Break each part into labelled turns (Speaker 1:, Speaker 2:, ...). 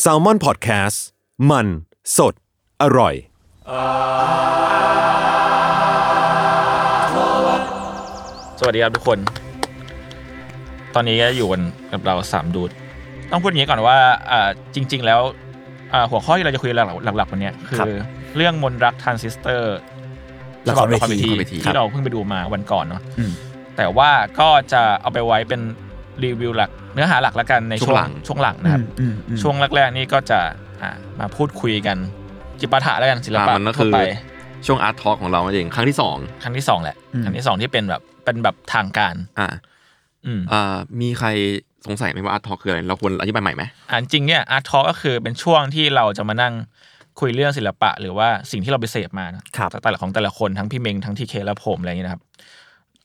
Speaker 1: แซลมอนพอดแคสต์มันสดอร่อย
Speaker 2: สวัสดีครับทุกคน ตอนนี้ก็อยู่กันกับเราสามดูด ต้องพูดอย่างนี้ก่อนว่าอ่าจริง ๆ แล้วอ่าหัวข้อที่เราจะคุยหลักๆหลักๆวันเนี้ยคื
Speaker 3: ครับ
Speaker 2: อเรื่องมนต์รักทรานซิสเตอร์
Speaker 3: ละครเว
Speaker 2: ฉ
Speaker 3: ที
Speaker 2: บับ
Speaker 3: ละครเวทีครับ
Speaker 2: ที่เราเพิ่งไปดูมาวันก่อนเนาะแต่ว่าก็จะเอาไปไว้เป็นรีวิวหลัก เนื้อหาหลักละกันในช่วงช่วงหลังนะครับ ช่วงแรกๆนี่ก็จะอ่ามาพูดคุยกันจิปาถะแล้วกันศิลปะ
Speaker 3: อ่ามันก็
Speaker 2: ทั่
Speaker 3: คื
Speaker 2: ว
Speaker 3: อ
Speaker 2: ไป
Speaker 3: ช่วงอาร์ตทอของเราเองครั้งที่สอง
Speaker 2: ครั้งที่สองแหละครั้งที่สองที่เป็นแบบเป็นแบบทางการ
Speaker 3: อ่า
Speaker 2: อืม
Speaker 3: อ่ามีใครสงสัยไหมว่าอาร์ตทอคืออะไร เราควรอธิบายใหม่ไหม
Speaker 2: อ่านจริงเนี่ยอาร์ตทอก็คือเป็นช่วงที่เราจะมานั่งคุยเรื่องศิลปะ หรือว่าสิ่งที่เราไปเสพมานะครับ แต่ละของแต่ละคนทั้งพี่เมงทั้งที่เคและผมอะไรอย่างเงี้ยนะครับ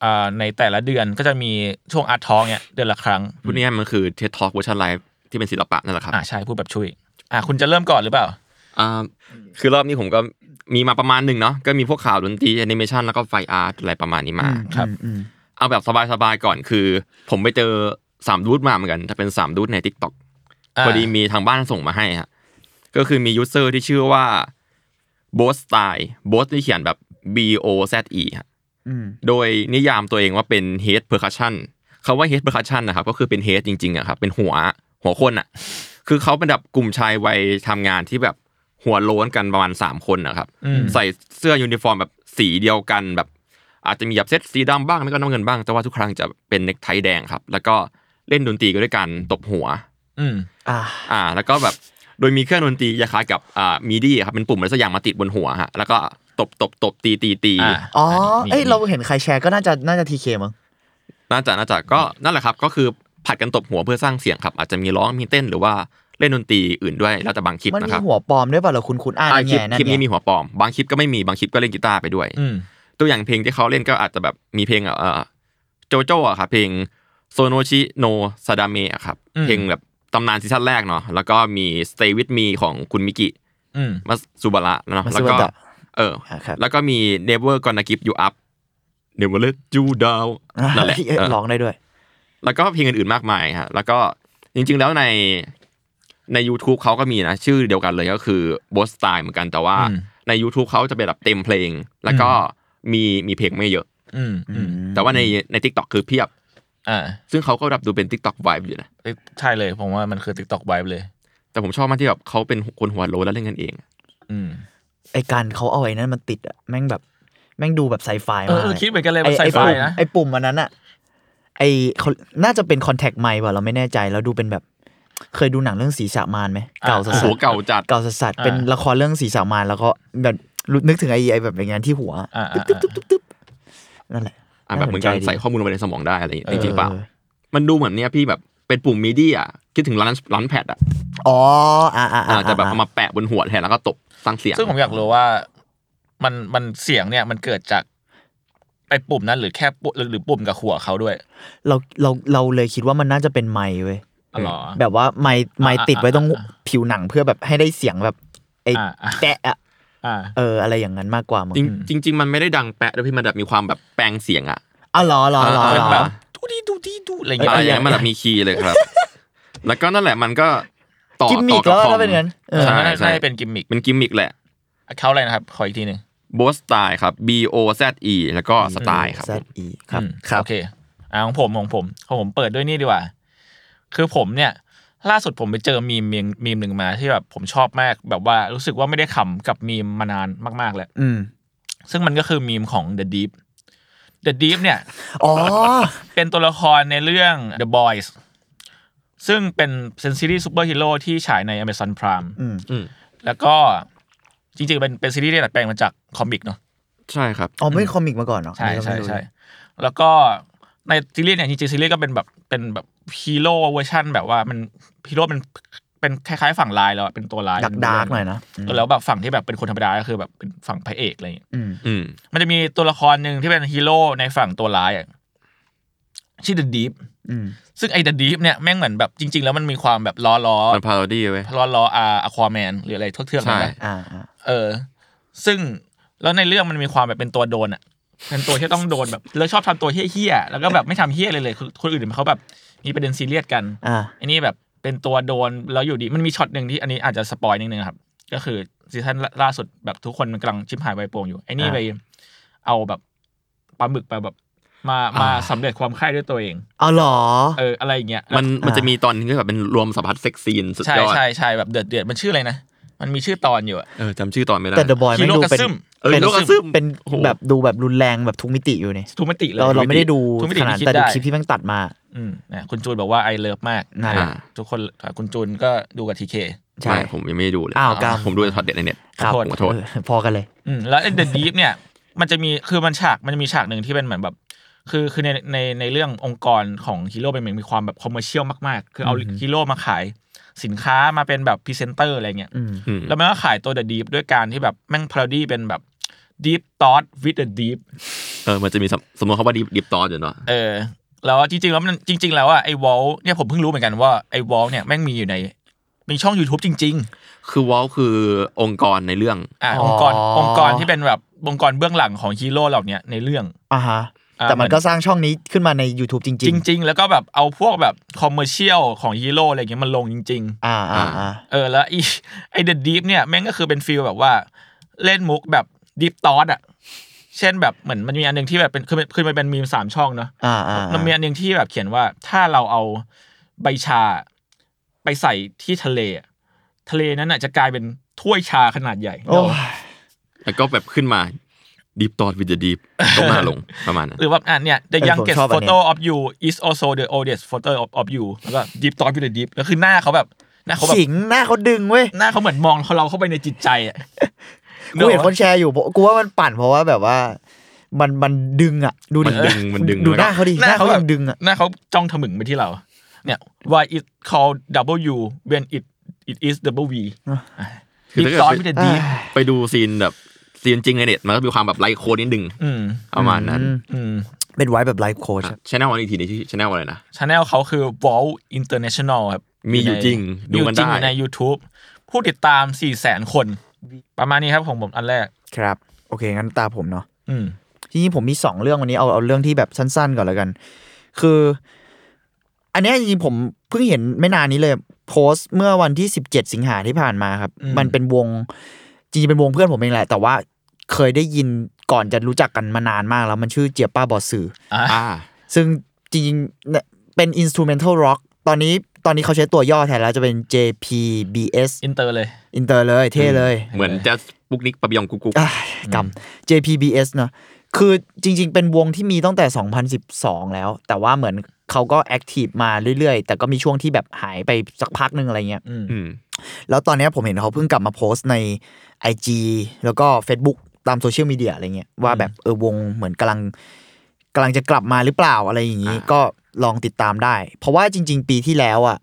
Speaker 2: อ่าในแต่ละเดือนก็จะมีช่วงอาร์ตทอเนี่ยเดือนละครั้ง
Speaker 3: พูดง่ายๆมันคือเท d ทอ l เวอร์ชันไลฟ์ที่เป็นศิลปะนั่นแหละครับ
Speaker 2: อ่าใช่พูดแบบช่วยอ่าคุณจะเริ่มก่อนหรือเปล่า
Speaker 3: อ่าคือรอบนี้ผมก็มีมาประมาณหนึ่งเนาะก็มีพวกข่าวดนตรีแอนิเมชันแล้วก็ไฟอาร์ตอะไรประมาณนี้มา
Speaker 2: ครับ
Speaker 3: เอาแบบสบายๆก่อนคือ ผมไปเจอสามดูดมาเหมือนกันแต่เป็นสามดูดในทิกตอก
Speaker 2: อ่า
Speaker 3: พอดีมีทางบ้านส่งมาให้ฮะก็คือมียูเซอร์ที่ชื่อว่าโบสไตล์โบสที่เขียนแบบ B O Z E ฮะโดยนิยามตัวเองว่าเป็น head percussion คาว่า head percussion นะครับก็คือเป็น head จริงๆอะครับเป็นหัวหัวคนอะคือเขาเป็นแบบกลุ่มชายวัยทำงานที่แบบหัวโล้นกันประมาณสามคนนะครับ ใส่เสื้อยูนิฟอร์มแบบสีเดียวกันแบบ อาจจะมีแบบเซตสีดำบ้างไม่ก็น้ำเงินบ้าง แต่ว่าทุกครั้งจะเป็นเน็กไทแดงครับ แล้วก็เล่นดนตรีกันด้วยการตบหัว
Speaker 2: อืม
Speaker 4: อ่า
Speaker 3: อ่า แล้วก็แบบโดยมีเครื่องดนตรีคล้ายๆกับอ่ามีดีครับเป็นปุ่มอะไรสักอย่างมาติดบนหัวฮะแล้วก็ตบตบตบตีตีตี
Speaker 2: อ่า
Speaker 4: อ๋อ
Speaker 2: มี
Speaker 4: เอ้ย เราเห็นใครแชร์ก็น่าจะน่าจะทีเคมั้ง
Speaker 3: น่าจะน่าจะก็นั่นแหละครับ ก็คือผัดกันตบหัวเพื่อสร้างเสียงครับ อาจจะมีร้องมีเต้นหรือว่าเล่นดนตรีอื่นด้วยแล้วแต่บางคลิป
Speaker 4: มัน
Speaker 3: นะ
Speaker 4: มี
Speaker 3: ครับ
Speaker 4: หัวปลอมด้วยป่ะเหรอคุณคุณอ่าน
Speaker 3: อ่าคลิป
Speaker 4: แง่นั่น
Speaker 3: คลิปนี้มี
Speaker 4: เนี่ย
Speaker 3: หัวปลอมบางคลิปก็ไม่มีบางคลิปก็เล่นกีตาร์ไปด้วย
Speaker 2: อืม
Speaker 3: ตัวอย่างเพลงที่เขาเล่นก็อาจจะแบบมีเพลงเอ่อโจโจ้อะครับเพลงโซโนชิโนซาดาเมะครับเพลงแบบตำนานซีซั่นแรกเนาะแล้วก็มี Stay with me ของคุณมิกิ
Speaker 2: อืม
Speaker 3: มัสุบาระเนาะ
Speaker 4: มา
Speaker 3: แล้ว
Speaker 4: สู้
Speaker 3: ก็
Speaker 4: กันต่อ
Speaker 3: เออ
Speaker 4: อ่าครับ
Speaker 3: แล้วก็มี Never Gonna Give You Up Never Let You Down นั่นแหละ
Speaker 4: เอ้ย
Speaker 3: เออ
Speaker 4: ร้องได้ด้วย
Speaker 3: แล้วก็เพลงอื่นๆมากมายฮะแล้วก็จริงๆแล้วในใน YouTube เขาก็มีนะ ชื่อเดียวกันเลยก็คือ b o s Style เหมือนกันแต่ว่าใน YouTube เขาจะเป็นแบบเต็มเพลง แล้วก็มีมีเพลงไม่เยอะ
Speaker 2: อืมอืม
Speaker 3: แต่ว่าในใน t ิกตอกคือเพียบ
Speaker 2: อ่า
Speaker 3: ซึ่งเขาก็รับดูเป็น t ิกตอกไวอยู่นะ
Speaker 2: เอ้ยใช่เลยผมว่ามันคือติ๊กต็อกไวเลย
Speaker 3: แต่ผมชอบมากที่แบบเขาเป็นคนหัวโลนแล้วเล่นกันเอง
Speaker 2: อืม
Speaker 4: ไอการเขาเอาไอ้นั้นมันติดอะแม่งแบบ แม่งดูแบบไซไฟ
Speaker 2: เออ
Speaker 4: มาก
Speaker 2: เออคิดเหมือนกันเลยมัน
Speaker 4: ไอ้
Speaker 2: sci-fi
Speaker 4: ปุ่ม
Speaker 2: นะ
Speaker 4: ไอปุ่มอันนั้นอะไอเขาน่าจะเป็นคอนแทคไมค์ป่ะเราไม่แน่ใจ แล้วดูเป็นแบบ เคยดูหนังเรื่องสีสามานไหมเก่าสัส
Speaker 3: หัวเก่าจัด
Speaker 4: ๆเก่าสัสๆเป็นละครเรื่องสีสามานแล้วก็แบบรู้นึกถึงไอไอแบบอย่างนั้นที่หัว
Speaker 2: อ่าอ่าอ่า
Speaker 4: ตึ๊บตึ๊บตึ๊บตึ๊บนั่นแหละ
Speaker 3: อ่ะแบบเหมือนกัน
Speaker 4: ใจดี
Speaker 3: ใส่ข้อมูลลงไปในสมองได้อะไรอย่างเงี้ยจริงๆเปล่า
Speaker 4: ออ
Speaker 3: มันดูเหมือนเนี้ยพี่แบบเป็นปุ่มมิดี้อ่ะ คิดถึงร้านร้านแพดอ่ะ
Speaker 4: อ๋ออ่าอ่า
Speaker 3: อ่าแต่แบบเอามาแปะบนหัวแทนแล้วก็ตบสร้างเสียง
Speaker 2: ซึ่งผมอยากรู้ว่ามันมันเสียงเนี่ยมันเกิดจากไอ้ปุ่มนั้นหรือแค่ปุ่มหรือหรือปุ่มกับหัวเขาด้วย
Speaker 4: เราเราเราเลยคิดว่ามันน่าจะเป็นไม้เว้ย
Speaker 2: อ๋อเหรอ
Speaker 4: แบบว่าไม้ไม้
Speaker 2: อ่า
Speaker 4: ติดไว้ตรง
Speaker 2: อ่า
Speaker 4: ผิวหนังเพื่อแบบให้ได้เสียงแบบไอ้
Speaker 2: อ่าอ่า
Speaker 4: แตะอะ
Speaker 2: อ่า
Speaker 4: เอออะไรอย่างนั้นมากกว่ามั้ง
Speaker 3: จริงจริง ๆ มันไม่ได้ดังแปะด้วยพี่มันแบบมีความแบบแปลงเสียงอ่ะ
Speaker 4: อ๋อเหรอเหรอเหรอ
Speaker 3: เออ
Speaker 4: เหร
Speaker 2: แบ
Speaker 4: อบ
Speaker 2: ดูดีดูดีดูอะไรอย่าง
Speaker 3: อะไรอ
Speaker 2: เงี้
Speaker 3: ย่างเงี้ยมัน
Speaker 2: ย
Speaker 3: แบบมีคีย์เลยครับ แล้วก็นั่นแหละมันก็ต่อ
Speaker 4: กิมมิ
Speaker 3: ต่อก
Speaker 4: แล้ว
Speaker 3: คอ
Speaker 4: แล้วเป็นเงินเออ
Speaker 2: ใช่
Speaker 3: ใช่
Speaker 2: ใช่
Speaker 3: ใช่
Speaker 2: เป็นกิมมิค
Speaker 3: เป็นกิมมิกแหละ
Speaker 2: เขาอะไรนะครับ ขออีกทีหนึ่ง
Speaker 3: โบสไตล์ครับ B O Z E แล้วก็สไตล์ครับ
Speaker 4: แซดอีครับ
Speaker 2: อืม
Speaker 4: ครับ
Speaker 2: โอเคอ่าของผมของผมของผมเปิดด้วยนี่ดีกว่า คือผมเนี่ย ล่าสุดผมไปเจอมีมมีมมีมหนึ่งมาที่แบบผมชอบมากแบบว่ารู้สึกว่าไม่ได้ขำกับมีมมานานมากๆแล้ว
Speaker 4: อืม
Speaker 2: ซึ่งมันก็คือมีมของ The Deep The Deep เนี่ย
Speaker 4: อ๋อ
Speaker 2: เป็นตัวละครในเรื่อง The Boys ซึ่งเป็นเซนซีรีส์ซูเปอร์ฮีโร่ที่ฉายใน Amazon Prime
Speaker 4: อืม
Speaker 3: อืม
Speaker 2: แล้วก็จริงๆ เป็นเป็นซีรีส์ที่ดัดแปลงมาจากคอมิกเนาะ
Speaker 3: ใช่ครับ
Speaker 4: อ๋อไม่ได้คอมิกมาก่อนเนาะ
Speaker 2: ใช่
Speaker 4: อันนี้
Speaker 2: ใช่
Speaker 4: เราไม่รู้
Speaker 2: ใช่แล้วก็ในซีรีส์เนี่ยจริงๆซีรีส์ก็เป็นแบบเป็นแบบฮีโร่เวอร์ชันแบบว่ามันฮีโร่เป็นเป็นคล้ายๆ ฝั่งลายแล้วอะเป็นตัวลาย
Speaker 4: ดักดาร์กหน่อยนะอืม
Speaker 2: แล้วแบบฝั่งที่แบบเป็นคนธรรมดาก็คือแบบเป็นฝั่งพระเอกอะไรอย่างเงี้ย
Speaker 4: อืม
Speaker 3: อืม
Speaker 2: มันจะมีตัวละครหนึ่งที่เป็นฮีโร่ในฝั่งตัวร้ายอะชื่อเดอะดีฟ
Speaker 4: อืม
Speaker 2: ซึ่งไอ้เดอะดีฟเนี่ยแม่งเหมือนแบบจริง ๆ แล้วมันมีความแบบล้อล้อ
Speaker 3: มันพาโรดี้เว้ย
Speaker 2: ล้อล้ออาอะควาแมนหรืออะไรเทือกๆนั่นแหละ
Speaker 3: ใช่
Speaker 4: อ่าอ่า
Speaker 2: เออ ซึ่งแล้วในเรื่องมันมีความแบบเป็นตัวโดนอะเป็นตัวที่ต้องโดนแบบเลิกชอบทำตัวเฮี้ยๆแล้วก็แบบไม่ทำเฮี้ยเลยเลยคือคนอื่นเขาแบบมีประเด็นซีเรียสกัน
Speaker 4: อ่า
Speaker 2: อันนี้แบบเป็นตัวโดนแล้วอยู่ดีมันมีช็อตหนึ่งที่อันนี้อาจจะสปอยนิดนึงครับ ก็คือซีซั่นล่าสุดแบบทุกคนมันกำลังชิมหายไวายโป่งอยู่ไอ้นี่ไปเอาแบบปลาหมึกไปแบบ มามาสำเร็จความใคร่ด้วยตัวเอง
Speaker 4: เอาเหรอ
Speaker 2: เอออะไรอย่างเงี้ย
Speaker 3: มันมันจะมีตอนนึงที่แบบเป็นรวมสัมผัสเซ็กซีนสุด
Speaker 2: ใช่
Speaker 3: ยอด
Speaker 2: ใช่ใช่แบบเดือดเดือดๆมันชื่ออะไรนะมันมีชื่อตอนอยู่อะ
Speaker 3: เออจำชื่อตอนไม่ได้
Speaker 4: แต่เดอะบอย
Speaker 2: ฮี
Speaker 4: ไม่
Speaker 2: โร่
Speaker 4: ดู
Speaker 2: กระ
Speaker 4: เป็น
Speaker 2: ซึม
Speaker 3: เออ
Speaker 4: เป็
Speaker 3: ฮี
Speaker 4: น
Speaker 3: โร่กระซึม
Speaker 4: เป็น
Speaker 3: โอ้โห
Speaker 4: แบบดูแบบรุนแรงแบบทุกมิติอยู่นี่
Speaker 2: ทุกมิติเลย
Speaker 4: เราเราไม่ได้ดู
Speaker 2: ทุกมิ
Speaker 4: ข
Speaker 2: ติ
Speaker 4: นาด
Speaker 2: ที่คิด
Speaker 4: แต่ดู
Speaker 2: ได้
Speaker 4: คลิปที่แม่งตัดมา
Speaker 2: อืมนะคุณจูนบอกว่าไอเลิฟมาก
Speaker 4: นั่น
Speaker 2: อ่าทุกคนคุณจูนก็ดูกับทีเค
Speaker 4: ใช่
Speaker 3: ไม่ผมยังไม่ได้ดูเลย
Speaker 4: อ้าวกรรม
Speaker 3: ผมดูแต่ช็อตเด็ดในเน็ต
Speaker 4: ครับ
Speaker 2: ขอโทษ
Speaker 3: ขอโทษ
Speaker 4: เออพอกันเลย
Speaker 2: อืมแล้วเดอะดีฟเนี่ย มันจะมีคือมันฉากมันจะมีฉากหนึ่งที่เป็นเหมือนแบบ คือคือในในในเรื่ององค์กรของฮีโร่เป็นเหมือนมีความแบบคอมเมอร์เชียลมากๆ คือเอาฮีโร่มาขายสินค้ามาเป็นแบบพรีเซนเตอร์อะไรเงี้ย
Speaker 4: อืม
Speaker 3: อืม
Speaker 2: แล้วมันก็ขายตัวเดอะดีฟด้วยการที่แบบแม่งพาราดี้เป็นแบบดีฟตอ t วิดเดอะดีฟ
Speaker 3: เออมันจะมีสำสมมติเขาว่าดิบดิบตอนอยู่เนาะ
Speaker 2: เออแล้วจริงๆแล้วมันจริง ๆ แล้วอะไอ้วอลเนี่ยผมเพิ่งรู้เหมือนกันว่าไอ้วอลเนี่ยแม่งมีอยู่ในมีช่อง YouTube จริง ๆ
Speaker 3: คือวอลคือองค์กรในเรื่อง
Speaker 2: อ่า
Speaker 4: อ๋
Speaker 2: อ
Speaker 4: อ
Speaker 2: งค์กรองค์กรที่เป็นแบบองค์กรเบื้องหลังของฮีโร่เหล่าเนี้ยในเรื่อง
Speaker 4: อ่าฮะ
Speaker 2: อ่า
Speaker 4: แต่มันก็สร้างช่องนี้ขึ้นมาใน YouTube
Speaker 2: จ
Speaker 4: จริง
Speaker 2: ริง ๆ แล้วก็แบบเอาพวกแบบคอมเมอร์เชียลของฮีโร่อะไรเงี้ยมันลงจริง
Speaker 4: ๆ อ่าอ่าอ่า
Speaker 2: ๆ เออแล้วไอ้ไอเดอะดีฟเนี่ยแม่งก็คือเป็นฟีลแบบว่าเล่นมุกแบบดีฟตอสอ่ะเช่นแบบเหมือนมันมีอันหนึงที่แบบเป็นคือมันคือมันเป็นมีมสามช่องเนาะ
Speaker 4: อ่าอ่า
Speaker 2: มันมีอันหนึงที่แบบเขียนว่าถ้าเราเอาใบชาไปใส่ที่ทะเลอะทะเลนั้นอ่ะจะกลายเป็นถ้วยชาขนาดใหญ่
Speaker 4: โอ้ย
Speaker 3: แล้วก็แบบขึ้นมาดิบตอนวิดดิบก็มาลง ประมาณนั้น
Speaker 2: หรือว่าอ่ะเนี่ย the youngest photo of you is also the oldest photo of of you แล้วก็ deep thought with the deep แล้วคือหน้าเขาแบบหน้าเขาแบบ
Speaker 4: ขิงหน้าเขาดึงเว้ย
Speaker 2: หน้าเขาเหมือนมองเราเข้าไปในจิตใจอ่ะ
Speaker 4: กูเห็นคนแชร์อยู่เพราะกูว่ามันปั่นเพราะว่าแบบว่า มันมันดึงอ่ะ ดูดิ
Speaker 3: มันดึงมันดึง
Speaker 4: ดู
Speaker 3: แล้วก็
Speaker 4: หน้าเขาดิหน้าเขายังดึงอ่ะ
Speaker 2: หน้าเขาจ้องทะมึงไปที่เรา เนี่ย why it called w when it it is double v
Speaker 3: คือ
Speaker 2: deep
Speaker 3: ถ้าเกิด
Speaker 2: thought with the deep
Speaker 3: ไปดูซีนแบบซีนจริงในเน็ตมันก็มีความแบบไลค์โคดนิดนึง
Speaker 2: อืม
Speaker 3: ประมาณนั้น
Speaker 2: อืม
Speaker 4: เป็นไว้แบบไลฟ์โค้ช
Speaker 3: ชแนลอันนี้อีกทีหนี้ชื่อชแนลอะไรนะ
Speaker 2: ชาแนลเขาคือ wall international ครับ
Speaker 3: มีอยู่จริงดูกัน
Speaker 2: อยู่จริงอยู่
Speaker 3: ได้
Speaker 2: ใน YouTube ผู้ติดตาม4 0 0 0 0 0 คน ประมาณนี้ครับของผมอันแรก
Speaker 4: ครับ โอเค งั้นตาผมเนาะ
Speaker 2: อืม
Speaker 4: ที่นี่ผมมีสองเรื่องวันนี้เอาเอาเรื่องที่แบบสั้นๆก่อนแล้วกัน คือ อันเนี้ยจริงๆผมเพิ่งเห็นไม่นานนี้เลยโพสต์เมื่อวันที่สิบเจ็ดสิงหาที่ผ่านมาครับ
Speaker 2: อืม
Speaker 4: มันเป็นวงจริงๆเป็นวงเพื่อนผมเองแหละ แต่ว่าเคยได้ยินก่อนจะรู้จักกันมานานมากแล้วมันชื่อเจียป้าบอสซือ
Speaker 2: อ่ะ
Speaker 3: อ่า
Speaker 4: ซึ่งจริงๆเนี่ยเป็น instrumental rock ตอนนี้ตอนนี้เขาใช้ตัวย่อแทนแล้วจะเป็น JPBS
Speaker 2: อินเตอร์เลย
Speaker 4: อินเตอร์เลยเท่เลย
Speaker 3: เหมือนจะปุกนิกปะบยองกุ๊กกุ๊ก
Speaker 4: อ่ะกรรม JPBS เนอะคือจริง ๆ เป็นวงที่มีตั้งแต่ 2012 แล้ว แต่ว่าเหมือนเขาก็แอคทีฟมาเรื่อยๆ แต่ก็มีช่วงที่แบบหายไปสักพักหนึ่งอะไรเงี้ย
Speaker 2: อืม
Speaker 3: อืม
Speaker 4: แล้วตอนเนี้ยผมเห็นเขาเพิ่งกลับมาโพสต์ใน IG แล้วก็ Facebook ตามโซเชียลมีเดียอะไรเงี้ยว่าแบบเออวงเหมือนกำลังกำลังจะกลับมาหรือเปล่าอะไรอย่างนี้ ก็ลองติดตามได้ เพราะว่าจริง ๆ ปีที่แล้วอ่ะ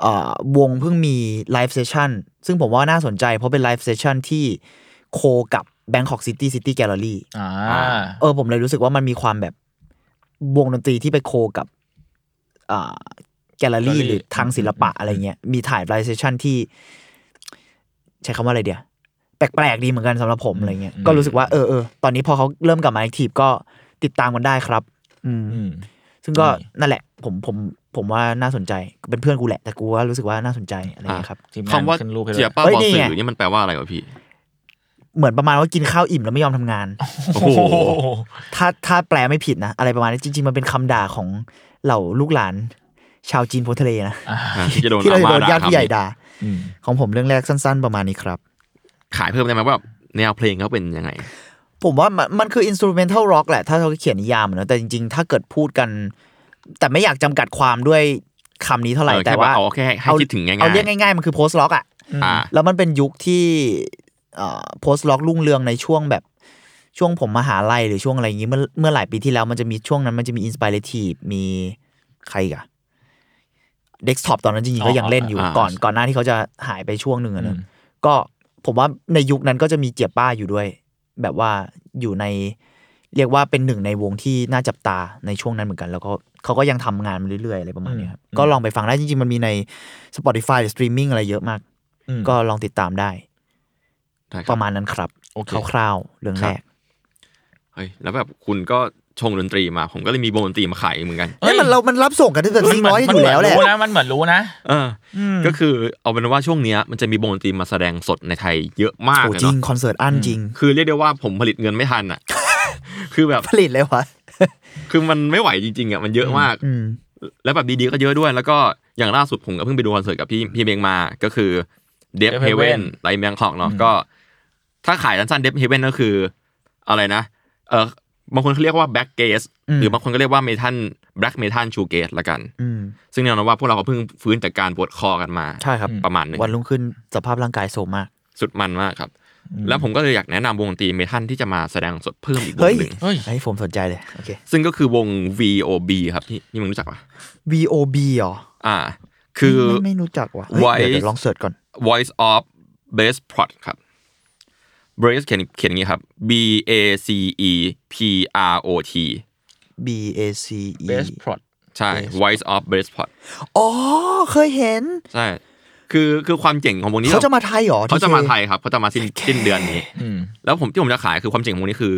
Speaker 4: เอ่อวงเพิ่งมีไลฟ์เซสชั่นซึ่งผมว่าน่าสนใจ เพราะเป็นไลฟ์เซสชั่นที่โคกับ Bangkok City City Gallery
Speaker 2: อ่า
Speaker 4: เออผมเลยรู้สึกว่ามันมีความแบบวงดนตรีที่ไปโคกับอ่าแกลเลอ
Speaker 2: Gallery
Speaker 4: รี่หรือทางศิลปะอะไรเงี้ยมีถ่ายไลฟ์เซสชั่นที่ ใช้คำว่าอะไรเดียวแปลกๆดีเหมือนกันสำหรับผมอะไรเงี้ยก็รู้สึกว่าเออเออตอนนี้พอเขาเริ่มกลับมาแอคทีฟก็ติดตามกันได้ครับ อืม
Speaker 2: อืม
Speaker 4: ซึ่งก็
Speaker 2: นี่
Speaker 4: นั่นแหละ ผมผมผมว่าน่าสนใจเป็นเพื่อนกูแหละ แต่กูว่ารู้สึกว่าน่าสนใจอะไรเงี้ยครับ
Speaker 2: ทีมงาน
Speaker 3: คำว่า
Speaker 2: ขึ้นรูปให้ด้
Speaker 3: เจี
Speaker 2: วย
Speaker 3: ยป้า
Speaker 4: เอ้ย
Speaker 3: บอ
Speaker 4: นี่
Speaker 3: สื่
Speaker 4: ไง
Speaker 3: อเนี่ยมันแปลว่าอะไรวะพี่
Speaker 4: เหมือนประมาณว่ากินข้าวอิ่มแล้วไม่ยอมทำงาน
Speaker 3: โอ้โห
Speaker 4: ถ้าถ้าแปลไม่ผิดนะ อะไรประมาณนี้จริง ๆ มันเป็นคำด่าของเหล่าลูกหลาน ชาวจีนโพนทะเลนะ
Speaker 3: อ่าที่จะโดน
Speaker 4: ที่เราจะโด
Speaker 3: อา
Speaker 4: น
Speaker 3: ม่า
Speaker 4: ญาติผู้ใหญ่ด่า
Speaker 2: อืม
Speaker 4: ของผมเรื่องแรกสั้น ๆ ประมาณนี้ครับ
Speaker 3: ขายเพิ่มได้ไหมว่าแนวเพลงเขาเป็นยังไง
Speaker 4: ผมว่ามันมันคือ instrumental rock แหละ ถ้าเราเขียนนิยามอะเนอะแต่จริง ๆ ถ้าเกิดพูดกัน แต่ไม่อยากจำกัดความด้วยคำนี้เท่าไหร่
Speaker 3: เออแค่
Speaker 4: แต่ว่า
Speaker 3: ว่าเอาแค่ให้คิดถึงง่ายๆ
Speaker 4: เอาเรียกง่าย ๆ มันคือ post rock อ่ะ
Speaker 3: อ่า
Speaker 4: แล้วมันเป็นยุคที่โพสต์ล็อกรุ่งเรืองในช่วงแบบช่วงผมมหาลัยหรือช่วงอะไรอย่างงี้เมื่อเมื่อหลายปีที่แล้วมันจะมีช่วงนั้นมันจะมีอินสปิเรทีฟมีใครอีกอะเด็กท็อปตอนนั้นจริงๆก็ยังเล่นอยู่
Speaker 3: อ่า
Speaker 4: ก่อนก่อนหน้าที่เขาจะหายไปช่วงหนึ่งอะ
Speaker 2: อื
Speaker 4: นะ
Speaker 2: ม
Speaker 4: ก็ผมว่าในยุคนั้นก็จะมีเจียป้าอยู่ด้วย แบบว่าอยู่ในเรียกว่าเป็นหนึ่งในวงที่น่าจับตาในช่วงนั้นเหมือนกัน แล้วก็เขาก็ยังทำงานมาเรื่อยๆอะไรประมาณเนี้ยครับก็ลองไปฟังได้จริงๆมันมีใน Spotify หรือสตรีมมิ่งอะไรเยอะมาก
Speaker 2: อืม
Speaker 4: ก็ลองติดตามได้
Speaker 3: ได้คบ
Speaker 4: ประมาณนั้นครับ
Speaker 3: โอเค
Speaker 4: คร่าวๆเรื่อง
Speaker 3: ค
Speaker 4: แร
Speaker 3: รับ
Speaker 4: ก
Speaker 3: เฮ้ยแล้วแบบคุณก็ชงดนตรีมา ผมก็เลยมีวงดนตรีมาขายเหมือนกัน
Speaker 2: เอ้
Speaker 4: เอ้
Speaker 2: ย
Speaker 4: ยมันเรามันรับส่งกันตั้งแต่ซีร้อยอยู่แล้วแหละ
Speaker 2: รู้นะมันเหมือนรู้นะ
Speaker 3: เอออก็คือเอาเป็นว่าช่วงเนี้ยมันจะมีวงดนตรีมาแสดงสดในไทยเยอะมาก
Speaker 4: โอ้
Speaker 3: เลย
Speaker 4: จริง
Speaker 3: เนาะ
Speaker 4: คอนเสิร์ตอั้นจริง
Speaker 3: คือเรียกได้ว่าผมผลิตเงินไม่ทันอ่ะ คือ แบบ
Speaker 4: ผลิตเลยวะ
Speaker 3: คือมันไม่ไหวจริงๆอ่ะมันเยอะมาก
Speaker 4: อืม
Speaker 3: แล้วแบบดีๆก็เยอะด้วย แล้วก็อย่างล่าสุดผมก็เพิ่งไปดูคอนเสิร์ตกับพี่พี่เมงมาก็คือเดฟ
Speaker 2: Death
Speaker 3: เฮเวน
Speaker 2: Heaven
Speaker 3: ไลแบงคอกเนาะก็ถ้าขายสั้นๆเดฟเฮเวนก็คือ อะไรนะเออบางคนเขาเรียกว่าแบ็กเกส
Speaker 4: อืม
Speaker 3: หรือบางคนก็เรียกว่าเมทัลแบ็กเมทัลชูเกสละกัน
Speaker 4: อืม
Speaker 3: ซึ่งแน่นอนว่าพวกเราก็เพิ่งฟื้นจากการปวดคอกันมา
Speaker 4: ใช่ครับ
Speaker 3: ประมาณหนึง
Speaker 4: วันรุ่งขึ้นสภาพร่างกายโทรมมาก
Speaker 3: สุดมันมากครับ แล้วผมก็เลยอยากแนะนำวงดนตรีเมทัลที่จะมาแสดงสดเพิ่มอีกวง
Speaker 4: เฮ้ย
Speaker 3: หนึ่ง
Speaker 2: เฮ้ย
Speaker 4: เฮ้ยผมสนใจเลย โอเค
Speaker 3: ซึ่งก็คือวง VOB ครับพี่นี่มึงรู้จักปะ
Speaker 4: VOB เหรอ
Speaker 3: อ่า คือ
Speaker 4: ไม่ไม่รู้จักว่ะเฮ้ย
Speaker 3: Voice
Speaker 4: เดี๋ยวเดี๋ยวลองเสิร์ชก่อน
Speaker 3: Voice of b a s e Prod ครับ b a s e เขียนเขียนอย่างนี้ครับ B A C E P R O T
Speaker 4: B A C E
Speaker 2: best plot
Speaker 3: ใช่ Voice of b a s e Prod
Speaker 4: อ๋อ เคยเห็น
Speaker 3: ใช่ คือคือความเจ๋งของวงนี้
Speaker 4: เขาจะมาไทยเหรอ
Speaker 3: เขาจะมา
Speaker 4: TK
Speaker 3: ไทยครับเขาจะมาสิ้นสิ้นเดือนนี้
Speaker 2: อืม
Speaker 3: แล้วผมที่ผมจะขายคือความเจ๋งของวงนี้คือ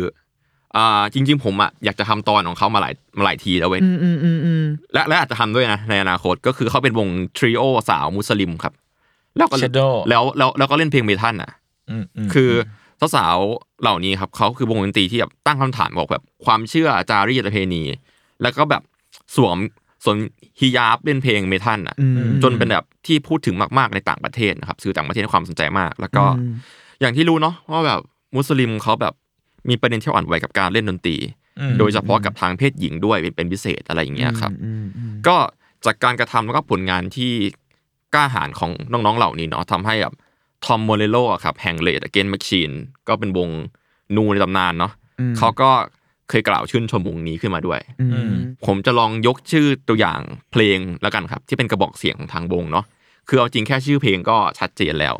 Speaker 3: อ่าจริง ๆ ผมอ่ะอยากจะทำตอนของเขามาหลายมาหลายทีแล้วเว้ย
Speaker 4: อืมอืมอืมอืม
Speaker 3: และและอาจจะทำด้วยนะในอนาคตก็คือเขาเป็นวงทริโอสาวมุสลิมครับ แล้วก็
Speaker 2: Shadow
Speaker 3: แล้วแล้วแล้วก็เล่นเพลงเมทัลอ่ะ
Speaker 2: อืมอืม
Speaker 3: คือสาวๆเหล่านี้ครับเขาคือวงดนตรีที่แบบตั้งคำถามบอกแบบความเชื่อจารีตประเพณี แล้วก็แบบสวมสวมฮิญาบเล่นเพลงเมทัลอ่ะ
Speaker 4: อืม
Speaker 3: จนเป็นแบบที่พูดถึงมากๆในต่างประเทศนะครับสื่อต่างประเทศให้ความสนใจมาก แล้วก็
Speaker 4: อืม
Speaker 3: อย่างที่รู้เนาะว่าแบบมุสลิมเขาแบบมีประเด็นที่อ่อนไหวกับการเล่นดนตรี
Speaker 2: อืม
Speaker 3: โดยเฉพาะกับทางเพศหญิงด้วยเป็นเป็นพิเศษอะไรอย่างเงี้ยครับ
Speaker 4: อืมอืม
Speaker 3: ก็จากการกระทำแล้วก็ผลงานที่กล้าหาญของน้องๆเหล่านี้เนาะทำให้แบบทอมโมเรโลครับแห่งเลดเกนแมชชีนก็เป็นวงนูในตำนานเนาะเขาก็เคยกล่าวชื่นชมวงนี้ขึ้นมาด้วย
Speaker 4: อืม
Speaker 3: ผมจะลองยกชื่อตัวอย่างเพลงแล้วกันครับ ที่เป็นกระบอกเสียงของทางวงเนาะคือเอาจริงแค่ชื่อเพลงก็ชัดเจนแล้ว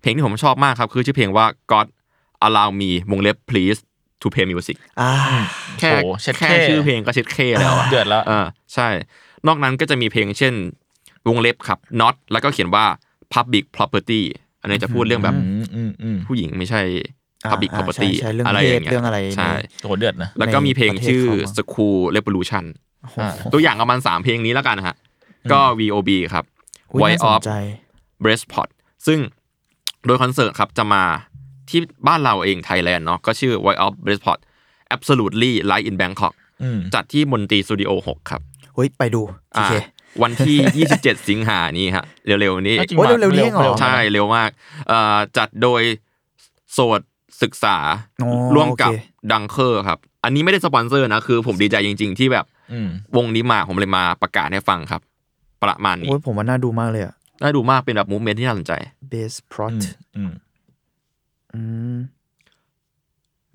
Speaker 3: เพลงที่ผมชอบมากครับคือชื่อเพลงว่า God Allow Me วงเล็บ please to play music
Speaker 4: อ่า
Speaker 3: แค่
Speaker 2: โอ้โหเช็ด
Speaker 3: แค่
Speaker 2: เท่
Speaker 3: ชื่อเพลงก็เช็ดเคแล้วะ
Speaker 2: เดือดแล้ว
Speaker 3: เออใช่ นอกนั้นก็จะมีเพลงเช่น วงเล็บครับ not แล้วก็เขียนว่า public property อันนี้จะพูดเรื่องแบบ
Speaker 2: อืมอืมอืม
Speaker 3: ผู้หญิงไม่ใช่
Speaker 4: อ่า
Speaker 3: public
Speaker 4: อ่า
Speaker 3: property
Speaker 4: ใช่ใช่เรื่อง
Speaker 3: อะไรอย่างเงี้
Speaker 4: เพศเรื่
Speaker 3: ย
Speaker 4: องอะไร
Speaker 3: ใช่
Speaker 4: ใน
Speaker 2: โหเดือดนะ
Speaker 3: แล้วก็มีเพลงชื่อ
Speaker 4: ในประเทศเขาอะ
Speaker 3: school revolution
Speaker 2: อ่า
Speaker 3: ตัวอย่างประมาณ3เพลงนี้แล้วกันฮะ ก็ VOB ครับ
Speaker 4: อุ๊ย
Speaker 3: White
Speaker 4: น่าสน
Speaker 3: Off
Speaker 4: ใจ
Speaker 3: Breastpot ซึ่งโดยคอนเสิร์ตครับจะมาที่บ้านเราเองไทยแลนด์เนาะก็ชื่อ White Off Breastpot Absolutely Live in Bangkok
Speaker 2: อืม
Speaker 3: จัดที่มนตรีสตูดิโอ 6 ครับ
Speaker 4: เฮ้ย ไปดูโอ
Speaker 3: อ่า
Speaker 4: เค
Speaker 3: วันที่ 27 สิงหานี้ฮะ เร็วๆ นี้
Speaker 2: จง
Speaker 4: โอ้ย
Speaker 2: ว่ะ
Speaker 4: เร็วๆนี้เองเหรอ
Speaker 2: ๆนะ
Speaker 3: ใช่เร็วมากเอ่อจัดโดยโสดศึกษา
Speaker 4: อ๋อ
Speaker 3: ร่วมกับ
Speaker 4: โอเค
Speaker 3: ดังเคอร์ครับ อันนี้ไม่ได้สปอนเซอร์นะ คือผมดีใจจริง ๆ ที่แบบ
Speaker 2: อืม
Speaker 3: วงนี้มาผมเลยมาประกาศให้ฟังครับ ประมาณนี้
Speaker 4: โอ้ยผมว่าน่าดูมากเลยอะ
Speaker 3: น่าดูมากเป็นแบบมูเมนที่น่าสนใจ
Speaker 4: base
Speaker 2: อื
Speaker 4: plot
Speaker 2: มอืม
Speaker 4: อืม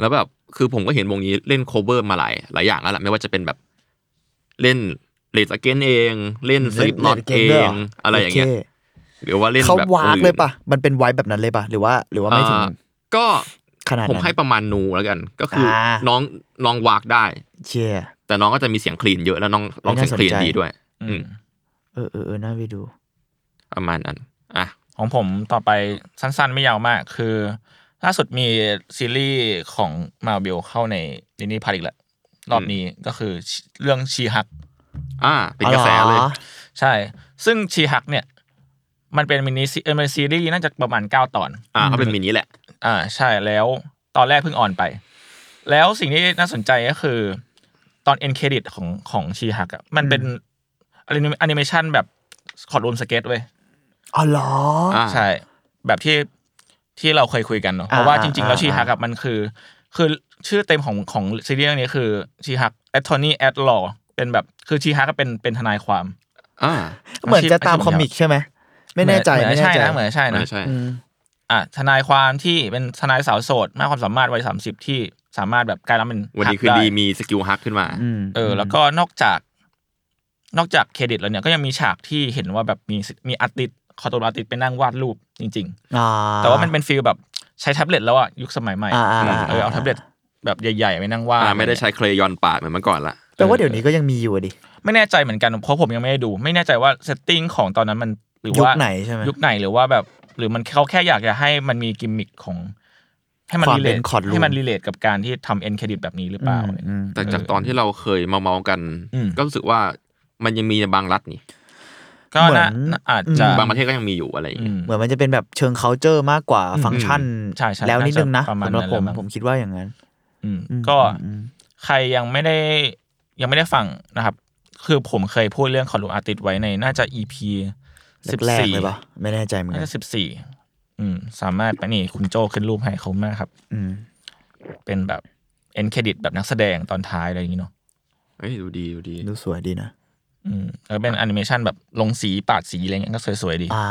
Speaker 3: แล้วแบบคือผมก็เห็นวงนี้เล่นโคเวอร์มาหลายหลายอย่างแล้วแหละไม่ว่าจะเป็นแบบเล่นเลดสเกนเอง เล่นสลิปน็อตเองอะไรอย่างเงี้ย
Speaker 4: โ
Speaker 3: หรือว่า
Speaker 4: ค
Speaker 3: เล่น
Speaker 4: เขา
Speaker 3: แบบ
Speaker 4: วาก
Speaker 3: อื่น
Speaker 4: เลยปะมันเป็นไวแบบนั้นเลยปะหรือว่าหรือว่าไม่ถึง
Speaker 3: อ่าก็
Speaker 4: ขนาดนั้น
Speaker 3: ผมให้ประมาณนูแล้วกัน ก็คืออา น้องน้องวากได้
Speaker 4: เชี่ย
Speaker 3: แต่น้องก็จะมีเสียงคลีนเยอะแล้วน้องร้องเสียงคลีน
Speaker 4: น่าสนใจ
Speaker 3: ดีด้วย อื
Speaker 2: อื
Speaker 3: ม
Speaker 2: ม
Speaker 4: เออเออเออน่าไปดู
Speaker 3: ประมาณนั้นอ่ะ
Speaker 2: ของผมต่อไปสั้นๆไม่ยาวมาก คือล่าสุดมีซีรีส์ของมาเบลเข้าในดินี่พาร์อีกแล้วรอบนี้ก็คือเรื่องชีฮัก
Speaker 3: อ่าเป็นกระแสเลย
Speaker 4: อ๋อ
Speaker 2: ใช่ ซึ่งชีฮักเนี่ย มันเป็นมินิซีเอ่อมันเป็นซีรีส์น่าจะประมาณเก้าตอน
Speaker 3: อ่าเขาเป็นมินิแหละ
Speaker 2: อ่าใช่แล้วตอนแรกเพิ่งออนไป แล้วสิ่งที่น่าสนใจก็คือ ตอนเอ็นเครดิตของของชีฮักอ่ะมันเป็น แอนิเมชันแบบคอร์ดรูมสเก็ตเว้ย
Speaker 4: อ๋อเหรอ
Speaker 3: อ่า
Speaker 2: ใช่ แบบที่ที่เราเคยคุยกันเนอะเพ
Speaker 4: อ่า
Speaker 2: ราะว่าจริง ๆ
Speaker 4: อ่า
Speaker 2: แล้วชี
Speaker 4: อ่า
Speaker 2: ฮักกับมันคือ คือชื่อเต็มของของซีรีส์เรื่องนี้คือชีฮักแอตโทนี่แอตลอเป็นแบบคือชีฮักก็เป็นเป็นทนายความ
Speaker 3: อ่า
Speaker 4: เหมือนจะตามคอมิกใช่ไหมไม่แน่ใจ
Speaker 2: เหมื
Speaker 4: ไม่
Speaker 2: อน
Speaker 4: แน่
Speaker 2: ใช่
Speaker 4: ใจ
Speaker 2: นะเหมือนใช่นะ
Speaker 3: ไม่ใช่
Speaker 4: อืม
Speaker 2: อ่ะทนายความที่เป็นทนายสาวโสดมากความสามารถวัยสามสิบที่สามารถแบบกลายร่างเป็น
Speaker 3: วันดี
Speaker 2: ฮัก
Speaker 3: คืนดี
Speaker 2: ไ
Speaker 3: มีสกิลฮักขึ้นมา
Speaker 4: อืม
Speaker 2: เออแล้วก็นอกจาก นอกจากเครดิตแล้วเนี่ยก็ยังมีฉากที่เห็นว่าแบบมีมีอาร์ติสคอตัวอาร์ติสไปนั่งวาดรูปจริง
Speaker 4: อ่า
Speaker 2: ๆ แต่ว่ามันเป็นฟีลแบบใช้แท็บเล็ตแล้วอะยุคสมัยใหม่
Speaker 4: อ่าอ่าอ่า
Speaker 2: เออเอาแท็บเล็ตแบบใหญ่ๆไปนั่งวาด
Speaker 3: อ่าไม่ได้ใช้เครยอนปาดเหมือนเมื่อก่อนละ
Speaker 4: แต่ว่าเดี๋ยวนี้ก็ยังมีอยู่อะดิ
Speaker 2: ไม่แน่ใจเหมือนกันเพราะผมยังไม่ได้ดู ไม่แน่ใจว่าเซตติ้งของตอนนั้นมันหรือ
Speaker 4: ยุ
Speaker 2: ว่า
Speaker 4: ค
Speaker 2: ยุ
Speaker 4: ไหนใช่ไหม
Speaker 2: ยุคไหนหรือว่าแบบ หรือมันเขาแค่อยากจะให้มันมีกิมมิคของ ให้มัน
Speaker 4: ความ
Speaker 2: รีเล
Speaker 4: เป็
Speaker 2: ท
Speaker 4: น chord room
Speaker 2: ให้มันรีเลทกับการที่ทำเอ็นเครดิตแบบนี้หรือเปล่าอะไร
Speaker 4: อื
Speaker 2: เงี้ย
Speaker 4: ม
Speaker 3: แต่จากตอนที่เราเคยเมาเมาๆกัน
Speaker 2: อืม
Speaker 3: ก็รู้สึกว่ามันยังมีในบางรัฐนี่
Speaker 2: ก็น่าน่าอาจจะ
Speaker 3: บางประเทศก็ยังมีอยู่อะไรอย่าง
Speaker 2: อื
Speaker 3: เงี้
Speaker 2: ม
Speaker 3: ย
Speaker 4: เหมือนมันจะเป็นแบบเชิง c u เจอร์มากกว่าฟังก์ชัน
Speaker 2: ใช่ใช่
Speaker 4: แล้วนิดนึงนะ
Speaker 2: ประมาณ
Speaker 4: สำหรั
Speaker 2: นั้
Speaker 4: บ
Speaker 2: น
Speaker 4: ผ
Speaker 2: แหละ
Speaker 4: ม
Speaker 2: มั้ง
Speaker 4: ผมคิดว่าอย่างนั้น
Speaker 2: อืม
Speaker 4: อืม
Speaker 2: ก็
Speaker 4: อืมอืม
Speaker 2: ใครยังไม่ได้ยังไม่ได้ฟังนะครับ คือผมเคยพูดเรื่องคอลูอาร์ติสไว้ในน่าจะ EP สิบ
Speaker 4: แรก
Speaker 2: สี่
Speaker 4: ๆเลยปะไม่แน่ใจเหมือน
Speaker 2: น่า
Speaker 4: กัน
Speaker 2: จะสิบสี่อืม สามารถไปนี่คุณโจขึ้นรูปให้เขามากครับ
Speaker 4: อืม
Speaker 2: เป็นแบบเอ็นเครดิตแบบนักแสดงตอนท้ายอะไรอย่างนี้เนาะ
Speaker 3: เอ้ยดูดีดูดี
Speaker 4: ดูสวยดีนะ
Speaker 2: อืมแล้วเป็นแอนิเมชันแบบลงสีปาดสีอะไรเงี้ยก็สวยๆดี
Speaker 4: อ่า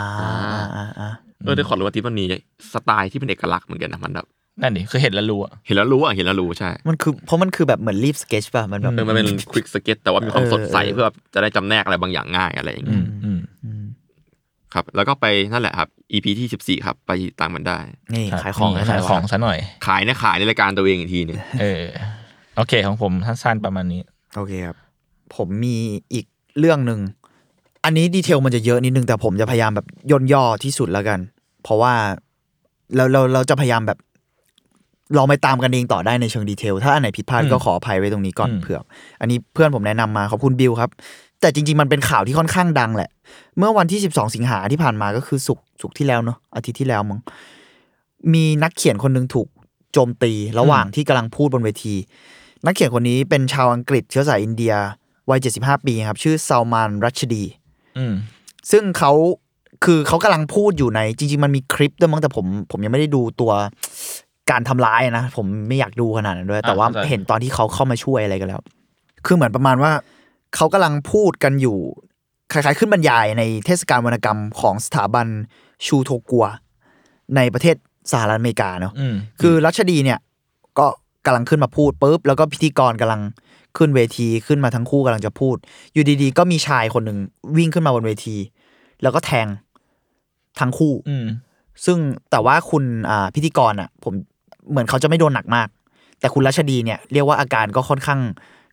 Speaker 4: อ่าอ่า
Speaker 3: เออได้ขอรู้ว่าทิปมันมีสไตล์ที่เป็นเอกลักษณ์เหมือนกันนะมันแบบ
Speaker 2: นั่นดิคือเห็นแล้วรู้อะ
Speaker 3: เห็นแล้วรู้อ่ะเห็นแล้วรู้ใช่
Speaker 4: มันคือเพราะมันคือแบบเหมือนรีบสเก็ตป่ะมันแบบ
Speaker 3: เออมันเป็นควิกสเก็ตแต่ว่ามีความ
Speaker 4: เออ
Speaker 3: สดใสเพื่อแบบจะได้จำแนกอะไรบางอย่างง่ายอะไรอย่าง
Speaker 2: อื
Speaker 3: เงี้ย
Speaker 2: มอืม
Speaker 4: อืม
Speaker 3: ครับ แล้วก็ไปนั่นแหละครับ EP ที่ 14 ครับ ไปตามมันได้
Speaker 4: นี่
Speaker 2: ครับ
Speaker 4: ขายของ
Speaker 2: นี่
Speaker 4: นะ
Speaker 2: ขายของซะหน่อย
Speaker 3: ขายนะขายในรายการตัวเองอีกทีหนึง
Speaker 2: เออ โอเคของผมสั้นๆประมาณนี้
Speaker 4: โอเคครับ ผมมีอีกเรื่องหนึ่ง อันนี้ดีเทลมันจะเยอะนิดนึง แต่ผมจะพยายามแบบย่นย่อที่สุดแล้วกัน เพราะว่าเราเราเราจะพยายามแบบลองไปตามกันเองต่อได้ในเชิงดีเทล ถ้าอันไหนผิดพลาด
Speaker 2: อืม
Speaker 4: ก็ขออภัยไว้ตรงนี้ก่อน
Speaker 2: อืม
Speaker 4: เผื่อ อันนี้เพื่อนผมแนะนำมาขอบคุณบิลครับ แต่จริง ๆ มันเป็นข่าวที่ค่อนข้างดังแหละ เมื่อวันที่ 12 สิงหาที่ผ่านมาก็คือสุกร์สุกร์ที่แล้วเนอะอาทิตย์ที่แล้วมั้งมีนักเขียนคนหนึ่งถูกโจมตีระหว่างที่กำลังพูดบนเวที นักเขียนคนนี้เป็นชาวอังกฤษเชื้อสายอินเดียวัย 75 ปีครับ ชื่อซา l มานรัชดี
Speaker 2: อืม
Speaker 4: ซึ่งเขาคือเขากำลังพูดอยู่ใน จริง ๆ มันมีคลิปด้วยมั้งแต่ผมผมยังไม่ได้ดูตัวการทำร้ายนะ ผมไม่อยากดูขนาดนั้นด้วย แต่ว่า
Speaker 2: เข้าใจ
Speaker 4: เห็นตอนที่เขาเข้ามาช่วยอะไรกันแล้ว คือเหมือนประมาณว่า เขากำลังพูดกันอยู่ คล้ายๆ ขึ้นบรรยายในเทศกาลวรรณกรรมของสถาบันชูโทกัว ในประเทศสหรัฐอเมริกาเนาะ
Speaker 2: อืม
Speaker 4: คือรัชดีเนี่ยก็กำลังขึ้นมาพูดปุ๊บแล้วก็พิธีกรกำลังขึ้นเวทีขึ้นมาทั้งคู่กำลังจะพูด อยู่ดีๆ ก็มีชายคนหนึ่งวิ่งขึ้นมาบนเวที แล้วก็แทงทั้งคู่
Speaker 2: อืม
Speaker 4: ซึ่งแต่ว่าคุณอ่าพิธีกรอ่ะ ผมเหมือนเขาจะไม่โดนหนักมาก แต่คุณรัชดีเนี่ยเรียกว่าอาการก็ค่อนข้าง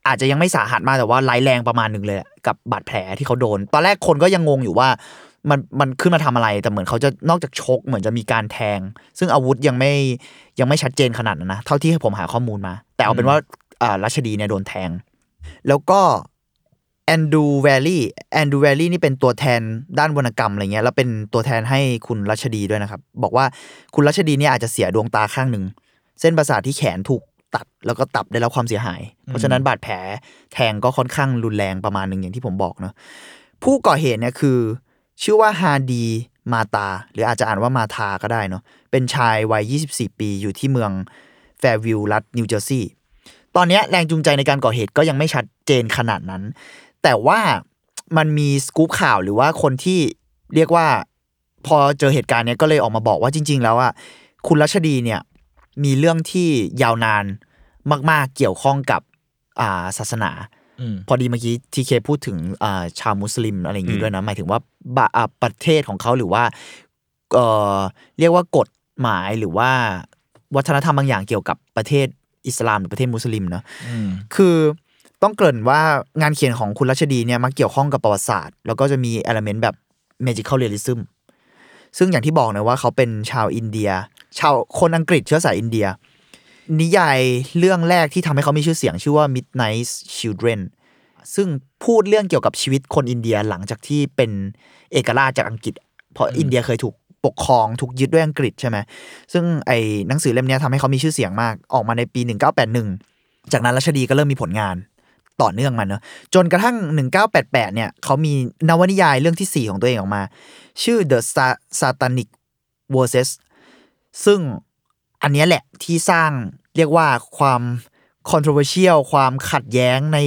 Speaker 4: อาจจะยังไม่สาหัสมากแต่ว่าร้ายแรงประมาณหนึ่งเลยอะกับบาดแผลที่เขาโดน ตอนแรกคนก็ยังงงอยู่ว่ามันมันขึ้นมาทำอะไร แต่เหมือนเขาจะนอกจากชก เหมือนจะมีการแทง ซึ่งอาวุธยังไม่ยังไม่ชัดเจนขนาดนั้นนะเท่าที่ผมหาข้อมูลมา แต่เอาเป็นว่าอ่ารัชดีเนี่ยโดนแทง แล้วก็แอนดูแวลลี่แอนดูแวลลี่นี่เป็นตัวแทนด้านวรรณกรรมอะไรเงี้ยแล้วเป็นตัวแทนให้คุณรัชดีด้วยนะครับ บอกว่าคุณรัชดีเนี่ยอาจจะเสียดวงตาข้างหนึ่ง เส้นประสาทที่แขนถูกตัดแล้วก็ตับได้รับความเสียหาย เพราะฉะนั้นบาดแผลแทงก็ค่อนข้างรุนแรงประมาณหนึ่งอย่างที่ผมบอกเนาะผู้ก่อเหตุเนี่ยคือ ชื่อว่าฮาดีมาตา หรืออาจจะอ่านว่ามาทาก็ได้เนาะเป็นชายวัย 24 ปีอยู่ที่เมืองแฟร์วิลล์รัฐนิวเจอร์ซีย์ ตอนเนี้ยแรงจูงใจในการก่อเหตุก็ยังไม่ชัดเจนขนาดนั้น แต่ว่ามันมีสกู๊ปข่าวหรือว่าคนที่เรียกว่าพอเจอเหตุการณ์เนี้ยก็เลยออกมาบอกว่าจริง ๆ แล้วอ่ะคุณรัชดีเนี่ยมีเรื่องที่ยาวนานมาก ๆ เกี่ยวข้องกับอ่าศาสนา
Speaker 2: อืม
Speaker 4: พอดีเมื่อกี้ทีเคพูดถึงอ่าชาวมุสลิมอะไรอย่างนี้ด้วยนะ หมายถึงว่าบะอ่าประเทศของเขาหรือว่าเอ่อเรียกว่ากฎหมายหรือว่าวัฒนธรรมบางอย่างเกี่ยวกับประเทศอิสลามหรือประเทศมุสลิมเนาะ
Speaker 2: อืม
Speaker 4: คือต้องเกริ่นว่างานเขียนของคุณรัชดีเนี่ยมักเกี่ยวข้องกับประวัติศาสตร์ แล้วก็จะมีเอลเมนต์แบบ magical realism ซึ่งอย่างที่บอกนะว่าเขาเป็นชาวอินเดีย ชาวคนอังกฤษเชื้อสายอินเดีย นิยายเรื่องแรกที่ทำให้เขามีชื่อเสียงชื่อว่า Midnight Children ซึ่งพูดเรื่องเกี่ยวกับชีวิตคนอินเดียหลังจากที่เป็นเอกราชจากอังกฤษ เพราะอินเดียเคยถูกปกครองถูกยึดด้วยอังกฤษใช่ไหมซึ่งไอ้หนังสือเล่มเนี้ยทำให้เขามีชื่อเสียงมากออกมาในปี 1981 จากนั้นรัชดีก็เริ่มมีผลงาน ต่อเนื่องมันเนอะจนกระทั่ง 1988 เนี่ยเขามีนวนิยายเรื่องที่ 4 ของตัวเองออกมา ชื่อ The Sa- Satanic Verses ซึ่งอันเนี้ยแหละที่สร้างเรียกว่าความ controversial ความขัดแย้งใน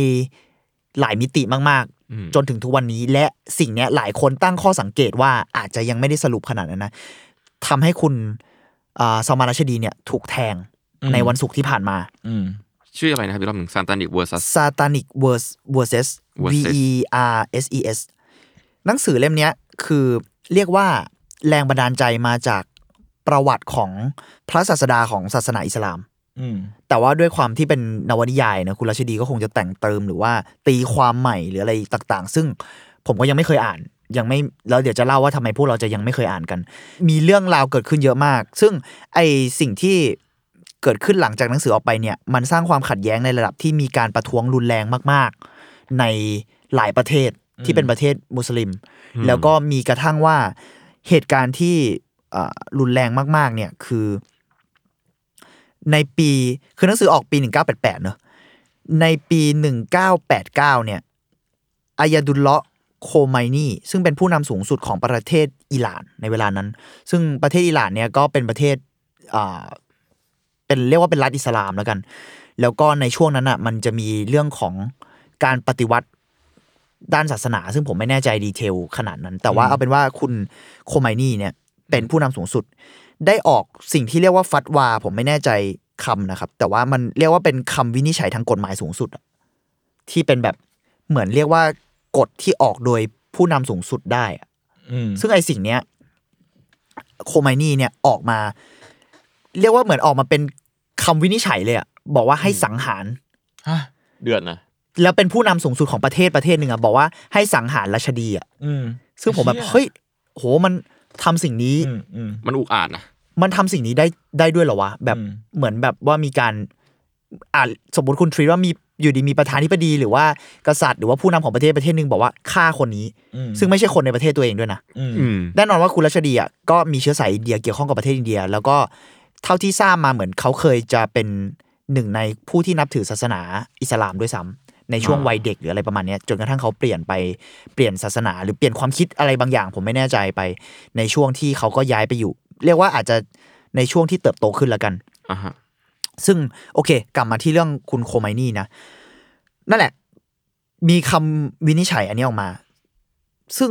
Speaker 4: หลายมิติมาก
Speaker 3: อืม
Speaker 4: ๆ จนถึงทุกวันนี้และสิ่งเนี้ยหลายคนตั้งข้อสังเกตว่าอาจจะยังไม่ได้สรุปขนาดนั้นนะทำให้คุณอ่าสมาราชดีเนี่ยถูกแทง
Speaker 2: อืม
Speaker 4: ในวันศุกร์ที่ผ่านมา
Speaker 2: อืม
Speaker 3: ชื่ออะไรนะครับอีกรอบหนึ่งซานตานิกเวอร์ซัส
Speaker 4: Satanic Verse versus V
Speaker 3: Verses
Speaker 4: E R S E S หนังสือเล่มเนี้ยคือเรียกว่าแรงบันดาลใจมาจากประวัติของพระศาสดาของศาสนาอิสลาม
Speaker 2: อืม
Speaker 4: แต่ว่าด้วยความที่เป็นนวนิยายนะคุณรัชดีก็คงจะแต่งเติมหรือว่าตีความใหม่หรืออะไรต่างๆ ซึ่งผมก็ยังไม่เคยอ่าน ยังไม่แล้วเดี๋ยวจะเล่าว่าทำไมพวกเราจะยังไม่เคยอ่านกัน มีเรื่องราวเกิดขึ้นเยอะมาก ซึ่งไอสิ่งที่เกิดขึ้นหลังจากหนังสือออกไปเนี่ย มันสร้างความขัดแย้งในระดับที่มีการประท้วงรุนแรงมาก ๆ ในหลายประเทศที่เป็นประเทศมุสลิม แล้วก็มีกระทั่งว่าเหตุการณ์ที่อ่ารุนแรงมาก ๆ เนี่ยคือ ในปี คือหนังสือออกปี 1988 เนอะในปี 1989 เนี่ยอายาดุลเลาะห์โคไมนีซึ่งเป็นผู้นำสูงสุดของประเทศอิหร่านในเวลานั้น ซึ่งประเทศอิหร่านเนี่ยก็เป็นประเทศอ่าเป็นเรียกว่าเป็นรัฐอิสลามแล้วกัน แล้วก็ในช่วงนั้นอ่ะมันจะมีเรื่องของการปฏิวัติด้านศาสนา ซึ่งผมไม่แน่ใจดีเทลขนาดนั้น แต่ว่าเอาเป็นว่าคุณโคไมนีเนี่ยเป็นผู้นำสูงสุด ได้ออกสิ่งที่เรียกว่าฟัตวา ผมไม่แน่ใจคำนะครับ แต่ว่ามันเรียกว่าเป็นคำวินิจฉัยทางกฎหมายสูงสุดอะที่เป็นแบบเหมือนเรียกว่ากฎที่ออกโดยผู้นำสูงสุดได้อะ
Speaker 2: อืม
Speaker 4: ซึ่งไอสิ่งเนี้ยโคไมนี่เนี่ยออกมา เรียกว่าเหมือนออกมาเป็นคำวินิจฉัยเลยอะบอกว่าให้สังหาร
Speaker 2: ฮะ
Speaker 3: เดือดนะ
Speaker 4: แล้วเป็นผู้นำสูงสุดของประเทศประเทศหนึ่งอะบอกว่าให้สังหารรัชดีอะ
Speaker 2: อืม
Speaker 4: ซึ่งผมแบบเฮ้ยโหมันทำสิ่งนี้
Speaker 2: อืมอืม
Speaker 3: มันอุกอาจนะ
Speaker 4: มันทำสิ่งนี้ได้ได้ด้วยเหรอวะ แบบ
Speaker 2: อืม
Speaker 4: เหมือนแบบว่ามีการอ่าสมมติคุณทรีตว่ามีอยู่ดีมีประธานาธิบดี หรือว่ากษัตริย์หรือว่าผู้นำของประเทศประเทศหนึ่งบอกว่าฆ่าคนนี้
Speaker 2: อืม
Speaker 4: ซึ่งไม่ใช่คนในประเทศตัวเองด้วยนะ
Speaker 2: อืม
Speaker 3: อืม
Speaker 4: แน่นอนว่าคุณรัชดีอ่ะก็มีเชื้อสายอินเดียเกี่ยวข้องกับประเทศอินเดีย แล้วก็เท่าที่ทราบมาเหมือนเขาเคยจะเป็นหนึ่งในผู้ที่นับถือศาสนาอิสลามด้วยซ้ำในช่วง
Speaker 3: อ่า
Speaker 4: วัยเด็กหรืออะไรประมาณเนี้ยจนกระทั่งเขาเปลี่ยนไปเปลี่ยนศาสนา หรือเปลี่ยนความคิดอะไรบางอย่าง ผมไม่แน่ใจไปในช่วงที่เขาก็ย้ายไปอยู่ เรียกว่าอาจจะในช่วงที่เติบโตขึ้นละกัน
Speaker 3: อ่ะฮะ
Speaker 4: ซึ่งโอเค กลับมาที่เรื่องคุณโคไมนี่นะ นั่นแหละ มีคำวินิจฉัยอันนี้ออกมา ซึ่ง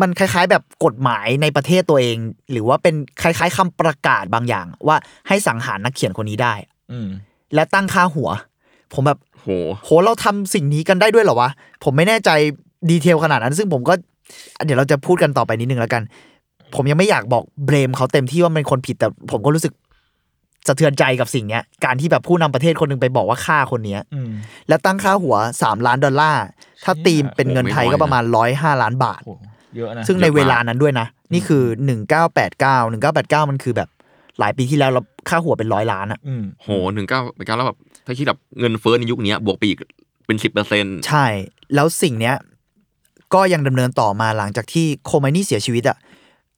Speaker 4: มันคล้าย ๆ แบบกฎหมายในประเทศตัวเอง หรือว่าเป็นคล้ายๆคำประกาศบางอย่าง ว่าให้สังหารนักเขียนคนนี้ได้
Speaker 2: อืม
Speaker 4: และตั้งค่าหัว ผมแบบ
Speaker 3: โห
Speaker 4: โหเราทำสิ่งนี้กันได้ด้วยเหรอวะ ผมไม่แน่ใจดีเทลขนาดนั้น ซึ่งผมก็เดี๋ยวเราจะพูดกันต่อไปนิดนึงแล้วกัน ผมยังไม่อยากบอกเบรมเขาเต็มที่ว่ามันเป็นคนผิดแต่ผมก็รู้สึกสะเทือนใจกับสิ่งเนี้ย การที่แบบผู้นำประเทศคนหนึงไปบอกว่าฆ่าคนเนี้ย
Speaker 2: อืม
Speaker 4: แล้วตั้งค่าหัว 3 ล้านดอลลาร์ ถ้าตีมเป็นเงินไทยก็ประมาณร้อยห้าล้านบาท
Speaker 2: โห เยอะนะ
Speaker 4: ซึ่งในเวลานั้นด้วยนะ นี่คือ 1989 1989 มันคือแบบหลายปีที่แล้วเราค่าหัวเป็นร้อยล้านอะ
Speaker 2: อืม
Speaker 3: โหหนึ่งเก้าไปเก้าแล้วแบบถ้าคิดแบบเงินเฟ้อในยุคเนี้ยบวกไปอีกเป็นสิบเปอร์เซ็นต์
Speaker 4: ใช่ แล้วสิ่งเนี้ยก็ยังดำเนินต่อมาหลังจากที่โคไมนี่เสียชีวิตอะ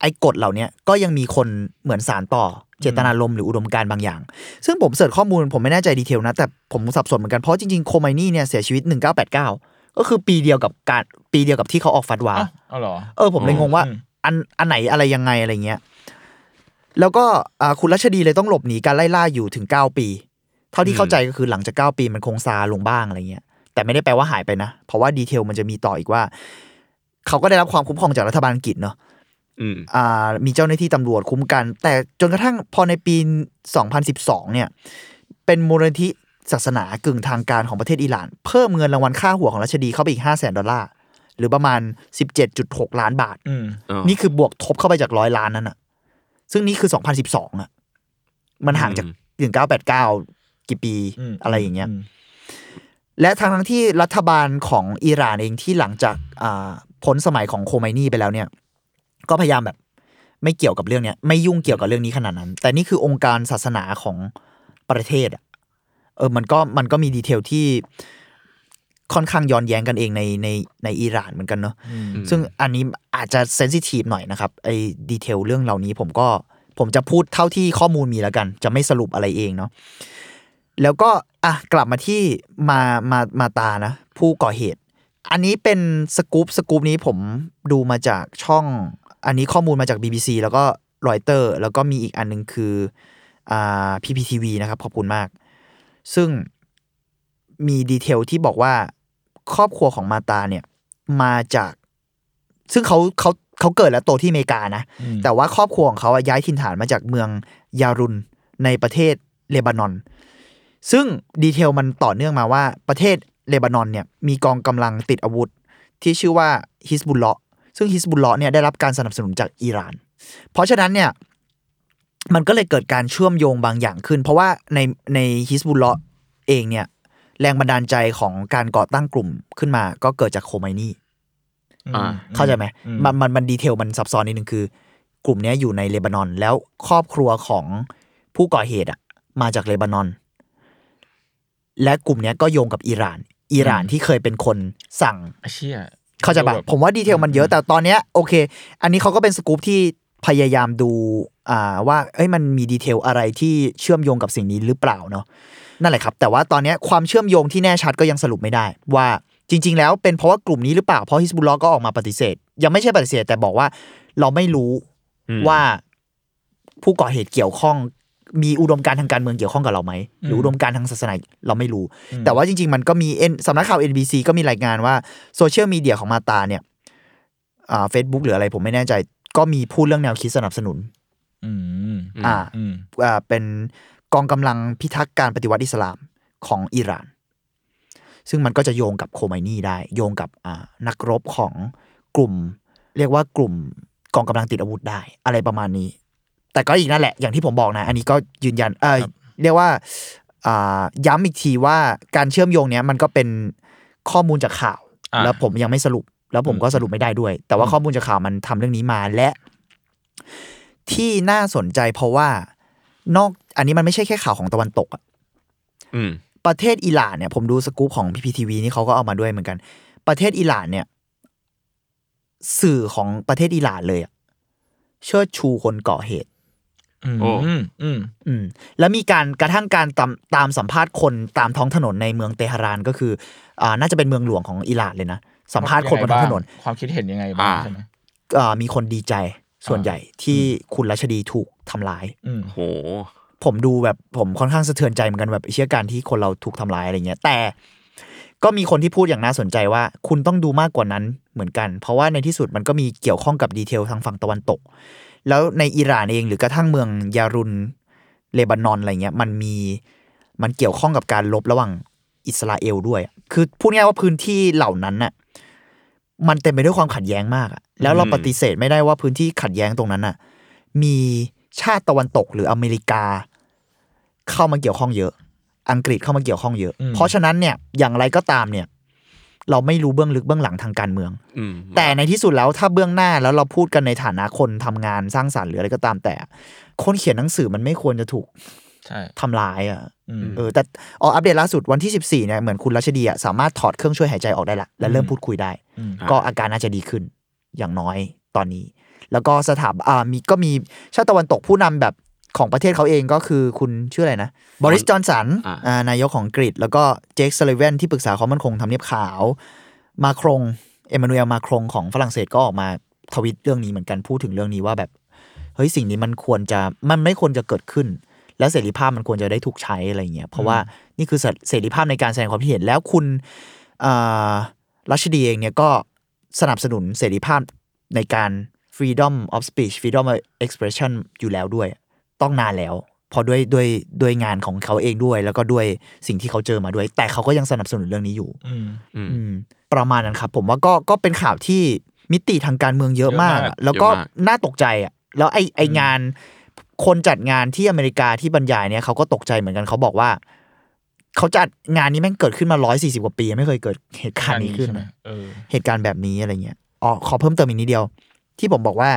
Speaker 4: ไอ้กฎเหล่าเนี้ยก็ยังมีคนเหมือนสารต่อเจตนารมณ์หรืออุดมการณ์บางอย่าง ซึ่งผมเสิร์ชข้อมูลผมไม่แน่ใจดีเทลนะ แต่ผมสับสนเหมือนกัน เพราะจริงๆ โคไมนี่เนี่ยเสียชีวิต 1989 ก็คือปีเดียวกับการปีเดียวกับที่เขาออกฟัดวา
Speaker 2: อ้าวเอาเหรอ
Speaker 4: เออผมเลยงงว่า
Speaker 2: อืม
Speaker 4: อันอันไหนอะไรยังไงอะไรเงี้ย แล้วก็อ่าคุณรัชดีเลยต้องหลบหนีการไล่ล่าอยู่ถึง 9 ปี เท่าที่เข้าใจก็คือหลังจาก 9 ปีมันคงซาลงบ้างอะไรเงี้ย แต่ไม่ได้แปลว่าหายไปนะ เพราะว่าดีเทลมันจะมีต่ออีกว่า เขาก็ได้รับความคุ้มครองจากรัฐบาลอังกฤษเนาะ
Speaker 3: อืม
Speaker 4: อ่ามีเจ้าหน้าที่ตำรวจคุ้มกัน แต่จนกระทั่งพอในปี 2012 เนี่ย เป็นมูลนิธิศาสนากึ่งทางการของประเทศอิหร่าน เพิ่มเงินรางวัลค่าหัวของรัชดีเข้าไปอีก 5 0 0 0 0 0 ดอลลาร์ หรือประมาณ 17.6 ล้านบาท
Speaker 2: อืม
Speaker 3: เออ
Speaker 4: นี่คือบวกทบเข้าไปจากร้อยล้านนั่นอ่ะ ซึ่งนี่คือสองพันสิบสองอ่ะ มันห่างจาก
Speaker 3: อืม
Speaker 4: หนึ่งเก้าแปดเก้ากี่ปี
Speaker 2: อืม
Speaker 4: อะไรอย่างเงี้ย
Speaker 2: อืม
Speaker 4: และทางทั้งที่รัฐบาลของอิหร่านเองที่หลังจากอ่าพ้นสมัยของโคไมนี่ไปแล้วเนี่ย ก็พยายามแบบไม่เกี่ยวกับเรื่องเนี้ย ไม่ยุ่งเกี่ยวกับเรื่องนี้ขนาดนั้น แต่นี่คือองค์การศาสนาของประเทศอ่ะ เออ มันก็มันก็มีดีเทลที่ค่อนข้างย้อนแย้งกันเองในในในอิหร่านเหมือนกันเนาะ
Speaker 2: อืม
Speaker 4: ซึ่งอันนี้อาจจะเซนซิทีฟหน่อยนะครับไอ้ดีเทลเรื่องเหล่านี้ผมก็ผมจะพูดเท่าที่ข้อมูลมีแล้วกัน จะไม่สรุปอะไรเองเนาะ แล้วก็อ่ะกลับมาที่มามามาตานะ ผู้ก่อเหตุ อันนี้เป็นสกู๊ปสกู๊ปนี้ผมดูมาจากช่อง อันนี้ข้อมูลมาจาก BBC แล้วก็รอยเตอร์ แล้วก็มีอีกอันหนึงคืออ่า PPTV นะครับ ขอบคุณมาก ซึ่งมีดีเทลที่บอกว่าครอบครัวของมาตาเนี่ยมาจาก ซึ่งเขาเขาเขาเกิดและโตที่อเมริกานะ
Speaker 2: อืม
Speaker 4: แต่ว่าครอบครัวของเขาอะย้ายถิ่นฐานมาจากเมืองยารุนในประเทศเลบานอน ซึ่งดีเทลมันต่อเนื่องมาว่าประเทศเลบานอนเนี่ยมีกองกำลังติดอาวุธ ที่ชื่อว่าฮิสบุลเลาะซึ่งฮิสบุลเลาะเนี่ยได้รับการสนับสนุนจากอิหร่าน เพราะฉะนั้นเนี่ยมันก็เลยเกิดการเชื่อมโยงบางอย่างขึ้น เพราะว่าในในฮิสบุลเลาะเองเนี่ยแรงบันดาลใจของการก่อตั้งกลุ่มขึ้นมาก็เกิดจากโคไมนี
Speaker 2: อืม
Speaker 3: อ่า
Speaker 4: เข้าใจไหม
Speaker 2: อืม
Speaker 4: มันมันมันดีเทลมันซับซ้อนนิดนึงคือ กลุ่มเนี้ยอยู่ในเลบานอน แล้วครอบครัวของผู้ก่อเหตุอ่ะ มาจากเลบานอน และกลุ่มเนี้ยก็โยงกับอิหร่าน อิหร่านที่เคยเป็นคนสั่ง
Speaker 2: ไอ้เชี่ย
Speaker 4: เข้าใจปะผมว่าดีเทลมันเยอะแต่ตอนเนี้ยโอเค อันนี้เขาก็เป็นสกู๊ปที่พยายามดูอ่าว่าเอ้ยมันมีดีเทลอะไรที่เชื่อมโยงกับสิ่งนี้หรือเปล่าเนาะนั่นแหละครับ แต่ว่าตอนเนี้ยความเชื่อมโยงที่แน่ชัดก็ยังสรุปไม่ได้ ว่าจริง ๆ แล้วเป็นเพราะว่ากลุ่มนี้หรือเปล่าเพราะฮิสบุลลอก็ออกมาปฏิเสธ ยังไม่ใช่ปฏิเสธแต่บอกว่าเราไม่รู้
Speaker 3: อืม
Speaker 4: ว่าผู้ก่อเหตุเกี่ยวข้อง มีอุดมการณ์ทางการเมืองเกี่ยวข้องกับเราไหมหรือ
Speaker 2: ม
Speaker 4: อุดมการณ์ทางศาสนาเราไม่รู้ แต่ว่าจริง ๆ มันก็มี N- สำนักข่าว NBC ก็มีรายงานว่าโซเชียลมีเดียของมาตาเนี่ยเฟซบุ๊กหรืออะไรผมไม่แน่ใจ ก็มีพูดเรื่องแนวคิดสนับสนุน
Speaker 2: อืม
Speaker 3: ม
Speaker 4: อ่า
Speaker 2: อืม
Speaker 4: อ่าเป็นกองกำลังพิทักษ์การปฏิวัติอิสลามของอิหร่าน ซึ่งมันก็จะโยงกับโคไมนีได้ โยงกับอ่านักรบของกลุ่ม เรียกว่ากลุ่มกองกำลังติดอาวุธได้ อะไรประมาณนี้ แต่ก็อีกนั่นแหละ อย่างที่ผมบอกนะ อันนี้ก็ยืนยันเออ
Speaker 2: ครับ
Speaker 4: เรียกว่าอ่าย้ำอีกทีว่าการเชื่อมโยงเนี้ยมันก็เป็นข้อมูลจากข่าว
Speaker 2: อ่า
Speaker 4: แล้วผมยังไม่สรุป แล้วผมก็สรุปไม่ได้ด้วย แต่ว่าข้อมูลจากข่าวมันทำเรื่องนี้มาและ ที่น่าสนใจเพราะว่านอกอันนี้มันไม่ใช่แค่ข่าวของตะวันตกอะ
Speaker 3: อืม
Speaker 4: ประเทศอิหร่านเนี่ยผมดูสกู๊ปของพีพีทีวีนี่เขาก็เอามาด้วยเหมือนกัน ประเทศอิหร่านเนี่ย สื่อของประเทศอิหร่านเลยอะเชิดชูคนก่อเหตุ
Speaker 2: อืม
Speaker 3: โอ้
Speaker 2: อืมอืม
Speaker 4: อืมแล้วมีการกระทั่งการตามตามสัมภาษณ์คนตามท้องถนนในเมืองเตหะรานก็คืออ่าน่าจะเป็นเมืองหลวงของอิหร่านเลยนะ สัมภาษณ์คนบนท้องถนน
Speaker 2: ยังไงางความคิดเห็นยังไงบ้าง
Speaker 3: อ่า
Speaker 2: ใช่ไหม
Speaker 4: เอ่อมีคนดีใจส่วน
Speaker 2: อ่า
Speaker 4: ใหญ่ที่คุณรัชดีถูกทำร้าย
Speaker 2: อืม
Speaker 3: โห
Speaker 4: ผมดูแบบผมค่อนข้างสะเทือนใจเหมือนกันแบบเชื่อการที่คนเราถูกทำร้ายอะไรเงี้ย แต่ก็มีคนที่พูดอย่างน่าสนใจว่า คุณต้องดูมากกว่านั้นเหมือนกัน เพราะว่าในที่สุดมันก็มีเกี่ยวข้องกับดีเทลทางฝั่งตะวันตก แล้วในอิหร่านเองหรือกระทั่งเมืองยารุนเลบานอนอะไรเงี้ย มันมีมันเกี่ยวข้องกับการลบระหว่างอิสราเอลด้วย คือพูดง่ายๆว่าพื้นที่เหล่านั้นน่ะมันเต็มไปด้วยความขัดแย้งมากอะแล้วเรา
Speaker 3: อืม
Speaker 4: ปฏิเสธไม่ได้ว่าพื้นที่ขัดแย้งตรงนั้นน่ะ มีชาติตะวันตกหรืออเมริกา เข้ามาเกี่ยวข้องเยอะ อังกฤษเข้ามาเกี่ยวข้องเยอะ
Speaker 2: อืม
Speaker 4: เพราะฉะนั้นเนี่ยอย่างไรก็ตามเนี่ย เราไม่รู้เบื้องลึกเบื้องหลังทางการเมือง
Speaker 3: อืม
Speaker 4: แต่ในที่สุดแล้วถ้าเบื้องหน้าแล้วเราพูดกันในฐานะคนทำงานสร้างสารรค์หรืออะไรก็ตามแต่ คนเขียนหนังสือมันไม่ควรจะถูก
Speaker 2: ใช่
Speaker 4: ทำร้ายอ่ะ
Speaker 2: อืม
Speaker 4: เออแต่อ๋ออัปเดตล่าสุดวันที่ 14เนี่ยเหมือนคุณรัชดีอะสามารถถอดเครื่องช่วยหายใจออกได้ละและเริ่ม
Speaker 2: อืม
Speaker 4: พูดคุยได้
Speaker 2: อืม
Speaker 4: ก็อาการน่าจะดีขึ้นอย่างน้อยตอนนี้ แล้วก็สถาบอ่ามีก็มีชาติตะวันตกผู้นำแบบของประเทศเขาเองก็คือคุณชื่ออะไรนะบริสจอนสัน
Speaker 3: อ่า
Speaker 4: นายกของอังกรีกแล้วก็เจคซัลลิเวนที่ปรึกษาความมั่นคงทำเนียบขาว มาครง เอมมานูเอลมาครงของฝรั่งเศสก็ออกมาทวิตเรื่องนี้เหมือนกันพูดถึงเรื่องนี้ว่าแบบ เฮ้ยสิ่งนี้มันควรจะมันไม่ควรจะเกิดขึ้น แล้วเสรีภาพมันควรจะได้ถูกใช้อะไรเงี้ยเพราะว่านี่คือเสรีภาพในการแสดงความคิดเห็นแล้วคุณเอ่อรัชดีเองเนี่ยก็สนับสนุนเสรีภาพในการ freedom of speech freedom of expression อยู่แล้วด้วย ต้องนานแล้ว พอด้วยด้วยด้วยงานของเขาเองด้วย แล้วก็ด้วยสิ่งที่เขาเจอมาด้วย แต่เขาก็ยังสนับสนุนเรื่องนี้อยู่
Speaker 2: อืม
Speaker 3: อืม
Speaker 4: อืมประมาณนั้นครับ ผมว่าก็ก็เป็นข่าวที่มิติทางการเมืองเยอะ
Speaker 2: เย
Speaker 4: มาม
Speaker 2: อะาก ก
Speaker 4: อะแล้วก็
Speaker 3: เยอะมาก
Speaker 4: น่าตกใจอ่ะแล้วไอไองานคนจัดงานที่อเมริกาที่บรรยายเนี่ยเขาก็ตกใจเหมือนกันเขาบอกว่า เขาจัดงานนี้แม่งเกิดขึ้นมาร้อยสี่สิบกว่าปีไม่เคยเกิดเหตุการณ์นี้ขึ้น
Speaker 2: ใช่ไหม
Speaker 4: นะ
Speaker 2: เออ
Speaker 4: เหตุการณ์แบบนี้อะไรเงี้ย อ๋อ ขอเพิ่มเติมอีกนิดเดียว ที่ผมบอกว่า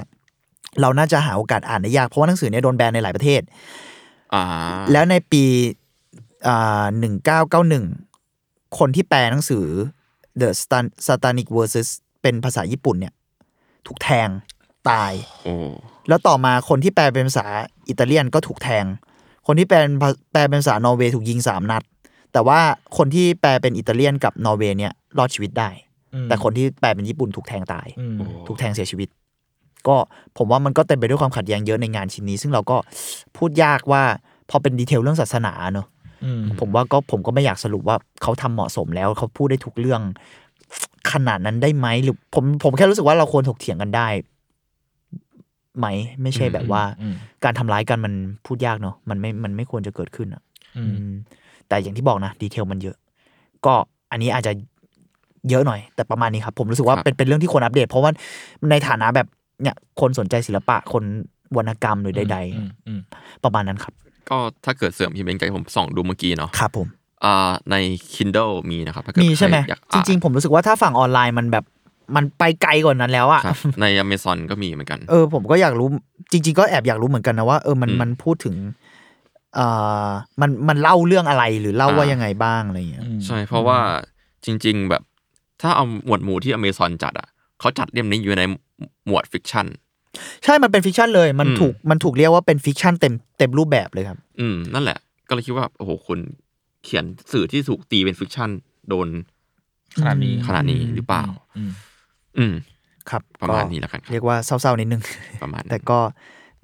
Speaker 4: เราน่าจะหาโอกาสอ่านได้ยาก เพราะว่าหนังสือเนี่ยโดนแบนในหลายประเทศ
Speaker 3: อ่า
Speaker 4: แล้วในปีหนึ่งเก้าเก้าหนึ่งคนที่แปลหนังสือ The Stan- Satanic Verses เป็นภาษาญี่ปุ่นเนี่ย ถูกแทงตาย
Speaker 3: โอ้
Speaker 4: แล้วต่อมาคนที่แปลเป็นภาษาอิตาเลียนก็ถูกแทง คนที่แปลเป็นภาแปลเป็นภาษานอร์เวย์ถูกยิงสามนัด แต่ว่าคนที่แปลเป็นอิตาเลียนกับนอร์เวย์เนี่ยรอดชีวิตได้
Speaker 2: อืม
Speaker 4: แต่คนที่แปลเป็นญี่ปุ่นถูกแทงตาย
Speaker 2: อืม
Speaker 4: ถูกแทงเสียชีวิต ก็ผมว่ามันก็เต็มไปด้วยความขัดแย้งเยอะในงานชิ้นนี้ ซึ่งเราก็พูดยากว่าพอเป็นดีเทลเรื่องศาสนาเนอะ
Speaker 2: อืม
Speaker 4: ผมว่าก็ผมก็ไม่อยากสรุปว่าเขาทำเหมาะสมแล้วเขาพูดได้ถูกเรื่อง ขนาดนั้นได้ไหมหรือผมผมแค่รู้สึกว่าเราควรถกเถียงกันได้ ไหม ไม่ใช่แบบว่า
Speaker 2: อืม
Speaker 4: การทำร้ายกันมันพูดยากเนอะมันไม่มันไม่ควรจะเกิดขึ้นอะ
Speaker 2: อืม
Speaker 4: อืมแต่อย่างที่บอกนะ ดีเทลมันเยอะ ก็อันนี้อาจจะเยอะหน่อย แต่ประมาณนี้ครับ ผมรู้สึกว่า
Speaker 3: ครับ
Speaker 4: เป็นเป็นเรื่องที่ควรอัปเดต เพราะว่าในฐานะแบบเนี่ยคนสนใจศิลปะคนวรรณกรรมหรือใด
Speaker 2: อืมอืม
Speaker 4: ๆ ประมาณนั้นครับ
Speaker 3: ก็ถ้าเกิดเสริมพี่เบนไกผมส่องดูเมื่อกี้เนาะ
Speaker 4: ครับผม
Speaker 3: อ่าใน Kindle มีนะครับถ้าเกิด
Speaker 4: มีใช่ไหม
Speaker 3: คอยาก
Speaker 4: จ
Speaker 3: อ่าน
Speaker 4: ริง ๆ ผมรู้สึกว่าถ้าฝั่งออนไลน์มันแบบมันไปไกลกว่านั้นแล้วอะ
Speaker 3: ครับใน Amazon ก็มีเหมือนกัน
Speaker 4: เออผมก็อยากรู้จริง ๆ ก็แอบอยากรู้เหมือนกันนะว่าเออมัน
Speaker 3: อืม
Speaker 4: มันพูดถึงเอ่อมันมันเล่าเรื่องอะไรหรือเล่าว่ายังไงบ้างอะไรอย่างเงี้ย
Speaker 2: อืม
Speaker 3: ใช่เพราะว่าจริง ๆ แบบถ้าเอาหมวดหมู่ที่ Amazon จัดอ่ะเขาจัดเล่มนี้อยู่ในหมวดฟิกชัน
Speaker 4: ใช่ มันเป็นฟิกชันเลย มัน
Speaker 3: อืม
Speaker 4: ถูก มันถูกเรียกว่าเป็นฟิกชันเต็มเต็มรูปแบบเลยครับ
Speaker 3: อืมนั่นแหละ ก็เลยคิดว่าโอ้โหคุณเขียนสื่อที่ถูกตีเป็นฟิกชันโดน
Speaker 2: ขนาดนี้
Speaker 3: ขนาดนี้หรือเปล่า
Speaker 2: อืม
Speaker 3: อืม
Speaker 4: ครับ
Speaker 3: ประมาณนี้แล้วกันครับ
Speaker 4: เรียกว่าเศร้าๆนิดนึง
Speaker 3: ประมาณนั้น
Speaker 4: แต่ก็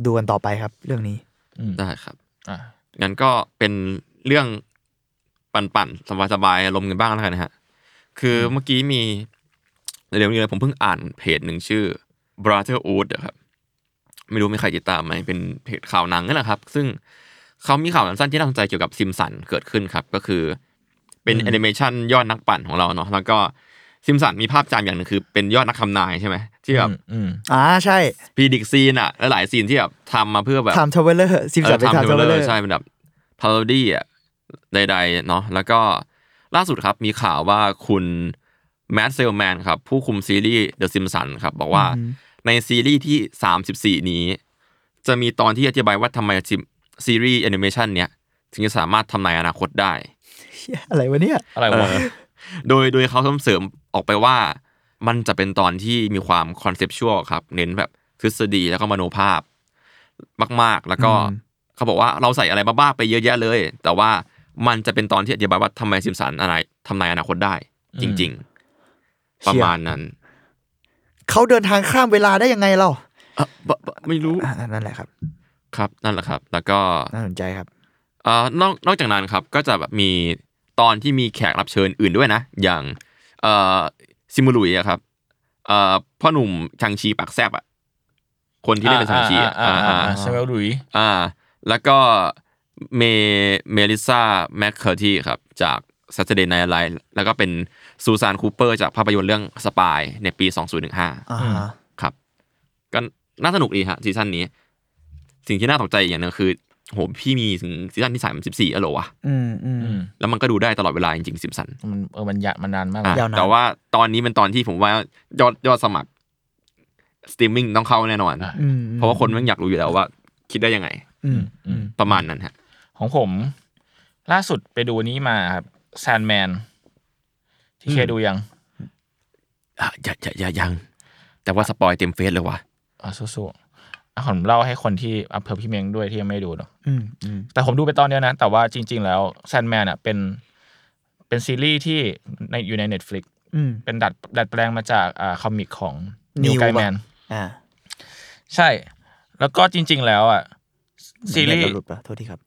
Speaker 4: ดูกันต่อไปครับเรื่องนี้
Speaker 3: ได้ครับ
Speaker 2: อ่ะ
Speaker 3: งั้นก็เป็นเรื่องปั่นๆ สบายๆอารมณ์กันบ้างแล้วกันนะฮะ คือเมื่อกี้มีเร็วๆนี้เลยผมเพิ่งอ่านเพจหนึ่งชื่อ Brotherhood อะครับ ไม่รู้มีใครติดตามไหมเป็นเพจข่าวหนังนั่นแหละครับ ซึ่งเขามีข่าวสั้นๆที่น่าสนใจเกี่ยวกับซิมสันเกิดขึ้นครับ ก็คือเป็นแอนิเมชันยอดนักปั่นของเราเนาะแล้วก็ซิมสันมีภาพจำอย่างหนึ่งคือเป็นยอดนักคำนายใช่ไหมที่แบบ
Speaker 2: อืมอืม
Speaker 4: อ่า ใช่
Speaker 3: พีดิกซีนอะและหลายซีนที่แบบทำมาเพื่อแบบ
Speaker 4: ทำทเวลเลอร์ซิมสันไปทำทเวลเลอร์
Speaker 3: ใช่เป็นแบบพาโรดี้อ่ะใดๆเนาะแล้วก็ล่าสุดครับมีข่าวว่าคุณแมดเซลแมนครับ ผู้คุมซีรีส์เดอะซิมสันครับ บอกว่าในซีรีส์ที่ 34 นี้ จะมีตอนที่อธิบายว่าทำไมซิมซีรีส์แอนิเมชันเนี้ยถึงจะสามารถทำนายอนาคตได้
Speaker 4: เชี่ยอะไรวะเนี่ย
Speaker 2: อะไรวะ
Speaker 3: เออโดยโดยเขาเสริมออกไปว่ามันจะเป็นตอนที่มีความคอนเซปชวลครับ เน้นแบบทฤษฎีแล้วก็มโนภาพ มาก ๆ แล้วก็
Speaker 4: อืม
Speaker 3: เขาบอกว่าเราใส่อะไรบ้าๆไปเยอะแยะเลย แต่ว่ามันจะเป็นตอนที่อธิบายว่าทำไมซิมสันอะไรทำนายอนาคตได้ จริง ๆ ประมาณนั้น
Speaker 4: เขาเดินทางข้ามเวลาได้ยังไงเรา
Speaker 3: เอ่อบะบะไม่รู้
Speaker 4: อ่านั่นแหละครับ
Speaker 3: ครับนั่นแหละครับ แล้วก็
Speaker 4: น่าสนใจครับ
Speaker 3: เอ่อนอกนอกจากนั้นครับก็จะแบบมีตอนที่มีแขกรับเชิญอื่นด้วยนะ อย่างเอ่อซิมูลุยอะครับเอ่อพ่อหนุ่มชังชีปากแซบอะคนที่เล่นเป็นชังชีอะ
Speaker 2: อ่าอ่า
Speaker 3: อ่า
Speaker 2: อ่า
Speaker 3: อ่า
Speaker 2: ใช่ไหมดุย
Speaker 3: อ่าแล้วก็เมเมลิซาแมคเคอร์ที่ครับ จาก Saturday Night Live แล้วก็เป็นซูซานคูเปอร์จากภาพยนตร์เรื่องสปายในปี 2015
Speaker 4: อ่าฮะ
Speaker 3: ครับก็น่าสนุกดีฮะซีซั่นนี้ สิ่งที่น่าตกใจอีกอย่างหนึงคือโหพี่มีถึงซีซั่นที่สามสิบสี่อะเหรอวะ
Speaker 4: อืมอืม
Speaker 2: อืม
Speaker 3: แล้วมันก็ดูได้ตลอดเวลาจริงๆซิมสัน
Speaker 2: มันเออมันยะมันนานมาก
Speaker 3: อ่ะ
Speaker 4: ยาวนาน
Speaker 3: แต่ว่าตอนนี้เป็นตอนที่ผมว่ายอดยอดสมัครสตรีมมิ่งต้องเข้าแน่นอน
Speaker 4: อืม
Speaker 3: เพราะว่าคนแมันอยากรู้อยู่แล้วว่า คิดได้ยังไง
Speaker 4: อืม
Speaker 2: อืม
Speaker 3: ประมาณนั้นฮะ
Speaker 2: ของผม ล่าสุดไปดูนี้มาครับแซนแมนที่เคยดูยัง
Speaker 3: อ่ะอย่าอย่าอย่ายัง แต่ว่าสปอยเต็มเฟซเลยว่ะ
Speaker 2: อ่ะสู้ๆอ่ะผมเล่าให้คนที่อ่ะเผื่อพี่เมงด้วยที่ยังไม่ได้ดูเนาะ
Speaker 4: อืมอืม
Speaker 2: แต่ผมดูไปตอนเดียวนะ แต่ว่าจริง ๆ แล้วแซนแมนอ่ะเป็นเป็นซีรีส์ที่ในอยู่ใน Netflix
Speaker 4: อืม
Speaker 2: เป็นดัดดัดแปลงมาจากอ่าคอมิกของนิ
Speaker 4: New
Speaker 2: วไกแมน
Speaker 4: ปะ อ่า
Speaker 2: ใช่ แล้วก็จริง ๆ แล้วอ่ะซีรี
Speaker 4: เน็
Speaker 2: ส์
Speaker 4: ตเาหลุดปะโทษทีครับ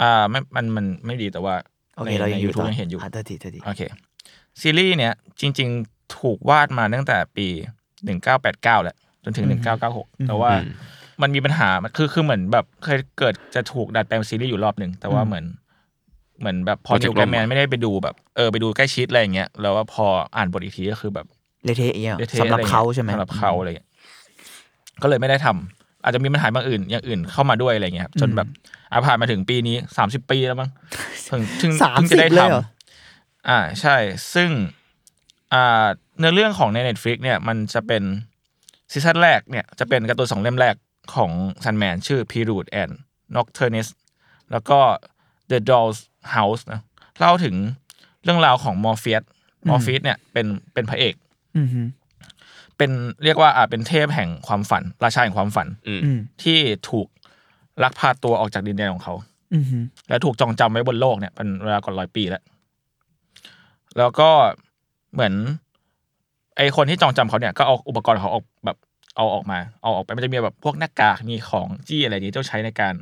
Speaker 2: อ่าไม่มันมันไม่ดีแต่ว่า
Speaker 4: โอเค
Speaker 2: ใน
Speaker 4: เรา
Speaker 2: ใน
Speaker 4: ยังอ
Speaker 2: ยู
Speaker 4: ยู่
Speaker 2: ทู
Speaker 4: ต่
Speaker 2: บยังเห็นอยู่
Speaker 4: ะโทษทีโทษที
Speaker 2: โอเคซีรีส์เนี้ยจริง ๆ ถูกวาดมาตั้งแต่ปี 1989 แหละ จนถึง 1996 แต่ว่า
Speaker 3: อืม
Speaker 2: มันมีปัญหามันคือคือเหมือนแบบเคยเกิดจะถูกดัดแปลงเป็นซีรีส์อยู่รอบหนึ่งแต่ว่าเหมือน เหมือนแบบพอ
Speaker 3: Project
Speaker 2: นิวไกแมน
Speaker 3: Roma
Speaker 2: ไม่ได้ไปดูแบบเออไปดูใกล้ชิดอะไรอย่างเงี้ยแล้วว่าพออ่านบทอีกทีก็คือแบบ
Speaker 4: เละเทะอย่างเงี้ย
Speaker 2: เละทะ
Speaker 4: สำหรับ
Speaker 2: อะไงี้ย
Speaker 4: เขาใช่ไหม
Speaker 2: สำหรับเขาอะไรเงี้ยก็เลยไม่ได้ทำอาจจะมีปัญหาบางอื่นอย่างอื่นเข้ามาด้วยอะไรเงี้ยครับจนแบบอาผ่านมาถึงปีนี้สามสิบปีแล้วมั้งถึงถึง
Speaker 4: สาม
Speaker 2: ถึง
Speaker 4: สิ
Speaker 2: จะ
Speaker 4: บ
Speaker 2: ได้
Speaker 4: เล
Speaker 2: ท
Speaker 4: ยเหรอ
Speaker 2: ำอ่าใช่ ซึ่งอ่าเนื้อเรื่องของใน Netflix เนี่ยมันจะเป็นซีซั่นแรกเนี่ยจะเป็นการ์ตูนสองเล่มแรกของซันแมนชื่อ p e r u d and Nocturnus แล้วก็ The Doll's House นะเล่าถึงเรื่องราวของมอร์เฟียสมอร์เฟียสเนี่ยเป็นเป็นพระเอก
Speaker 4: อืมฮึ
Speaker 2: เป็นเรียกว่าอ่าเป็นเทพแห่งความฝัน ราชาแห่งความฝัน
Speaker 3: อืม
Speaker 4: อืม
Speaker 2: ที่ถูกลักพาตัวออกจากดินแดนของเขา
Speaker 4: อือหือ
Speaker 2: และถูกจองจำไว้บนโลกเนี่ยเป็นเวลากว่าร้อยปีแล้ว แล้วก็เหมือน ไอคนที่จองจำเขาเนี่ยก็เอาอุปกรณ์ของเขาออกแบบเอาออกมา เอาออกไปมันจะมีแบบพวกหน้ากากมีของจี้อะไรอย่างนี้เจ้าใช้ในการ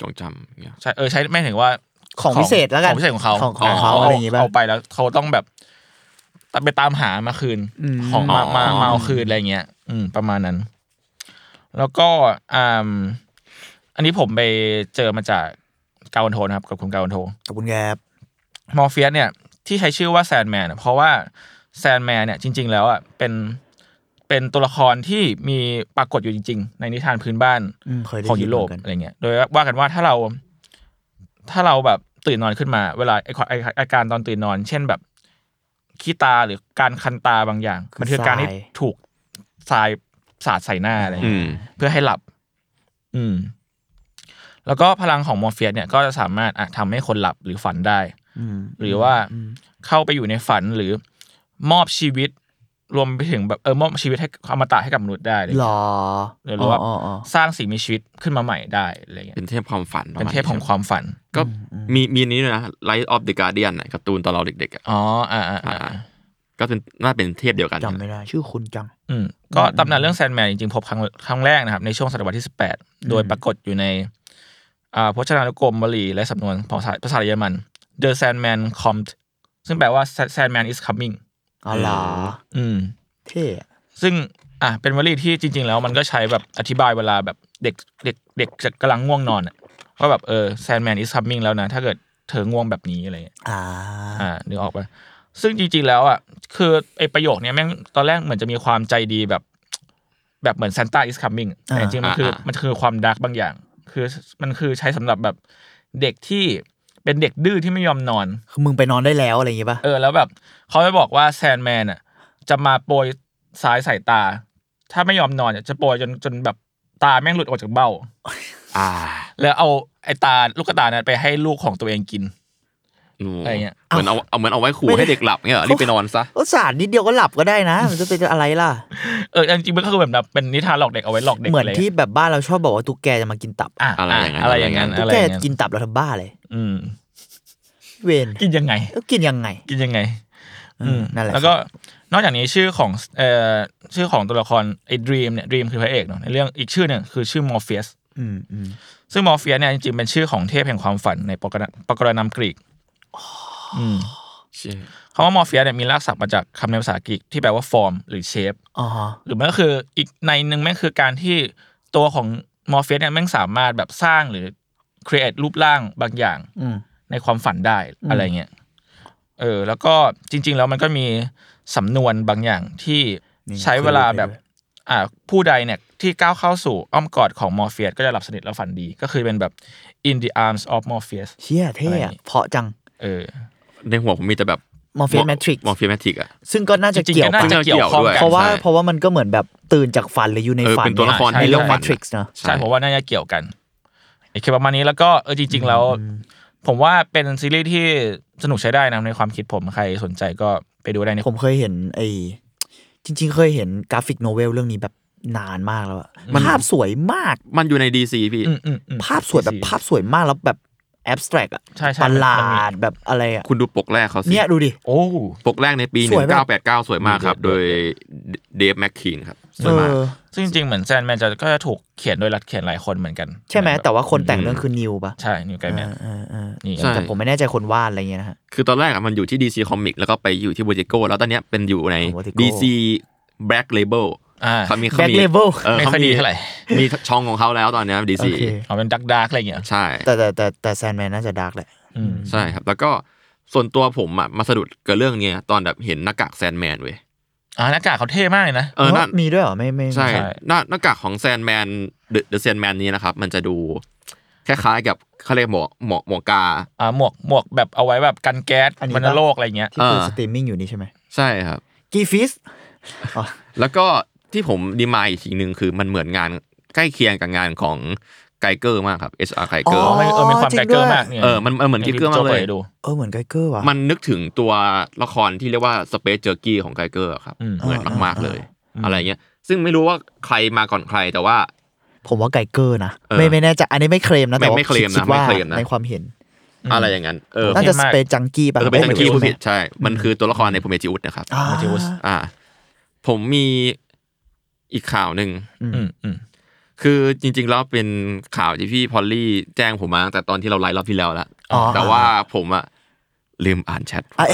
Speaker 3: จงจำเนี่ย
Speaker 2: ใช้เออใช้ไม่ถึงว่า
Speaker 4: ของพิเศษแล้วกัน
Speaker 2: ของพิเศษของเขา
Speaker 4: ของของเขาอะไรอย่างงี้
Speaker 2: เงี้
Speaker 4: ป่ะ
Speaker 2: เอาไปแล้วเขาต้องแบบไปตามหามาคืน
Speaker 4: อืม
Speaker 2: ของมามามาเอาคืนอะไรเงี้ย อืม ประมาณนั้น แล้วก็อ่าอันนี้ผมไปเจอมาจากกาวันโทนะครับกับคุณกาวันโท
Speaker 4: ขอบคุณครับ
Speaker 2: มอร์เฟียสเนี่ยที่ใช้ชื่อว่าแซนแมนเพราะว่าแซนแมนเนี่ยจริง ๆ แล้วอ่ะเป็นเป็นตัวละครที่มีปรากฏอยู่จริง ๆ ในนิทานพื้นบ้าน
Speaker 4: อืมเคยได้
Speaker 2: ของยุโรป
Speaker 4: นเหมืน
Speaker 2: อะ
Speaker 4: กัน
Speaker 2: ไรเงี้ย โดยว่ากันว่าถ้าเราถ้าเราแบบตื่นนอนขึ้นมา เวลาไอ้ความไอ้อาการตอนตื่นนอน เช่นแบบขี้ตาหรือการคันตาบางอย่าง มันคือการที่ถูกทรายสาดใส่หน้าอะไรเงี้ย
Speaker 3: อืม
Speaker 2: เพื่อให้หลับ อืม แล้วก็พลังของมอร์เฟียสเนี่ยก็จะสามารถอ่ะทำให้คนหลับหรือฝันได้
Speaker 4: อืม
Speaker 2: หรือว่าเข้าไปอยู่ในฝันหรือมอบชีวิต รวมไปถึงแบบเออมอบชีวิตให้อมตะให้กับมนุษย์ได้อะไร
Speaker 4: หร
Speaker 2: เงี้ย
Speaker 4: อ
Speaker 2: หรือว่า
Speaker 4: อ๋ออ๋ออ๋อ
Speaker 2: สร้างสิ่งมีชีวิตขึ้นมาใหม่ได้อะไรเงี้ย
Speaker 3: เป็นเทพความฝันประ
Speaker 2: เป็น
Speaker 3: มาณ
Speaker 2: เทพของความฝัน
Speaker 3: ก็มีมีนี้ด้วยนะ Light of the Guardian น่ะการ์ตูนตอนเราเด็กๆอ่ะ
Speaker 2: อ๋ออ่าอ่าอ่า
Speaker 3: อ่าก็เป็นน่าเป็นเทพเดียวกัน
Speaker 4: จำไม่ได้ ชื่อคุณจัง
Speaker 2: อืม ก็ตำนานเรื่องแซนแมนจริงๆ พบครั้งครั้งแรกนะครับ ในช่วงศตวรรษที่ 18 โดยปรากฏอยู่ในอ่าพจนานุกรมบาลีและสำนวนภาษาภาษาเยอรมัน The Sandman Comes ซึ่งแปลว่า Sandman is coming
Speaker 4: อ๋อเหรอ
Speaker 2: อืม
Speaker 4: เท่อะ
Speaker 2: ซึ่งอ่ะเป็นวลีที่จริง ๆ แล้วมันก็ใช้แบบอธิบายเวลาแบบเด็กเด็กเด็กจะกำลังง่วงนอนอะว่าแบบเออ Sandman is coming แล้วนะ ถ้าเกิดเธอง่วงแบบนี้อะไรอย่างเงี้ย
Speaker 4: อ่า
Speaker 2: อ่านึกออกปะซึ่งจริงๆแล้วอ่ะคือไอประโยคเนี้ยแม่งตอนแรกเหมือนจะมีความใจดีแบบ แบบเหมือนซ a นต a า is coming แต่
Speaker 4: อ่า
Speaker 2: จริงๆมันคือ
Speaker 3: อ่าอ่ามั
Speaker 2: มันคือความดาร์กบางอย่าง คือมันคือใช้สำหรับแบบเด็กที่เป็นเด็กดื้อที่ไม่ยอมนอน
Speaker 4: คือมึงไปนอนได้แล้วอะไรอย่างงี้ป่ะ
Speaker 2: เออแล้วแบบเขาไปบอกว่าแซนแมนอ่ะจะมาโปรยสายสายตา ถ้าไม่ยอมนอนเนี่ยจะโปรยจนจนแบบตาแม่งหลุดออกจากเบ้า
Speaker 3: อ่า
Speaker 2: แล้วเอาไอตาลูกตานั้นไปให้ลูกของตัวเองกิน
Speaker 3: อืม
Speaker 2: อะไรเงี้ย
Speaker 3: เหมือนเอาเอาเหมือนเอาไว้ขู่
Speaker 4: ไม่ได้
Speaker 3: ให้เด็กหลับเงี้ยเหรอรีบไปนอนซะ
Speaker 4: ก็สาดนิดเดียวก็หลับก็ได้นะ มันจะเป็นอะไรล่ะ
Speaker 2: เออจริงๆมันก็คือแบบแบบเป็นนิทานหลอกเด็กเอาไว้หลอกเด็ก
Speaker 4: เหมือน
Speaker 2: ลยะ
Speaker 4: ที่แบบบ้านเราชอบบอกว่าตุ๊กแกจะมากินตับ
Speaker 2: อ่ะ
Speaker 3: อะไรอย่างนั้น
Speaker 2: อะไรอย่างนั้น
Speaker 3: อะไรอย่า
Speaker 2: อะ
Speaker 3: งนั้น
Speaker 4: ตุ๊ก
Speaker 2: ไร
Speaker 4: แก
Speaker 2: อย่างนั้น
Speaker 4: กินตับเราทำบ้าเลย
Speaker 2: อืม
Speaker 4: เวน
Speaker 2: กินยังไง
Speaker 4: เอ้ากินยังไง
Speaker 2: กินยังไง อืม
Speaker 4: นั่นแหละ
Speaker 2: แล้วก็นอกจากนี้ชื่อของเอ่อชื่อของตัวละครไอ้ดรีมเนี่ยดรีมคือพระเอกเนาะในเรื่องอีกชื่อหนึ่งคือชื่อมอร์เฟียส
Speaker 4: อืมอืม
Speaker 2: ซึ่งมอร์เฟียสเนี่ยจริงๆเป็นชื่อของเทพแห่งความฝันในปกรณ์ปกรณำกรีกอืม
Speaker 3: เชี่ย
Speaker 2: คำว่ามอร์เฟียสเนี่ยมีรากศัพท์มาจากคำในภาษากรีกที่แปลว่าฟอร์มหรือเชฟ
Speaker 4: อ๋อฮะ
Speaker 2: หรือมันก็คืออีกในหนึ่งแม่งคือการที่ตัวของมอร์เฟียสเนี่ยแม่งสามารถแบบสร้างหรือ create รูปร่างบางอย่าง
Speaker 4: อืม
Speaker 2: ในความฝันได้อะไรเงี้ย เออ แล้วก็จริง ๆ แล้วมันก็มีสำนวนบางอย่างที่
Speaker 4: นี่
Speaker 2: ใช้เวลาแบบ
Speaker 4: เคยได้ด้วย
Speaker 2: อ่า ผู้ใดเนี่ยที่ก้าวเข้าสู่อ้อมกอดของมอร์เฟียสก็จะหลับสนิทแล้วฝันดี ก็คือเป็นแบบ in the arms of Morpheus
Speaker 4: เชี่ยเท่
Speaker 2: อะไรอ
Speaker 4: อะ
Speaker 2: ย่างงี้
Speaker 4: เพราะจัง
Speaker 2: เออ
Speaker 3: ในหัวผมมีแต่แบบ
Speaker 4: มอร์เฟียแมทริก
Speaker 3: มอร์เฟียแมทริกอ่ะ
Speaker 4: ซึ่งก็น่าจะ
Speaker 2: จริง
Speaker 4: เกี่ย
Speaker 2: ๆ
Speaker 4: ว
Speaker 2: ก็น่า
Speaker 4: กัน
Speaker 2: จะเกี่ยวข้อง
Speaker 3: เกี่ยวด้วย
Speaker 2: กัน
Speaker 4: เพราะว่า
Speaker 3: ใช่
Speaker 4: เพราะว่ามันก็เหมือนแบบตื่นจากฝันหรืออยู่ใน
Speaker 3: เออ
Speaker 4: ฝัน
Speaker 3: เป็นตัวละคร
Speaker 2: ใช่
Speaker 3: ใน
Speaker 4: ใน
Speaker 3: เรื่
Speaker 4: เรื่
Speaker 3: อ
Speaker 4: อง ง
Speaker 3: ฝั
Speaker 4: แม
Speaker 3: น
Speaker 4: ทริกซ์เนอะ
Speaker 2: ใช่ผมว่าน่าจะเกี่ยวกันโอเคประมาณนี้แล้วก็เออจริง ๆ แล้ว ผมว่าเป็นซีรีส์ที่สนุกใช้ได้นะในความคิดผมใครสนใจก็ไปดูได้ใน
Speaker 4: ผมเคยเห็นไอ้จริง ๆ เคยเห็นกราฟิกโนเวลเรื่องนี้แบบนานมากแล้วอะ
Speaker 2: มัน
Speaker 4: ภาพสวยมาก
Speaker 3: มันอยู่ในดีซีพี่
Speaker 2: อืมอืมอืม
Speaker 4: ภาพสวยแบบภาพสวยมากแล้วแบบแอบสแตรกอะ
Speaker 2: ใช่ใช่
Speaker 4: ประหลา
Speaker 2: มันมี
Speaker 4: ดแบบอะไรอะ
Speaker 3: คุณดูปกแรกเขาสิ
Speaker 4: เนี่ยดูดิ
Speaker 2: โอ้
Speaker 3: ปกแรกในปี
Speaker 4: สวยแบบ
Speaker 3: 1989 สวยมากครับ โดยเดฟแมคคีนครับ ส
Speaker 4: เอ
Speaker 3: วยมาก
Speaker 4: อ
Speaker 2: ซึ่งจริงๆเหมือนแซนแมนจะก็จะถูกเขียนโดยรัดเขียนหลายคนเหมือนกัน
Speaker 4: ใช่ไหม
Speaker 2: บบ
Speaker 4: แต่ว่าคนแต่งเรื่องคือนิวปะ
Speaker 2: ใช่ นิวไกแมน
Speaker 4: เออเออ
Speaker 2: นี่
Speaker 4: เออแต่ผมไม่แน่ใจคนวาดอะไรเงี้ยนะฮะ
Speaker 3: คือตอนแรกอะมันอยู่ที่ DC Comic แล้วก็ไปอยู่ที่ Vertigo แล้วตอนเนี้ยเป็นอยู่ใน
Speaker 4: ของ Vertigo
Speaker 3: DC Black Label
Speaker 2: อ่า
Speaker 3: เขามีเขา
Speaker 4: Black
Speaker 3: มี
Speaker 4: Label
Speaker 3: เออ
Speaker 2: ไม่
Speaker 3: เขา
Speaker 2: ค่อย
Speaker 3: มี
Speaker 2: ดีเท่าไหร่
Speaker 3: มีช่องของเขาแล้วตอนเนี้ย DC
Speaker 4: โอเค
Speaker 2: เอาเป็นดักดาร์กอะไรอย่างเงี้ย
Speaker 3: ใช่
Speaker 4: แต่แต่แต่แต่แซนแมนน่าจะดาร์กแหละ
Speaker 2: อืม
Speaker 3: ใช่ครับ แล้วก็ส่วนตัวผมอะมาสะดุดกับเรื่องเนี้ยตอนแบบเห็นหน้ากากแซนแมนเว้ย
Speaker 2: อ่าหน้ากากเขาเท่มากเลยนะ
Speaker 3: เออหน้า
Speaker 4: มีด้วยเหรอ ไม่ไม่
Speaker 3: ใช่
Speaker 2: ใช่
Speaker 3: หน้าหน้ากากของแซนแมนเดอะแซนแมนนี้นะครับ มันจะดูคล้ายๆกับเขาเรียกหมอหมอหมอกา
Speaker 2: อ่าหมวกหมวกแบบเอาไว้แบบกันแก๊สมันโลกอะไรอย่างเงี้ย
Speaker 4: ที่คือ
Speaker 3: เออ
Speaker 4: สตรีมมิ่งอยู่นี่ใช่ไหม
Speaker 3: ใช่ครับ
Speaker 4: กีฟิส
Speaker 3: แล้วก็ที่ผมดีมายอีกทีหนึ่งคือมันเหมือนงานใกล้เคียงกับงานของไกเกอร์มากครับ HR ไกเกอร์
Speaker 2: ไม่เออมีความไกลเกอร์มากเนี่ย
Speaker 3: เออมันมันเหมือนไกเกอร์มากเลย
Speaker 2: ให้พี่โจปิดดู
Speaker 4: เออเหมือนไกเกอร์ว่ะ
Speaker 3: มันนึกถึงตัวละครที่เรียกว่าสเปซเจอร์กี้ของไกเกอร์ครับ
Speaker 2: อืม
Speaker 3: เหมือนมากๆเลย
Speaker 2: อืม
Speaker 3: อะไรเงี้ย ซึ่งไม่รู้ว่าใครมาก่อนใครแต่ว่า
Speaker 4: ผมว่าไกเกอร์นะ
Speaker 3: เออ
Speaker 4: ไม่ไม่แน่ใจอันนี้ไม่เคลมนะ
Speaker 3: ไม่
Speaker 4: แต่ว่า
Speaker 3: ไม่เคลมนะ
Speaker 4: คิดว่า
Speaker 3: ไม่เคลมนะ
Speaker 4: ในความเห็น
Speaker 3: อะไรอย่างนั้น เออ
Speaker 4: น่า
Speaker 2: โค
Speaker 4: จะ
Speaker 2: มาก
Speaker 4: สเปซจังกี้ป่ะ
Speaker 3: เออเป็นทังคีผู้ผิด
Speaker 4: โอเ
Speaker 3: ใช่ มันคือตัวละครในพรเมจิอุสนะครับ
Speaker 4: อ่า
Speaker 2: Motius
Speaker 3: อ่า ผมมีอีกข่าวหนึ่ง
Speaker 2: อืมอืม
Speaker 3: คือจริงๆแล้วเป็นข่าวที่พี่พอลลี่แจ้งผมมาตั้งแต่ตอนที่เราไลฟ์รอบที่แล้วแล้ว
Speaker 4: อ๋อ
Speaker 3: แต่ว่าผมอะลืมอ่านแชท
Speaker 4: อ่ะ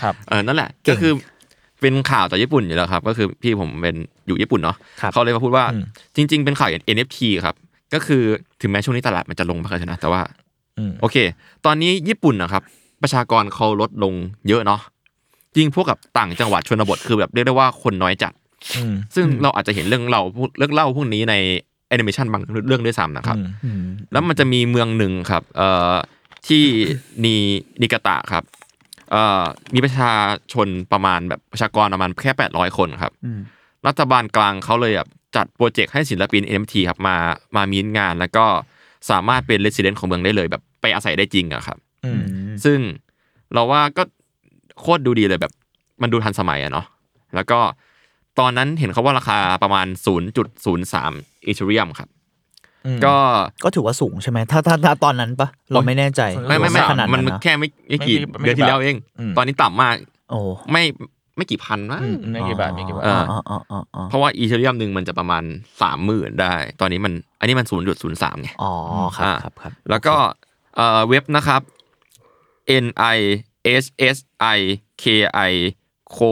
Speaker 2: ครับ
Speaker 3: เออนั่นแหละ ก็คือเป็นข่าวจากญี่ปุ่นอยู่แล้วครับ ก็คือพี่ผมเป็นอยู่ญี่ปุ่นเนาะ
Speaker 4: ครับ
Speaker 3: เขาเลยมาพูดว่า
Speaker 2: อืม
Speaker 3: จริง ๆ เป็นข่าวอย่าง NFT ครับ ก็คือถึงแม้ช่วงนี้ตลาดมันจะลงมากเลยนะแต่ว่า
Speaker 2: อืม
Speaker 3: โอเค ตอนนี้ญี่ปุ่นนะครับ ประชากรเขาลดลงเยอะเนาะยิ่งพวกกับต่างจังหวัดชนบทคือแบบเรียกได้ว่าคนน้อยจัด
Speaker 2: อืม
Speaker 3: ซึ่งเราอาจจะเห็นเรื่องเราพวกเรื่องเล่าพวกนี้ในแอนิเมชันบางเรื่องด้วยซ้ำนะครับ
Speaker 2: อืม
Speaker 4: อืม
Speaker 3: แล้วมันจะมีเมืองหนึ่งครับเอ่อที่นีนิกาตะครับเอ่อมีประชาชนประมาณแบบประชากรประมาณแค่ 800 คนครับ
Speaker 4: อืม
Speaker 3: รัฐบาลกลางเขาเลยแบบจัดโปรเจกต์ให้ศิลปิน NFT ครับมามามีงาน แล้วก็สามารถเป็นเลส i เดนต์ของเมืองได้เลยแบบไปอาศัยได้จริงอะครับ
Speaker 2: อืม
Speaker 3: ซึ่งเราว่าก็โคตรดูดีเลยแบบมันดูทันสมัยอะเนาะแล้วก็ตอนนั้นเห็นเขาว่าราคาประมาณ 0.03อีเทเรียมครับ
Speaker 2: อืม
Speaker 3: ก็
Speaker 4: ก็ถือว่าสูงใช่ไหมถ้าถ้าถ้าตอนนั้นปะเราไม่แน่ใจ
Speaker 3: ไม่ไม่ไม่
Speaker 4: ขนาด
Speaker 3: มัน
Speaker 4: นั้นนะ
Speaker 3: แค่ไม่ไม่กี่
Speaker 2: ไม่กี่
Speaker 3: เดือนที่แล้วเอง
Speaker 2: อืม
Speaker 3: ตอนนี้ต่ำมาก
Speaker 4: โอ้
Speaker 3: ไม่ไม่กี่พันมั้ง
Speaker 2: อืมไม่กี่บาทไม่กี่บาท
Speaker 3: เออ
Speaker 4: อ๋ออ๋ออ๋ออ๋อ
Speaker 3: เพราะว่าอีเทเรียมหนึ่งมันจะประมาณสามหมื่นได้ ตอนนี้มันอันนี้มันศูนย์จุดศูนย์สามไง
Speaker 4: อ๋อครับ
Speaker 3: อ่า
Speaker 4: ครับครับ
Speaker 3: แล้วก็เอ่อเว็บนะครับ n i s s i k i k o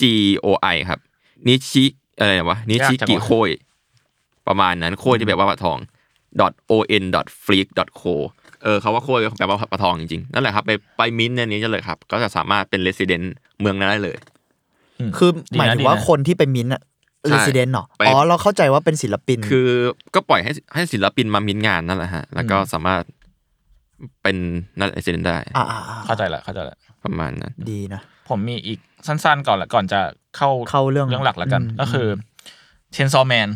Speaker 3: g o i ครับนิชิอะไรวะนิชิกิโคยประมาณนั้นโคยที่แปลว่าปลาทอง o n f r e a k c o เออเขาว่าโคยแปลว่าปลาทองจริงๆ นั่นแหละครับ ไปไปมิ้นท์ในนี้จะเลยครับ ก็จะสามารถเป็นเลส i เดนต์เมืองนั้นได้เลย
Speaker 2: อืม
Speaker 4: คือหมาย
Speaker 2: ดีนะ
Speaker 4: ถึงว่า
Speaker 2: ดีนะ
Speaker 4: คนที่ไปมินท์อะ
Speaker 3: ใช่
Speaker 4: เรสิเดนต์เหรอ
Speaker 3: ไป
Speaker 4: อ๋อเราเข้าใจว่าเป็นศิลปิน
Speaker 3: คือก็ปล่อยให้ให้ศิลปินมามิ้นท์งานนั่นแหละฮะ แล้วก็สามารถเป็นนั่นเลส i เดนต์ได้
Speaker 4: อ่าอ่าอ่า
Speaker 2: เข้าใจละเข้าใจละ
Speaker 3: ประมาณนั้น
Speaker 4: ดีนะ
Speaker 2: ผมมีอีกสั้นๆก่อนละก่อนจะเข้า
Speaker 4: เข้าเรื่อง
Speaker 2: เรื่องหลักละกัน
Speaker 4: อืม
Speaker 2: ก็คือเชนซอแมน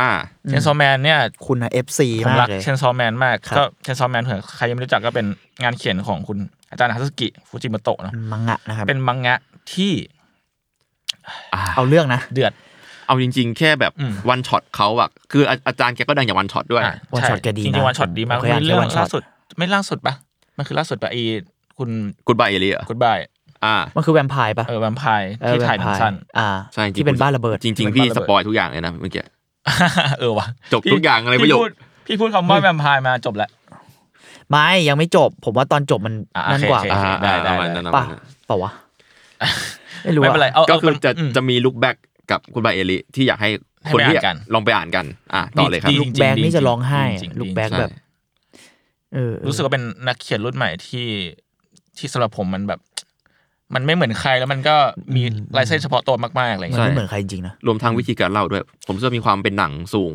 Speaker 3: อ่า
Speaker 2: เชนซอแมนเนี่ย
Speaker 4: คุณนะเอฟซี
Speaker 2: ผม
Speaker 4: มา
Speaker 2: รั
Speaker 4: ก
Speaker 2: ก
Speaker 4: เลย
Speaker 2: เชนซอแมนมาก
Speaker 4: ครับ
Speaker 2: ก็เชนซอแมนเผื่อใครยังไม่รู้จักก็เป็นงานเขียนของคุณอาจารย์ฮาซุกิฟูจิโมโตะเนาะ
Speaker 4: มังงะนะครับ
Speaker 2: เป็นมังงะที่
Speaker 4: เอาเรื่องนะ
Speaker 2: เดือด
Speaker 3: เอาจริงๆ แค่แบบ
Speaker 2: อืม
Speaker 3: วันช็อตเขาอะคืออาอาจารย์แกก็ดังอย่างวันช็อตด้วย
Speaker 2: อ่ะ
Speaker 4: วัน
Speaker 2: ใช่
Speaker 4: ช็อตแกดี
Speaker 2: จริง
Speaker 4: นะ
Speaker 2: ๆวันช็อตดีมาก
Speaker 4: ผมเคยอ่าน
Speaker 2: มีเรื่อ
Speaker 4: แค่วั
Speaker 2: ง
Speaker 4: นช็อต
Speaker 2: ล่าสุดไม่ล่าสุดปะมันคือล่าสุดปะไอีคุณ
Speaker 3: กูดบายเอเลีย
Speaker 2: กุดบาย
Speaker 3: อ่า
Speaker 4: มันคือแวมไพร์ปะ
Speaker 2: เออแวมไพร์ที่ถ่ายหนังสั้น
Speaker 4: อ่า
Speaker 3: ใช่จริงๆ
Speaker 4: ที่เป็นบ้านระเบิด
Speaker 3: จริง
Speaker 2: เป็น
Speaker 3: ๆ พี่
Speaker 2: บ้านระ
Speaker 3: ส
Speaker 2: เบิด
Speaker 3: ปอยทุกอย่างเลยนะเมื่อกี้
Speaker 2: เออว่ะ
Speaker 3: จบทุกอย่างเลยประโยค
Speaker 2: พี่พูดพี่พูดคำว่าแวมไพร์มาจบแล้ว
Speaker 4: ไม่ ยังไม่จบ ผมว่าตอนจบมัน
Speaker 2: อ่ะ
Speaker 4: นั่นกว่า
Speaker 2: โอเค
Speaker 4: ปะ
Speaker 2: ได้ได้
Speaker 3: ประมาณนั้นป
Speaker 4: ป่ะ
Speaker 3: ระมาณนั้น
Speaker 4: เปล่าวะ ไม่รู้
Speaker 2: ไม่เป็นไรเอา
Speaker 3: ก็
Speaker 2: เอา
Speaker 3: คือจะ
Speaker 2: ม
Speaker 3: จะมีลุคแบ็กกับคุณบายเอลิที่อยากให้
Speaker 2: ให้
Speaker 3: คน
Speaker 2: ไปอ่าน
Speaker 3: ที่อยาก
Speaker 2: กัน
Speaker 3: ลองไปอ่านกัน อ่าต่อเลยครับ
Speaker 2: ดี
Speaker 4: ลูกแบงค์นี่จะร้องไห้
Speaker 2: จริงๆ
Speaker 4: ลูกแบงค์
Speaker 3: ใช่
Speaker 4: แบบ เออ
Speaker 2: รู้สึกว่าเป็นนักเขียนรุ่นใหม่ที่ที่สำหรับผมมันแบบ มันไม่เหมือนใครแล้วมันก็มีลายเส้นเฉพาะตัวมากๆอะไร
Speaker 4: มัน
Speaker 2: เงี้ย
Speaker 4: ไม่เหมือนใครจริงๆนะ
Speaker 3: รวมทั้งวิธีการเล่าด้วย ผมรู้สึกว่ามีความเป็นหนังสูง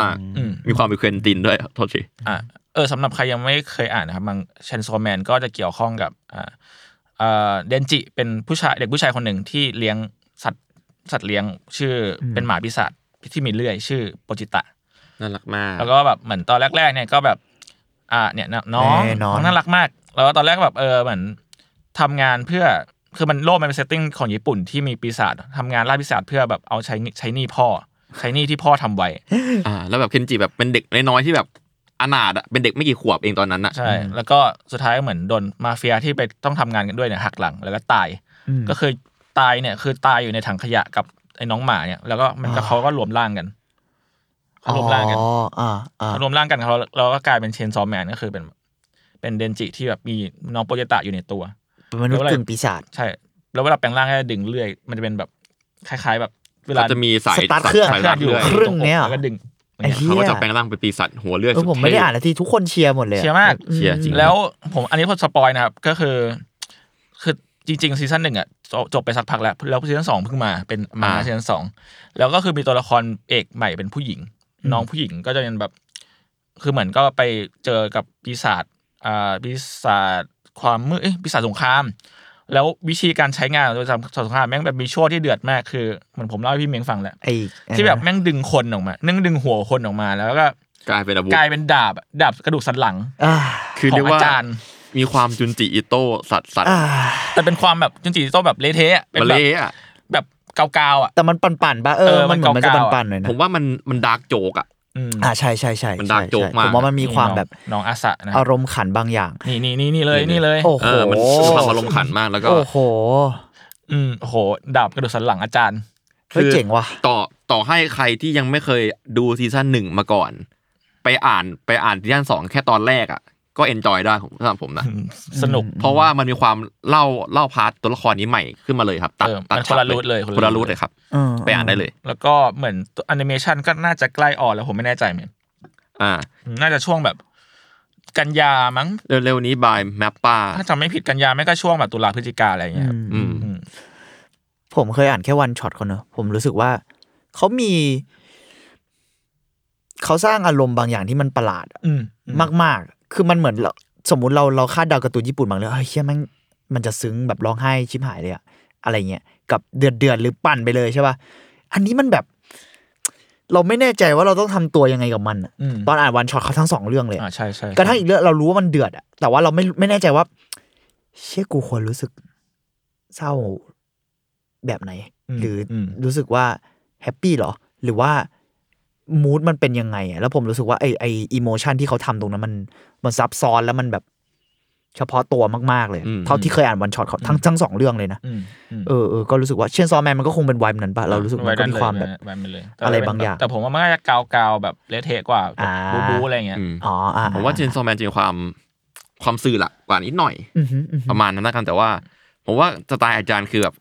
Speaker 3: มาก
Speaker 2: อืม
Speaker 3: ๆ มีความเป็นเควินตินด้วยโทษที
Speaker 2: อ่ะเออสำหรับใครยังไม่เคยอ่านนะครับมังเชนโซแมนก็จะเกี่ยวข้องกับอ่าเอ่อเดนจิเป็นผู้ชายเด็กผู้ชายคนหนึ่งที่เลี้ยงสัตว์สัตว์เลี้ยงชื่ออเป็นหมาปีศาจที่มีเลื่อย ชื่อโปจิตะ
Speaker 3: น่ารักมาก
Speaker 2: แล้วก็แบบเหมือนตอนแรก ๆ เนี่ยก็แบบ อ่าเนี่ยน้องน้
Speaker 4: แน่นอน
Speaker 2: องน่ารักมาก แล้วตอนแรกก็แบบเออเหมือนทำงานเพื่อคือมันโลกมันเป็นเซตติ้งของญี่ปุ่นที่มีปีศาจทำงานล่าปีศาจเพื่อแบบเอาใช้ใช้หนี้พ่อ ใช้หนี้ที่พ่อทำไว้
Speaker 3: อ่า แล้วแบบเคนจิแบบเป็นเด็กน้อยๆที่แบบอนาถอะเป็นเด็กไม่กี่ขวบเองตอนนั้นอะ
Speaker 2: ใช่ แล้วก็สุดท้ายเหมือนโดนมาเฟียที่ไปต้องทำงานกันด้วยเนี่ยหักหลังแล้วก็ตาย
Speaker 4: อืม
Speaker 2: ก็คือตายเนี่ยคือตายอยู่ในถังขยะกับไอ้น้องหมาเนี่ย แล้วก็มันก็เขาก็รวมร่างกันเขารวมร่างกัน
Speaker 4: อ๋ออ่าอ่า
Speaker 2: รวมร่างกันเราเราก็กลายเป็นเชนซอมแมนก็คือเป็น เป็นเดนจิที่แบบมีน้องโปเจตะอยู่ในตัว
Speaker 4: เป็นมนุษย์กึ่งปีศาจ
Speaker 2: ใช่ แล้วเวลาแปลงร่างก็จะดึงเลื่อย มันจะเป็นแบบคล้ายๆ แบบ เวลา
Speaker 3: เขาจะมีสาย
Speaker 4: สตาร์ทเครื่อง
Speaker 3: สายรัด
Speaker 2: อยู่
Speaker 3: เรื่อย
Speaker 4: ครึ่งเนี้ย
Speaker 2: แล้วก็ดึง
Speaker 4: ไอ้เหี้
Speaker 3: เขาก็
Speaker 4: ย
Speaker 3: จะแปลงร่างเป็นปีศาจหัวเลื่อย
Speaker 4: เออ
Speaker 3: สุด
Speaker 4: ผมไม่ได้
Speaker 3: เท่
Speaker 4: อ่านนะที่ทุกคนเชียร์หมดเลยอะ
Speaker 2: เชียร์มาก
Speaker 4: อื
Speaker 3: เชียร์จริง
Speaker 2: แล้วผมอันนี้ผมสปอยนะครับ ก็คือ คือจริงๆซีซั่นหนึ่งอ่ะจบจบไปสักพักแล้ว แล้วซีซั่นสองเพิ่งมาเป็นมา
Speaker 3: อ่า
Speaker 2: ซีซั่นสองแล้วก็คือมีตัวละครเอกใหม่เป็นผู้หญิง น้องผู้หญิงก็จะเป็นแบบ คือเหมือนก็ไปเจอกับปีศาจอ่าปีศาจความมืดเอ้ยปีศาจสงคราม แล้ววิธีการใช้งานของปีศาจสงครามแม่งแบบมีช่วงที่เดือดมากคือเหมือนผมเล่าให้พี่เมงฟังแหละ
Speaker 4: ไอ้
Speaker 2: ที่แบบแม่งดึงคนออกมานึ่งดึงหัวคนออกมาแล้วก็
Speaker 3: กลายเป็นอาวุธ
Speaker 2: กลายเป็นดาบอะดาบกระดูกสันหลัง
Speaker 4: อ่า
Speaker 3: คือ
Speaker 2: ของ
Speaker 3: เรียกว่า
Speaker 2: อาจารย์
Speaker 3: มีความจุนจิอิโต้สัตว์สัตว์
Speaker 4: อ่า
Speaker 2: แต่เป็นความแบบจริงๆต้องแบบเละเทะอะเป็น
Speaker 3: มา
Speaker 2: แบบ
Speaker 3: เละอะ
Speaker 2: แบบกาวๆอ่ะ
Speaker 4: แต่มันปั่นๆป่ะเอ
Speaker 2: เอ
Speaker 4: อ
Speaker 2: อ
Speaker 4: มันเหมือน
Speaker 2: มั
Speaker 4: มัน นจะ
Speaker 2: เก่าๆ
Speaker 4: ปั่นๆหน่อย
Speaker 3: ผ
Speaker 4: นะ
Speaker 3: มว่ามันมันดาร์กโจกอ่ะ
Speaker 2: อืม
Speaker 4: อ่าใช่ใช่ใช่
Speaker 3: มัน
Speaker 4: ใช่
Speaker 3: dark joke
Speaker 4: ใช่
Speaker 3: มาก
Speaker 4: ผมว่ามันมีความแบบ
Speaker 2: น้องอาสะนะ
Speaker 4: อารมณ์ขันบางอย่าง
Speaker 2: นี่นี่นี่นี่เลยนี่เลย
Speaker 4: โอ้โห
Speaker 3: เออมันมันทำอารมณ์ขันมากแล้วก็
Speaker 4: โอ้โห
Speaker 2: อืมโอ้โหดาบกระโดดสันหลังอาจารย์
Speaker 4: เฮ้ยเจ๋งว่ะ
Speaker 3: ต่อต่อให้ใครที่ยังไม่เคยดูซีซั่นหนึ่งมาก่อน ไปอ่านไปอ่านซีซั่นสองแค่ตอนแรกอ่ะ ก็เอนจอยได้ผมสำหรับผมนะ
Speaker 2: สนุก
Speaker 3: เพราะว่ามันมีความเล่าเล่าพาร์ทตัวละครนี้ใหม่ขึ้นมาเลยครับ ตัด
Speaker 2: เออ
Speaker 3: ตัด
Speaker 2: มันคนละ
Speaker 3: ฉาก
Speaker 2: รูทเลย
Speaker 3: ค
Speaker 2: คนน
Speaker 3: ละ
Speaker 2: ละรู
Speaker 3: รูท
Speaker 2: ท
Speaker 3: เลยครับ
Speaker 4: เออ
Speaker 3: ไปอ่านได้เลย
Speaker 2: แล้วก็เหมือนแอนิเมชันก็น่าจะใกล้ออกแล้วผมไม่แน่ใจเหมือน
Speaker 3: อ่า
Speaker 2: น่าจะช่วงแบบกันยามั้ง
Speaker 3: เร็วๆนี้บายแมปป้า
Speaker 2: ถ้าจำไม่ผิดกันยาไม่ก็ช่วงแบบตุลาพฤศจิกาอะไรอย่างเงี้ยครับ
Speaker 3: อืม
Speaker 2: อืม
Speaker 4: ผมเคยอ่านแค่วันช็อตเขาเนอะผมรู้สึกว่าเขามี เขาสร้างอารมณ์บางอย่างที่มันประหลาดอะ
Speaker 2: อืมอืม
Speaker 4: มากๆ คือมันเหมือนเราสมมุติเราเราคาดเดาการ์ตูนญี่ปุ่นบางเรื่องเฮ้ยเชี่ยแมันมันจะซึ้งแบบร้องไห้ชิบหายเลยอะอะไรเงี้ยกับเดือดเดือดๆหรือปั่นไปเลยใช่ป่ะอันนี้มันแบบ เราไม่แน่ใจว่าเราต้องทำตัวยังไงกับมันอะ
Speaker 2: อืม
Speaker 4: ตอนอ่านวันช็อตเขาทั้งสองเรื่องเลยอะ
Speaker 2: อ่าใช่ใช่
Speaker 4: กระทั่งอีกเรื่องเรารู้ว่ามันเดือดอะแต่ว่าเราไม่ไม่แน่ใจว่า เชี่ยกูควรรู้สึกเศร้าแบบไหน
Speaker 2: ม
Speaker 4: หรืออ
Speaker 2: ม
Speaker 4: รู้สึกว่าแฮปปี้เหรอ หรือว่ามูดมันเป็นยังไงอะแล้วผมรู้สึกว่าไอไออิโมชันที่เขาทำตรงนั้นมันมันซับซ้อนแล้วมันแบบ เฉพาะตัวมาก ๆ เลย
Speaker 3: อืม
Speaker 4: เท่าที่เคยอ่านวันช็อตเขาทั้งทั้งสองเรื่องเลยนะ
Speaker 2: อืมอืม
Speaker 4: เออเออก็รู้สึกว่าเชนซอแมนมันก็คงเป็นไวบ์นั้นปะเรารู้สึกมันก็มีความแบบ
Speaker 2: ไเลยแ
Speaker 4: อะไรบางอย่าง
Speaker 2: แต่ผมว่ามันก็จะกาวกาวๆแบบเละเทะกว่า
Speaker 4: อ่า
Speaker 2: บูบูอะไรเงี้ย
Speaker 3: อืม
Speaker 4: อ๋ออ่า
Speaker 3: ผมว่าเจนซอแมนจริงๆความความสื่อหลักกว่านิดหน่อย
Speaker 4: อือหืออือ
Speaker 3: ป
Speaker 4: หือ
Speaker 3: ระมาณนั้นนะกันแต่ว่า ผมว่าสไตล์อาจารย์คือแบบ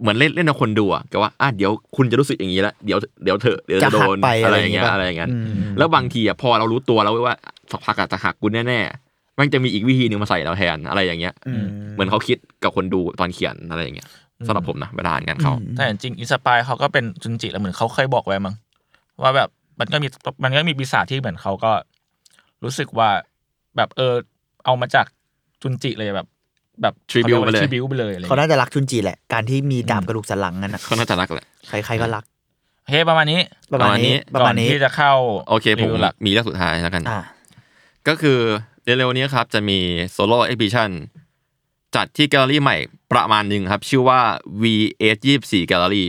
Speaker 3: เหมือนเล่นเล่นกับคนดูอะก็ว่าอ่ะเดี๋ยวคุณจะรู้สึกอย่างนี้ละเดี๋ยวเดี๋ยวเถอะเดี๋ยว
Speaker 4: จะ
Speaker 3: จะโด
Speaker 4: หัก
Speaker 3: น
Speaker 4: ไป
Speaker 3: อะไรอย่างเงี้ย
Speaker 4: ป
Speaker 3: อะไรอย่างเงี้ย
Speaker 4: อืม
Speaker 3: แล้วบางทีอะพอเรารู้ตัวแล้วเว้ยว่าสักพักอะจะหักกูแน่ๆมันจะมีอีกวิธีหนึ่งมาใส่เราแทนอะไรอย่างเงี้ย
Speaker 4: อืม
Speaker 3: เหมือนเขาคิดกับคนดูตอนเขียนอะไรอย่างเงี้ยสำหรับผมนะเวลาอ่านงานเขา
Speaker 2: แต่จริงอินสปายเขาก็เป็นจุนจิแล้วเหมือนเขาเคยบอกไว้มั้งว่าแบบมันก็มีมันก็มีปีศาจที่เหมือนเขาก็ รู้สึกว่าแบบเออ เอามาจากจุนจิเลยแบบ แบบ
Speaker 3: Tribute ไปเลย
Speaker 2: ทริบิวไปเลยอะไร
Speaker 4: เขา
Speaker 2: เงี้ย
Speaker 4: น่าจะรักชุนจีแหละ การที่มีดาบกระดูกสันหลังนั้นน่ะ
Speaker 3: เขาน่าจะรักแหละ
Speaker 4: ใครๆก็รัก
Speaker 2: เฮ้ยประมาณนี้
Speaker 4: ประมาณนี้ ประมาณนี้
Speaker 2: ก่อที่จะเข้า
Speaker 3: โอเค
Speaker 2: รี
Speaker 3: ผม
Speaker 2: วิวหลัก
Speaker 3: มีเรื่องสุดท้ายแล้วกัน
Speaker 4: อ่า
Speaker 3: ก็คือเร็วๆนี้ครับ จะมีโซโล่เอ็กซิบิชันจัดที่แกลเลอรี่ใหม่ประมาณหนึ่งครับ ชื่อว่า V H 24 Gallery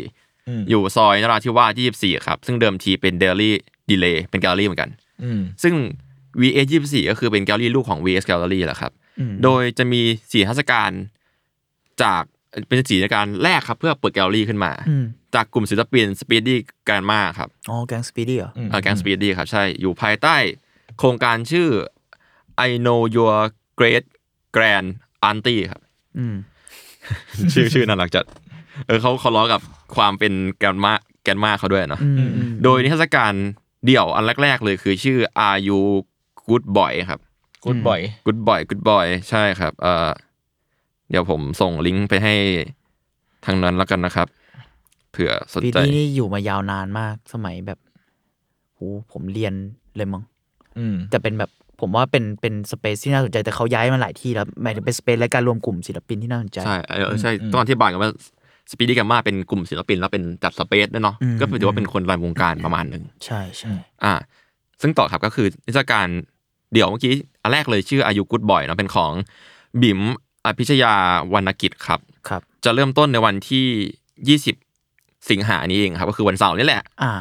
Speaker 2: อืม
Speaker 3: อยู่ซอยนราธิวาส24 ครับ ซึ่งเดิมทีเป็นเดลี่ดีเลย์เป็นแกลเลอรี่เหมือนกัน
Speaker 2: อืม
Speaker 3: ซึ่ง V H 24ก็คือเป็นแกลเลอรี่ลูกของ V S Gallery แหละครับ โดยจะมีสีเทรรศการจากเป็นสีเทรรศการแรกครับ เพื่อเปิดแกลเลอรี่ขึ้นมา
Speaker 4: อืม
Speaker 3: จากกลุ่มศิลปินสปีดดี้การมาครับ
Speaker 4: อ๋อ แกงสปีดี้เหรอ
Speaker 2: อืม
Speaker 3: เอ่อแกงสปีดดี้ครับ ใช่ อยู่ภายใต้โครงการชื่อ I know your great grand auntie ครับ
Speaker 4: อืม
Speaker 3: ชื่อชื่อน่ารักจัด เออเขาเขาล้อกับความเป็นแกนมาแกนมาเขาด้วยเนาะ
Speaker 4: อืมอืม
Speaker 3: โดยนิทรรศการเดี่ยวอันแรก ๆ เลยคือชื่อ Are you good boy ครับ
Speaker 2: กูดบ่อย
Speaker 3: good boy good boy ใช่ครับเออเดี๋ยวผมส่งลิงก์ไปให้ทางนั้นแล้วกันนะครับเผื่อสน
Speaker 4: ปี
Speaker 3: ใจ
Speaker 4: ดี้นี่อยู่มายาวนานมาก สมัยแบบโหผมเรียนเลยมั้ง
Speaker 2: อืม
Speaker 4: แต่เป็นแบบ ผมว่าเป็น เป็นสเปซที่น่าสนใจ แต่เขาย้ายมาหลายที่แล้ว หมายถึงเป็นสเปซและการรวมกลุ่มศิลปินที่น่าสนใจ
Speaker 3: ใช่เออเออใช่ต้องอธิบายกันว่าสปีดดี้แกมมาเป็นกลุ่มศิลปินแล้วเป็นจัดสเปซด้วยเนาะ
Speaker 4: อืม
Speaker 3: ก็ถือว่าเป็นคนรายวงการประมาณหนึ่ง
Speaker 4: ใช่ใช่
Speaker 3: อ่า ซึ่งต่อครับก็คือนิทรรศการเดี่ยวเมื่อกี้อันแรกเลยชื่ออายุกุดบ่อยเนาะเป็นของบิ๋มอภิชยาวรรณกิจครับ
Speaker 4: ครับ
Speaker 3: จะเริ่มต้นในวันที่ 20 สิงหานี้เองครับ ก็คือวันเสาร์นี่แหละ
Speaker 4: อ่า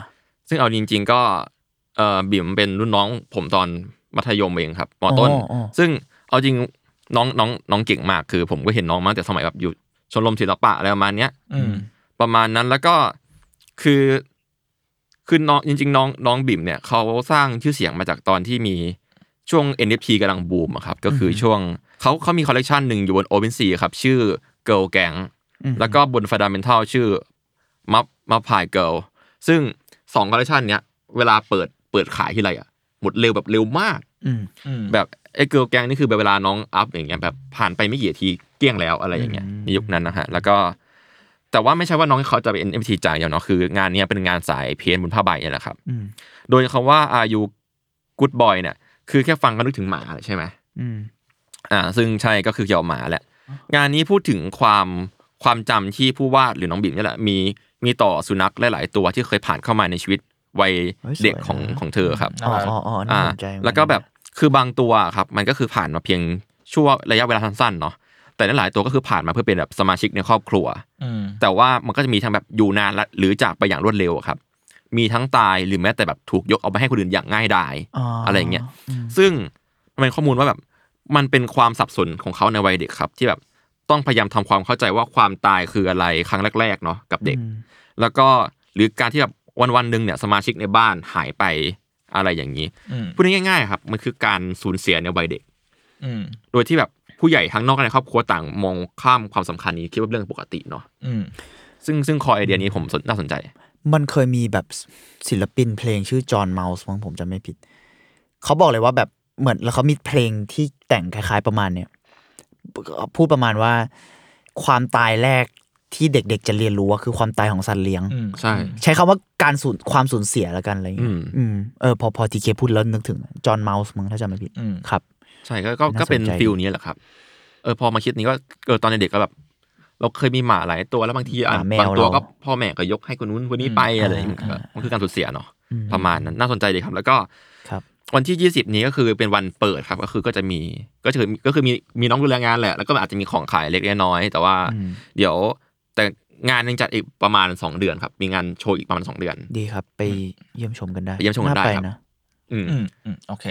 Speaker 3: ซึ่งเอาจริง ๆ ก็เอ่อบิ๋มเป็นรุ่นน้องผมตอนมัธยมเองครับมต้น
Speaker 4: อ๋ออ๋อ
Speaker 3: ซึ่งเอาจริงน้องน้องน้องเก่งมากคือ ผมก็เห็นน้องมาตั้งแต่สมัยแบบอยู่ชมรมศิลปะอะไรประมาณเนี้ย
Speaker 2: อืม
Speaker 3: ประมาณนั้นแล้วก็คือคือน้องจริง ๆ น้องน้องบิ๋มเนี่ยเขาสร้างชื่อเสียงมาจากตอนที่มีช่วง NFT กำลังบูมอะครับก็คือช่วงเขาเขามีคอลเลกชันหนึ่งอยู่บน OpenSea ครับชื่อ Girl Gang แล้วก็บน Fundamental ชื่อ มัฟมัฟพายเกิลซึ่งสองคอลเลคชันเนี้ยเวลาเปิดเปิดขายที่ไรอ่ะ หมดเร็วแบบเร็วมาก
Speaker 4: อืม
Speaker 2: อืม
Speaker 3: แบบไอ้เกิลแกงนี่คือแบบเวลาน้องอัพอย่างเงี้ยแบบผ่านไปไม่กี่นาทีเกลี้ยงแล้วอะไรอย่างเงี้ยในยุคนั้นนะฮะ แล้วก็ แต่ว่าไม่ใช่ว่าน้องเขาจะเป็น NFT จ่ายอย่างเนาะคืองานเนี้ยเป็นงานสายเพียนบนผ้าใบเนี่ยแหละครับ
Speaker 4: อืม
Speaker 3: โดยคำว่าอายุกูดบอยเนี่ยคือแค่ฟังก็นึกถึงหมาใช่ไหม
Speaker 4: อืม
Speaker 3: อ่าซึ่งใช่ก็คือเกี่ยวกับหมาแหละ งานนี้พูดถึงความความจำที่ผู้วาดหรือน้องบิ๊มเนี่ยแหละมีมีต่อสุนัขหลาย ๆ ตัวที่เคยผ่านเข้ามาในชีวิตวัย
Speaker 4: เฮ้ยสวยนะ
Speaker 3: เด็กของของเธอครับ
Speaker 2: น่า
Speaker 4: อ๋อ
Speaker 2: รัก
Speaker 4: อ๋ออ๋อน่า
Speaker 3: อ่า
Speaker 4: สนใจเหมือนน
Speaker 3: แล้วก็แบบคือบางตัวครับ มันก็คือผ่านมาเพียงช่วงระยะเวลาสั้น ๆ เนาะแต่หลายๆตัวก็คือผ่านมาเพื่อเป็นแบบสมาชิกในครอบครัว
Speaker 2: อืม
Speaker 3: แต่ว่ามันก็จะมีทั้งแบบอยู่นานและหรือจากไปอย่างรวดเร็วอะครับ มีทั้งตายหรือแม้แต่แบบถูกยกเอาไปให้คนอื่นอย่างง่ายดาย
Speaker 4: อ๋ออ
Speaker 3: อะไรอย่างเงี้ย ซึ่งมันเป็นข้อมูลว่าแบบมันเป็นความสับสนของเขาในวัยเด็กครับ ที่แบบต้องพยายามทำความเข้าใจว่าความตายคืออะไรครั้งแรกๆเนาะกับเด็ก
Speaker 4: อืม
Speaker 3: แล้วก็หรือการที่แบบวันวันๆหนึ่งเนี่ยสมาชิกในบ้านหายไปอะไรอย่างนี้
Speaker 2: อืม
Speaker 3: พูดง่ายๆครับ มันคือการสูญเสียในวัยเด็ก
Speaker 2: อืม
Speaker 3: โดยที่แบบผู้ใหญ่ทั้งนอกและในครอบครัวต่างมองข้ามความสำคัญนี้คิดว่าเป็นเรื่องปกติเนาะ
Speaker 2: อืม
Speaker 3: ซึ่งซึ่งคอไอเดียนี้ผมสนน่าสนใจ
Speaker 4: มันเคยมีแบบศิลปินเพลงชื่อจอห์นเมาส์มั้งผมจำไม่ผิด เขาบอกเลยว่าแบบเหมือนแล้วเขามีเพลงที่แต่งคล้ายๆประมาณเนี่ย พูดประมาณว่า ความตายแรกที่เด็กๆ จะเรียนรู้ว่าคือความตายของสัตว์เลี้ยง
Speaker 2: อืม
Speaker 3: ใช่
Speaker 4: ใช้คำว่าการสูญความสูญเสียแล้วกันอะไรอย่างเงี้ย
Speaker 3: อืม
Speaker 4: อืมเออพอพอทีเคพูดแล้วนึกถึงจอห์นเมาส์มั้งถ้าจำไม่ผิด
Speaker 2: อืม
Speaker 4: ครับ
Speaker 3: ใช่ก็ก็
Speaker 4: น่าสนใจ
Speaker 3: ก็เป็นฟิลนี้แหละครับ เออพอมาคิดนี้ก็เออตอนเด็กๆก็แบบ เราเคยมีหมาหลายตัวแล้วบางทีอ่ะ
Speaker 4: หมาแมว
Speaker 3: บางตัว
Speaker 4: เรา
Speaker 3: ก็พ่อแม่ก็ยกให้คนนู้นคนนี้ไปอะไรอย่างเงี้ย
Speaker 4: อ่า
Speaker 3: มันคือการสูญเสียเนาะ
Speaker 4: อืม
Speaker 3: ประมาณนั้นน่าสนใจเลยครับ แล้วก็
Speaker 4: ครับ
Speaker 3: วันที่ 20 นี้ก็คือเป็นวันเปิดครับ ก็คือก็จะมีก็คือก็คือมีมีน้องดูแลงานแหละ แล้วก็อาจจะมีของขายเล็กๆน้อยๆแต่ว่า
Speaker 4: อืม
Speaker 3: เดี๋ยวแต่งานยังจัดอีกประมาณ 2 เดือนครับ มีงานโชว์อีกประมาณ 2 เดือน
Speaker 4: ดีครับไปเยี่ยมชมกันได้
Speaker 3: ไปเยี่ยมชมกันได้
Speaker 4: าป
Speaker 3: ครับ
Speaker 4: นะ
Speaker 3: อืม
Speaker 2: อืมอืมโอเค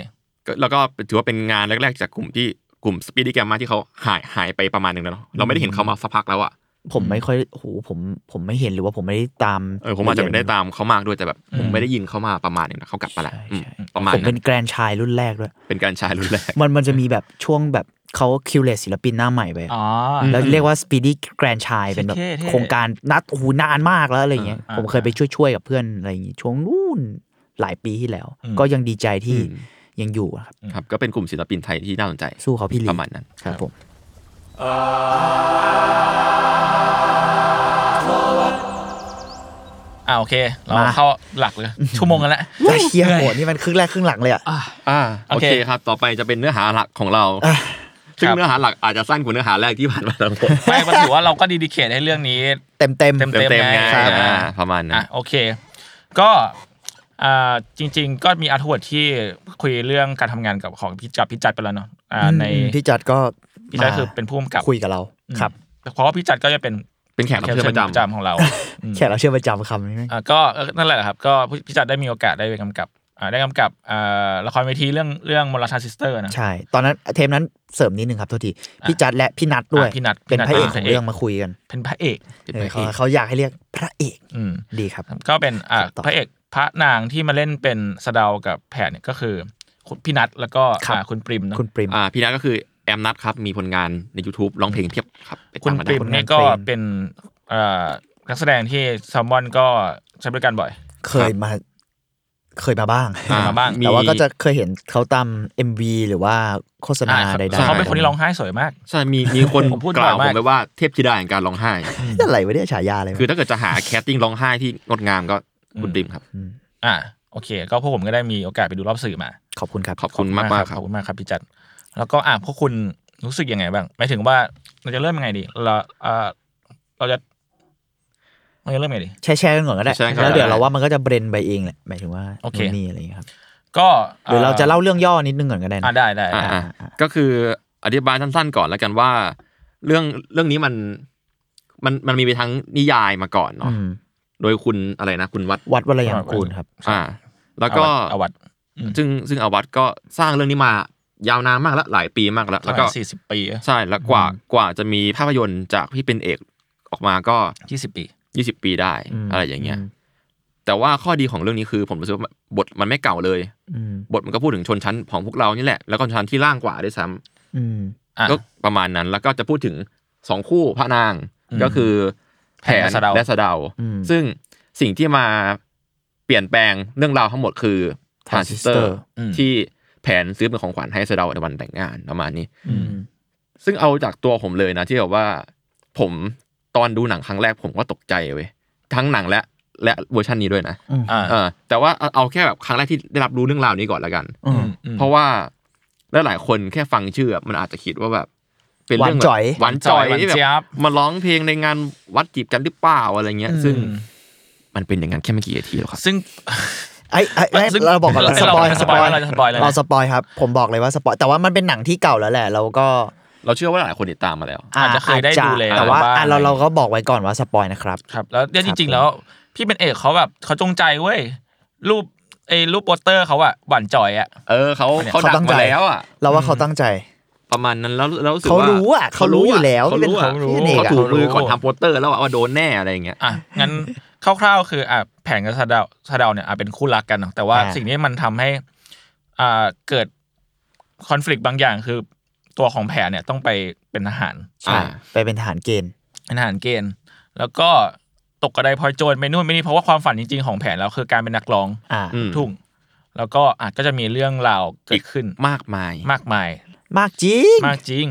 Speaker 3: ก็แล้วก็ถือว่าเป็นงานแรก ๆ จากกลุ่มที่กลุ่มสปีดดี้แกมมาที่เขาหายหายไปประมาณหนึ่งแล้วเนอะเราไม่ได้เห็นเขามาสักพักแล้วอะ
Speaker 4: ผมไม่ค่อยโหผมผมไม่เห็นหรือว่าผมไม่ได้ตาม
Speaker 3: เออผมอาจจะไม่ได้ตามเขามากด้วยแต่แบบผมไม่ได้ยินเขามาประมาณหนึงนะเขากลับมาแล้ว
Speaker 4: ใช่
Speaker 3: อืม
Speaker 4: ใช่
Speaker 3: ประมาณ
Speaker 4: ผมเป็
Speaker 3: นั้น น
Speaker 4: แกรนด์ชายรุ่นแรกด้วย
Speaker 3: เป็นการชายรุ่นแรก
Speaker 4: มันมันจะมีแบบช่วงแบบเขาคิวเลตศิลปินหน้าใหม่ไปอะ
Speaker 2: อ๋อ
Speaker 4: แล้วเรียกว่า Speedy Grand c h i เป็นแบบ
Speaker 2: เท่เท่
Speaker 4: โครงการนัดโอ้โหูนานมากแล้วอะไรเงี้ย
Speaker 2: อ่า
Speaker 4: ผมเคยไปช่วยๆกับเพื่อนอะไรอย่างงี้ช่วงนู่นหลายปีที่แล้ว
Speaker 2: อืม
Speaker 4: ก็ยังดีใจที่
Speaker 3: อืม
Speaker 4: ยังอยู่อะครับ
Speaker 3: ครับก็เป็นกลุ่มศิลปินไทยที่น่าสนใจ
Speaker 4: สู้เขาพี่ลี
Speaker 3: ประมาณนั้น
Speaker 4: ครับผม
Speaker 2: อ่าโอเค เรา
Speaker 4: มา
Speaker 2: เข้าหลักเลย ชั่วโมงกันแล้ว
Speaker 4: แต่เฮียโหดนี่มันครึ่งแรกครึ่งหลังเลยอ่ะ
Speaker 3: อ่า
Speaker 2: โอ
Speaker 3: โอ
Speaker 2: เค
Speaker 3: เคครับ ต่อไปจะเป็นเนื้อหาหลักของเรา
Speaker 4: อ่ะ
Speaker 3: ซึ่
Speaker 2: ค
Speaker 3: ง
Speaker 2: รับ
Speaker 3: เนื้อหาหลักอาจจะสั้นกว่าเนื้อหาแรกที่ผ่านมาทั้งหมด
Speaker 2: ไม่มันถือว่าเราก็ดีดีเคทให้เรื่องนี้
Speaker 4: เต็มเต็ม
Speaker 2: เต็ม
Speaker 3: เต็มๆไง
Speaker 2: ครับ
Speaker 3: อ่าประมาณนั้
Speaker 2: อ่ะ
Speaker 3: น
Speaker 2: โอเค ก็อ่าจริง ๆ ก็มีอาร์ทเวิร์ดที่คุยเรื่องการทำงานกับของพี่จัดพี่จัดไปแล้วเนาะอ่า
Speaker 4: อืม
Speaker 2: ใน
Speaker 4: พี่จัดก็
Speaker 2: พี่จัด
Speaker 4: มา
Speaker 2: คือเป็นผู้กำกับ
Speaker 4: คุยกับเรา
Speaker 2: อืม
Speaker 4: ครับ
Speaker 2: เพราะว่าพี่จัดก็จะเป็น
Speaker 3: เป็นแขกรับเชิญประจำ
Speaker 2: ของเราอืม
Speaker 4: แขกเราเชื่อประจำคำนี้ไหม
Speaker 2: อ่ะก็เออนั่นแหละครับก็พี่พี่จัดได้มีโอกาสได้ไปกำกับอ่าได้กำกับอ่าละครเวทีเรื่องเรื่องมลชาซิสเตอร์นะ
Speaker 4: ใช่ ตอนนั้นเทปนั้นเสริมนิดนึงครับโทษทีพี่จัดและพี่นัทด้วย
Speaker 2: อ่ะพี่นัท
Speaker 4: เป็นพ
Speaker 2: พี่
Speaker 4: ระเอ
Speaker 2: นัทเป็พระเอก
Speaker 4: กขอนงเรื่องมาคุยกัน
Speaker 2: เป็นพระเอก
Speaker 4: เออเขาเขาอยากให้เรียกพระเอก
Speaker 2: อืม
Speaker 4: ดีครับ
Speaker 2: ก็เป็นอ่า
Speaker 4: ต่อ
Speaker 2: พระเอกพระนางที่มาเล่นเป็นสะเดากับแผนเนี่ยก็คือคุณพี่นัทแล้วก็
Speaker 4: ครับ
Speaker 2: อ่าคุณปริมเนอะ
Speaker 4: คุณปริม
Speaker 3: อ่าพี่นัทก็คือแอมนัทครับมีผลงานใน YouTube ร้องเพลงเพียบครับไป
Speaker 2: คุ
Speaker 3: ตา
Speaker 2: ณ
Speaker 3: มมา
Speaker 2: ป
Speaker 3: ได้
Speaker 2: ริมเนี่ยก็เป็นอ่านักแสดงที่แซมมอนก็ใช้บริการบ่อย
Speaker 4: เคยมา เคยมาบ้าง
Speaker 3: อ่
Speaker 2: มาบ้าง
Speaker 3: มี
Speaker 4: แต่ว่าก็จะเคยเห็นเขาตาม MV หรือว่าโฆษณา
Speaker 2: อ่าเขา
Speaker 4: ใดๆ
Speaker 2: เขาเป็นคนที่ร้องไห้สวยมาก
Speaker 3: ใช่มีมีคน
Speaker 2: ผมพูด
Speaker 3: ก
Speaker 2: บ่อ
Speaker 3: ล่าวผม
Speaker 2: ยาม ก
Speaker 3: ไปว่าเทพธิดาแห่งการร้องไห้
Speaker 4: อะไรวะเนี่ยฉายาอะไรวะ
Speaker 3: คือถ้าเกิดจะหาแคสติ้งร้องไห้ที่งดงามก็คุณดิมครับ
Speaker 2: อ่าโอเค ก็พวกผมก็ได้มีโอกาสไปดูรอบสื่อมา
Speaker 4: ขอบคุณครับ
Speaker 3: ขอบคุณมากมากๆค
Speaker 2: ข
Speaker 3: รั
Speaker 2: อ
Speaker 3: บบ
Speaker 2: คุณมากครับพี่จัด แล้วก็อ่ะพวกคุณรู้สึกยังไงบ้างหมายถึงว่าเราจะเริ่มยังไงดี เราเอ่อเราจะเราจะเริ่มยังไงดี
Speaker 4: แชร์แชร์กันก่อนก็ได้
Speaker 3: แชร์กันก่อน
Speaker 4: แล้วเดี๋ยว
Speaker 3: ได้
Speaker 4: เราว่ามันก็จะเบรนไปเองแหละหมายถึงว่า
Speaker 2: โอเค
Speaker 4: นู่นนี่อะไรอย่างเงี้ยครับ
Speaker 2: ก็
Speaker 4: หรือเราจะเล่าเรื่องย่อนิดนึงก่อนก็ได้
Speaker 2: อ่ะ
Speaker 4: นะ
Speaker 2: ได้ได้ได้
Speaker 3: อ่าอ่าก็คืออธิบายสั้นๆก่อนแล้วกันว่า เรื่องเรื่องนี้มันมันมันมีไปทั้งนิยายมาก่อน
Speaker 4: อื
Speaker 3: เนาะ
Speaker 4: ม
Speaker 3: โดยคุณอะไรนะคุณวัด
Speaker 4: วัดวรยามกูลครับ
Speaker 3: อ่า แล้วก็
Speaker 2: อวัด
Speaker 3: ซึ่งซึ่งอาวัตก็สร้างเรื่องนี้มายาวนานมากแล้วหลายปีมากแล้ว
Speaker 2: แล้
Speaker 3: แล้ว ว
Speaker 2: ก็
Speaker 3: ก็
Speaker 2: สี่สิบปี
Speaker 3: ใช่แล้วกว่ากว่าจะมีภาพยนตร์จากที่เป็นเอกออกมาก็
Speaker 2: ยี่สิบปี
Speaker 3: ยี่สิบปีได้
Speaker 4: อืม
Speaker 3: อะไรอย่างเงี้ย
Speaker 4: อืม
Speaker 3: แต่ว่าข้อดีของเรื่องนี้คือผมรู้สึกว่าบทมันไม่เก่าเลย
Speaker 4: อืม
Speaker 3: บทมันก็พูดถึงชนชั้นของพวกเรานี่แหละ แล้วก็ชนชั้นที่ล่างกว่าด้วยซ้
Speaker 4: อืม
Speaker 2: อ่ะ
Speaker 3: ำก็ประมาณนั้น แล้วก็จะพูดถึงสองคู่พระนาง
Speaker 2: อืม
Speaker 3: ก็คือแผน
Speaker 2: แผนและสะเดา
Speaker 3: และสะเดา
Speaker 4: อืม
Speaker 3: ซึ่งสิ่งที่มาเปลี่ยนแปลงเรื่องราวทั้งหมดคือทรานซิสเตอร์ที่แผนซื้อเป็นของขวัญให้สะเดาในวันแต่งงานประมาณนี้
Speaker 2: อืม
Speaker 3: ซึ่งเอาจากตัวผมเลยนะที่แบบว่าผมตอนดูหนังครั้งแรกผมก็ตกใจเว้ยทั้งหนังและและเวอร์ชันนี้ด้วยนะ
Speaker 2: อ่า
Speaker 3: เออแต่ว่าเอาเอาแค่แบบครั้งแรกที่ได้รับรู้เรื่องราวนี้ก่อนละกัน
Speaker 4: อืม
Speaker 2: อืม
Speaker 3: เพราะว่าลหลายๆคนแค่ฟังชื่อมันอาจจะคิดว่าแบบเป็นเรื่อง
Speaker 4: หวานจ่อย
Speaker 3: แบบหวานจ่อย
Speaker 2: หวาน
Speaker 3: ที่แบ
Speaker 2: เจี๊ย
Speaker 3: บบ มาร้องเพลงในงานวัดจีบกันหรือเปล่าอะไรเงี้ย ซึ่งมันเป็นอย่างนั้นแค่ไม่กี่นาทีหรอกครับ
Speaker 2: ซึ่ง
Speaker 4: ไอ้ไอ้ไอ้
Speaker 2: ซึ่ง
Speaker 4: เราบอกก่อน
Speaker 2: เรา
Speaker 4: เราสปอย
Speaker 2: เราสปอยเราจะสปอยเลยนะ
Speaker 4: เราสปอยครับ ผมบอกเลยว่าสปอยแต่ว่ามันเป็นหนังที่เก่าแล้วแหละ เราก็
Speaker 3: เราเชื่อว่าหลายคนติดตามมาแล้ว
Speaker 2: อาจจะเคยได้ดูแล้ว
Speaker 4: แต่ว่า
Speaker 2: บ้าง
Speaker 4: อ่ะเราเราก็บอกไว้ก่อนว่าสปอยนะครับ
Speaker 2: ครับแล้วเนี่ย
Speaker 4: ค
Speaker 2: จ
Speaker 4: รับ
Speaker 2: ริง
Speaker 4: ผม
Speaker 2: ๆแล้ว พี่เป็นเอกเขาแบบเขาจงใจเว้ยรูปไอ้รูปโปสเตอร์เขาอะหวานจ่อยอะ
Speaker 3: เออเขาเขา
Speaker 4: เขา
Speaker 3: ดัก
Speaker 4: ตั้งใจ
Speaker 3: มาแล้วอ่ะ
Speaker 4: เราว่าเขาตั้งใจ
Speaker 3: ประมาณนั้นแล้วแล้วสึก
Speaker 4: เขา
Speaker 3: ว่า
Speaker 4: รู้อะเขารู้อยู่แล้ว
Speaker 3: เขารู้อะ
Speaker 4: ที่
Speaker 3: เขา
Speaker 4: เป็น
Speaker 3: รู้เขาถูกมือ
Speaker 4: ของพี่เอกอะ
Speaker 3: ก่อน
Speaker 2: เขารู้
Speaker 3: ทำโปสเตอร์แล้วอะว่าโดนแน่อะไรอย่างเงี้ย
Speaker 2: อ่ะงั้น คร่าวๆ คืออ่ะแผนกับซาดาวซาดาวเนี่ยอ่ะเป็นคู่รักกันเนอะแต่ว่า
Speaker 4: อ่า
Speaker 2: สิ่งนี้มันทำให้อ่าเกิดคอน FLICT บางอย่างคือตัวของแผนเนี่ยต้องไปเป็นทหาร
Speaker 4: ใช่
Speaker 3: อ่า
Speaker 4: ไปเป็นทหารเกณฑ์
Speaker 2: เป็นทหารเกณฑ์ แล้วก็ตกกระไดพลอยโจรไปนู่นไปนี่เพราะว่าความฝันจริงๆ ของแผนแล้วคือการเป็นนักร้อง
Speaker 4: อ่า
Speaker 3: อืม
Speaker 2: ทุ่ง แล้วก็อาจก็จะมีเรื่องราวเกิดขึ้น
Speaker 3: มากมาย
Speaker 2: มากมาย
Speaker 4: มากจริง
Speaker 2: มากจริง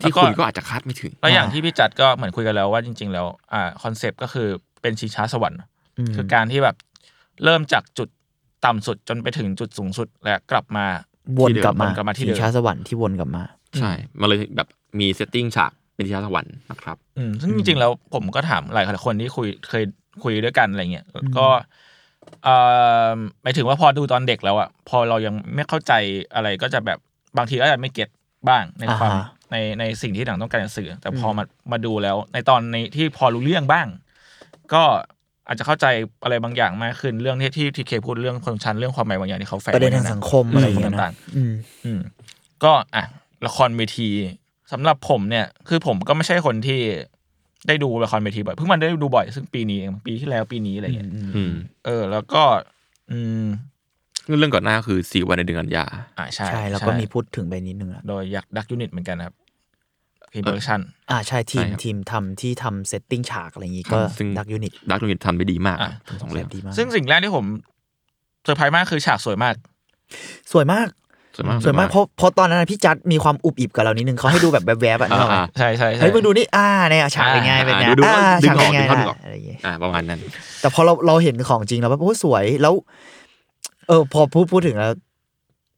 Speaker 3: ที่
Speaker 2: แล้ว
Speaker 3: คุณก็อาจจะคาดไม่ถึง
Speaker 2: แล้วอย่าง
Speaker 4: อ่า
Speaker 2: ที่พี่จัดก็เหมือนคุยกันแล้วว่าจริง ๆ แล้วอ่าคอนเซปต์ก็คือเป็นชิงช้าสวรรค์
Speaker 4: ม
Speaker 2: คือการที่แบบเริ่มจากจุดต่ำสุดจนไปถึงจุดสูงสุดและกลับมา
Speaker 4: วนกลับ
Speaker 2: วนกลับ
Speaker 4: มา
Speaker 2: มาที่เดิม
Speaker 4: งช้าสวรรค์ที่วนกลับมา
Speaker 3: ใช่มาเลยแบบมีเซตติ้งฉากเป็นที่ชาสวรรค์นะครับ
Speaker 2: อืมซึ่งจริง ๆ แล้วผมก็ถามหลายคนที่คุยเคยคุยด้วยกันอะไรเงี้ยก็เอ่อหมายถึงว่าพอดูตอนเด็กแล้วอะพอเรายังไม่เข้าใจอะไรก็จะแบบบางทีก็อาจจะไม่เก็ตบ้างในความ
Speaker 4: อ่าฮะ
Speaker 2: ในในสิ่งที่หนังต้องการจะสื่อ แต่พอมามาดูแล้ว ในตอนในที่พอรู้เรื่องบ้าง ก็อาจจะเข้าใจอะไรบางอย่างมากขึ้นเรื่องที่ที่ทีเคพูดเรื่องคนชั้นเรื่องความหมายบางอย่างที่เขาแฝง
Speaker 4: ประเด็น
Speaker 2: ไว้
Speaker 4: ทาง
Speaker 2: ใ
Speaker 4: สังคมอะไรอย่างเงี้ย
Speaker 2: ต่าง
Speaker 4: นะ
Speaker 2: ๆ
Speaker 4: อืม
Speaker 2: อืมก็อ่ะละครเวทีสำหรับผมเนี่ย คือผมก็ไม่ใช่คนที่ได้ดูละครเวทีบ่อยเพิ่งมันได้ดูบ่อย ซึ่งปีนี้เองปีที่แล้วปีนี้อะไรเงี้ย
Speaker 3: อืม
Speaker 2: เออ แล้วก็ อืม
Speaker 3: เรื่องก่อนหน้าคือสี่วันในเดือนกันยา
Speaker 2: อ่าใช่
Speaker 4: ใช่แล้วก็มีพูดถึงไปนิดนึงละ
Speaker 2: โดยยักษ์ดักยูนิตเหมือนกันครับพีเบอร์ชัน
Speaker 4: อ่าใช่ทีม
Speaker 3: ใช่ครับ
Speaker 4: ทีมทำที่ทำเซตติ้งฉากอะไรอย่างงี้ก็
Speaker 3: ซึ่ง
Speaker 4: ดักยูนิต
Speaker 3: ดักตรงนี้ทำไปดีมากทั้งสองเล่ม
Speaker 4: ดีมาก
Speaker 2: ซึ่งสิ่งแรกที่ผมเซอร์ไพรส์มากคือฉากสวยมาก
Speaker 4: สวยมาก
Speaker 3: สวยมาก
Speaker 4: สวยมากเพราะเพราะตอนนั้นนะพี่จัดมีความอุบอิบกับเรานิดนึงเขาให้ดูแบบแวบๆอ่ะนึกออกไหม
Speaker 3: อ่า
Speaker 2: ใช่ใช่ใช่
Speaker 4: เฮ้ยมึงดูนี่อ่าเนี่ยฉากเป็นไงเป็นไง
Speaker 3: อ่าดูๆ
Speaker 4: อ่า
Speaker 3: ดึง
Speaker 4: ฉาก
Speaker 3: ออก
Speaker 4: เป็นไง
Speaker 3: ดึงเข้าดึงออก
Speaker 4: อะไรอย่างเงี้ย
Speaker 3: อ่าประมาณนั้น
Speaker 4: แต่พอเราเราเห็นของจริงแล้วแบบโอ้สวยแล้ว เออ พอพูดพูดถึงแล้ว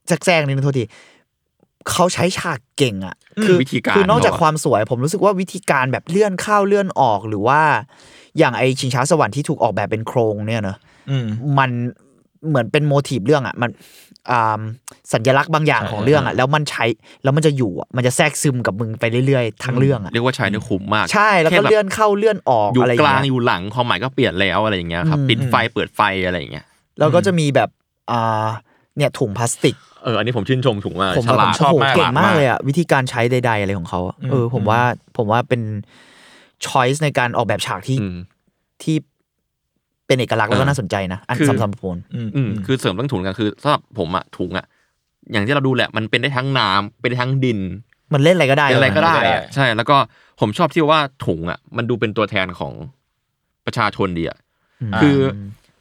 Speaker 4: แจกๆนิดนึงโทษทีเขาใช้ฉากเก่งอ่ะ คือ
Speaker 3: วิธีการ
Speaker 4: คือนอกจาก
Speaker 3: เขาอะ
Speaker 4: ความสวย ผมรู้สึกว่าวิธีการแบบเลื่อนเข้าเลื่อนออกหรือว่า อย่างไอชิงช้าสวรรค์ที่ถูกออกแบบเป็นโครงเนี่ยเนอะ
Speaker 2: อืม
Speaker 4: มันเหมือนเป็นโมทีฟเรื่องอ่ะ มันอ่าสัญลักษณ์บางอย่างของเรื่องอ่ะ แล้วมันใช้แล้วมันจะอยู่อะมันจะแทรกซึมกับมึงไปเรื่อยๆทั้งเรื่องอ่ะ
Speaker 3: เรียกว่าชายเนื้อคุ้มมาก
Speaker 4: ใช่แล้วก็
Speaker 3: ค่บบ
Speaker 4: เลื่อนเข้าเลื่อนออก
Speaker 3: อยู่
Speaker 4: อะไร
Speaker 3: ก
Speaker 4: เงี้
Speaker 3: ลาง
Speaker 4: ย
Speaker 3: อยู่หลังความหมายก็เปลี่ยนแล้วอะไรอย่างเงี้ยครับ
Speaker 4: อืม
Speaker 3: ปิดไฟเปิดไฟอะไรอย่างเงี้ย
Speaker 4: แล้วก็จะมีแบบอ่าเนี่ยถุงพลาสติก
Speaker 3: เอออันนี้ผมชื่นชมถุงมาก
Speaker 4: ผม
Speaker 3: ฉ
Speaker 4: ว่าผ
Speaker 3: ลาด
Speaker 4: มชอบ
Speaker 2: มาก
Speaker 4: เก่งมากเลยอ่ะวิธีการใช้ใด ๆ อะไรของเขาอะเออผมว่าผมว่าเป็นช้อยส์ในการออกแบบฉากที่
Speaker 3: อืม
Speaker 4: ที่เป็นเอกลักษณ์แล้วก็น่าสนใจนะ อัน
Speaker 3: คือ
Speaker 4: สำสำหรับผม
Speaker 2: อืม
Speaker 3: อืมคือเสริมเรื่องถุงกันคือสำหรับผมอะถุงอะอย่างที่เราดูแหละมันเป็นได้ทั้งน้ำเป็นได้ทั้งดิน
Speaker 4: มันเล่นอะไรก็ได้
Speaker 3: เป็นอะไรก็ได้
Speaker 4: เลยน
Speaker 3: อะใช่ แล้วก็ผมชอบที่ว่าถุงอ่ะ มันดูเป็นตัวแทนของประชาชนดีอ่ะคือ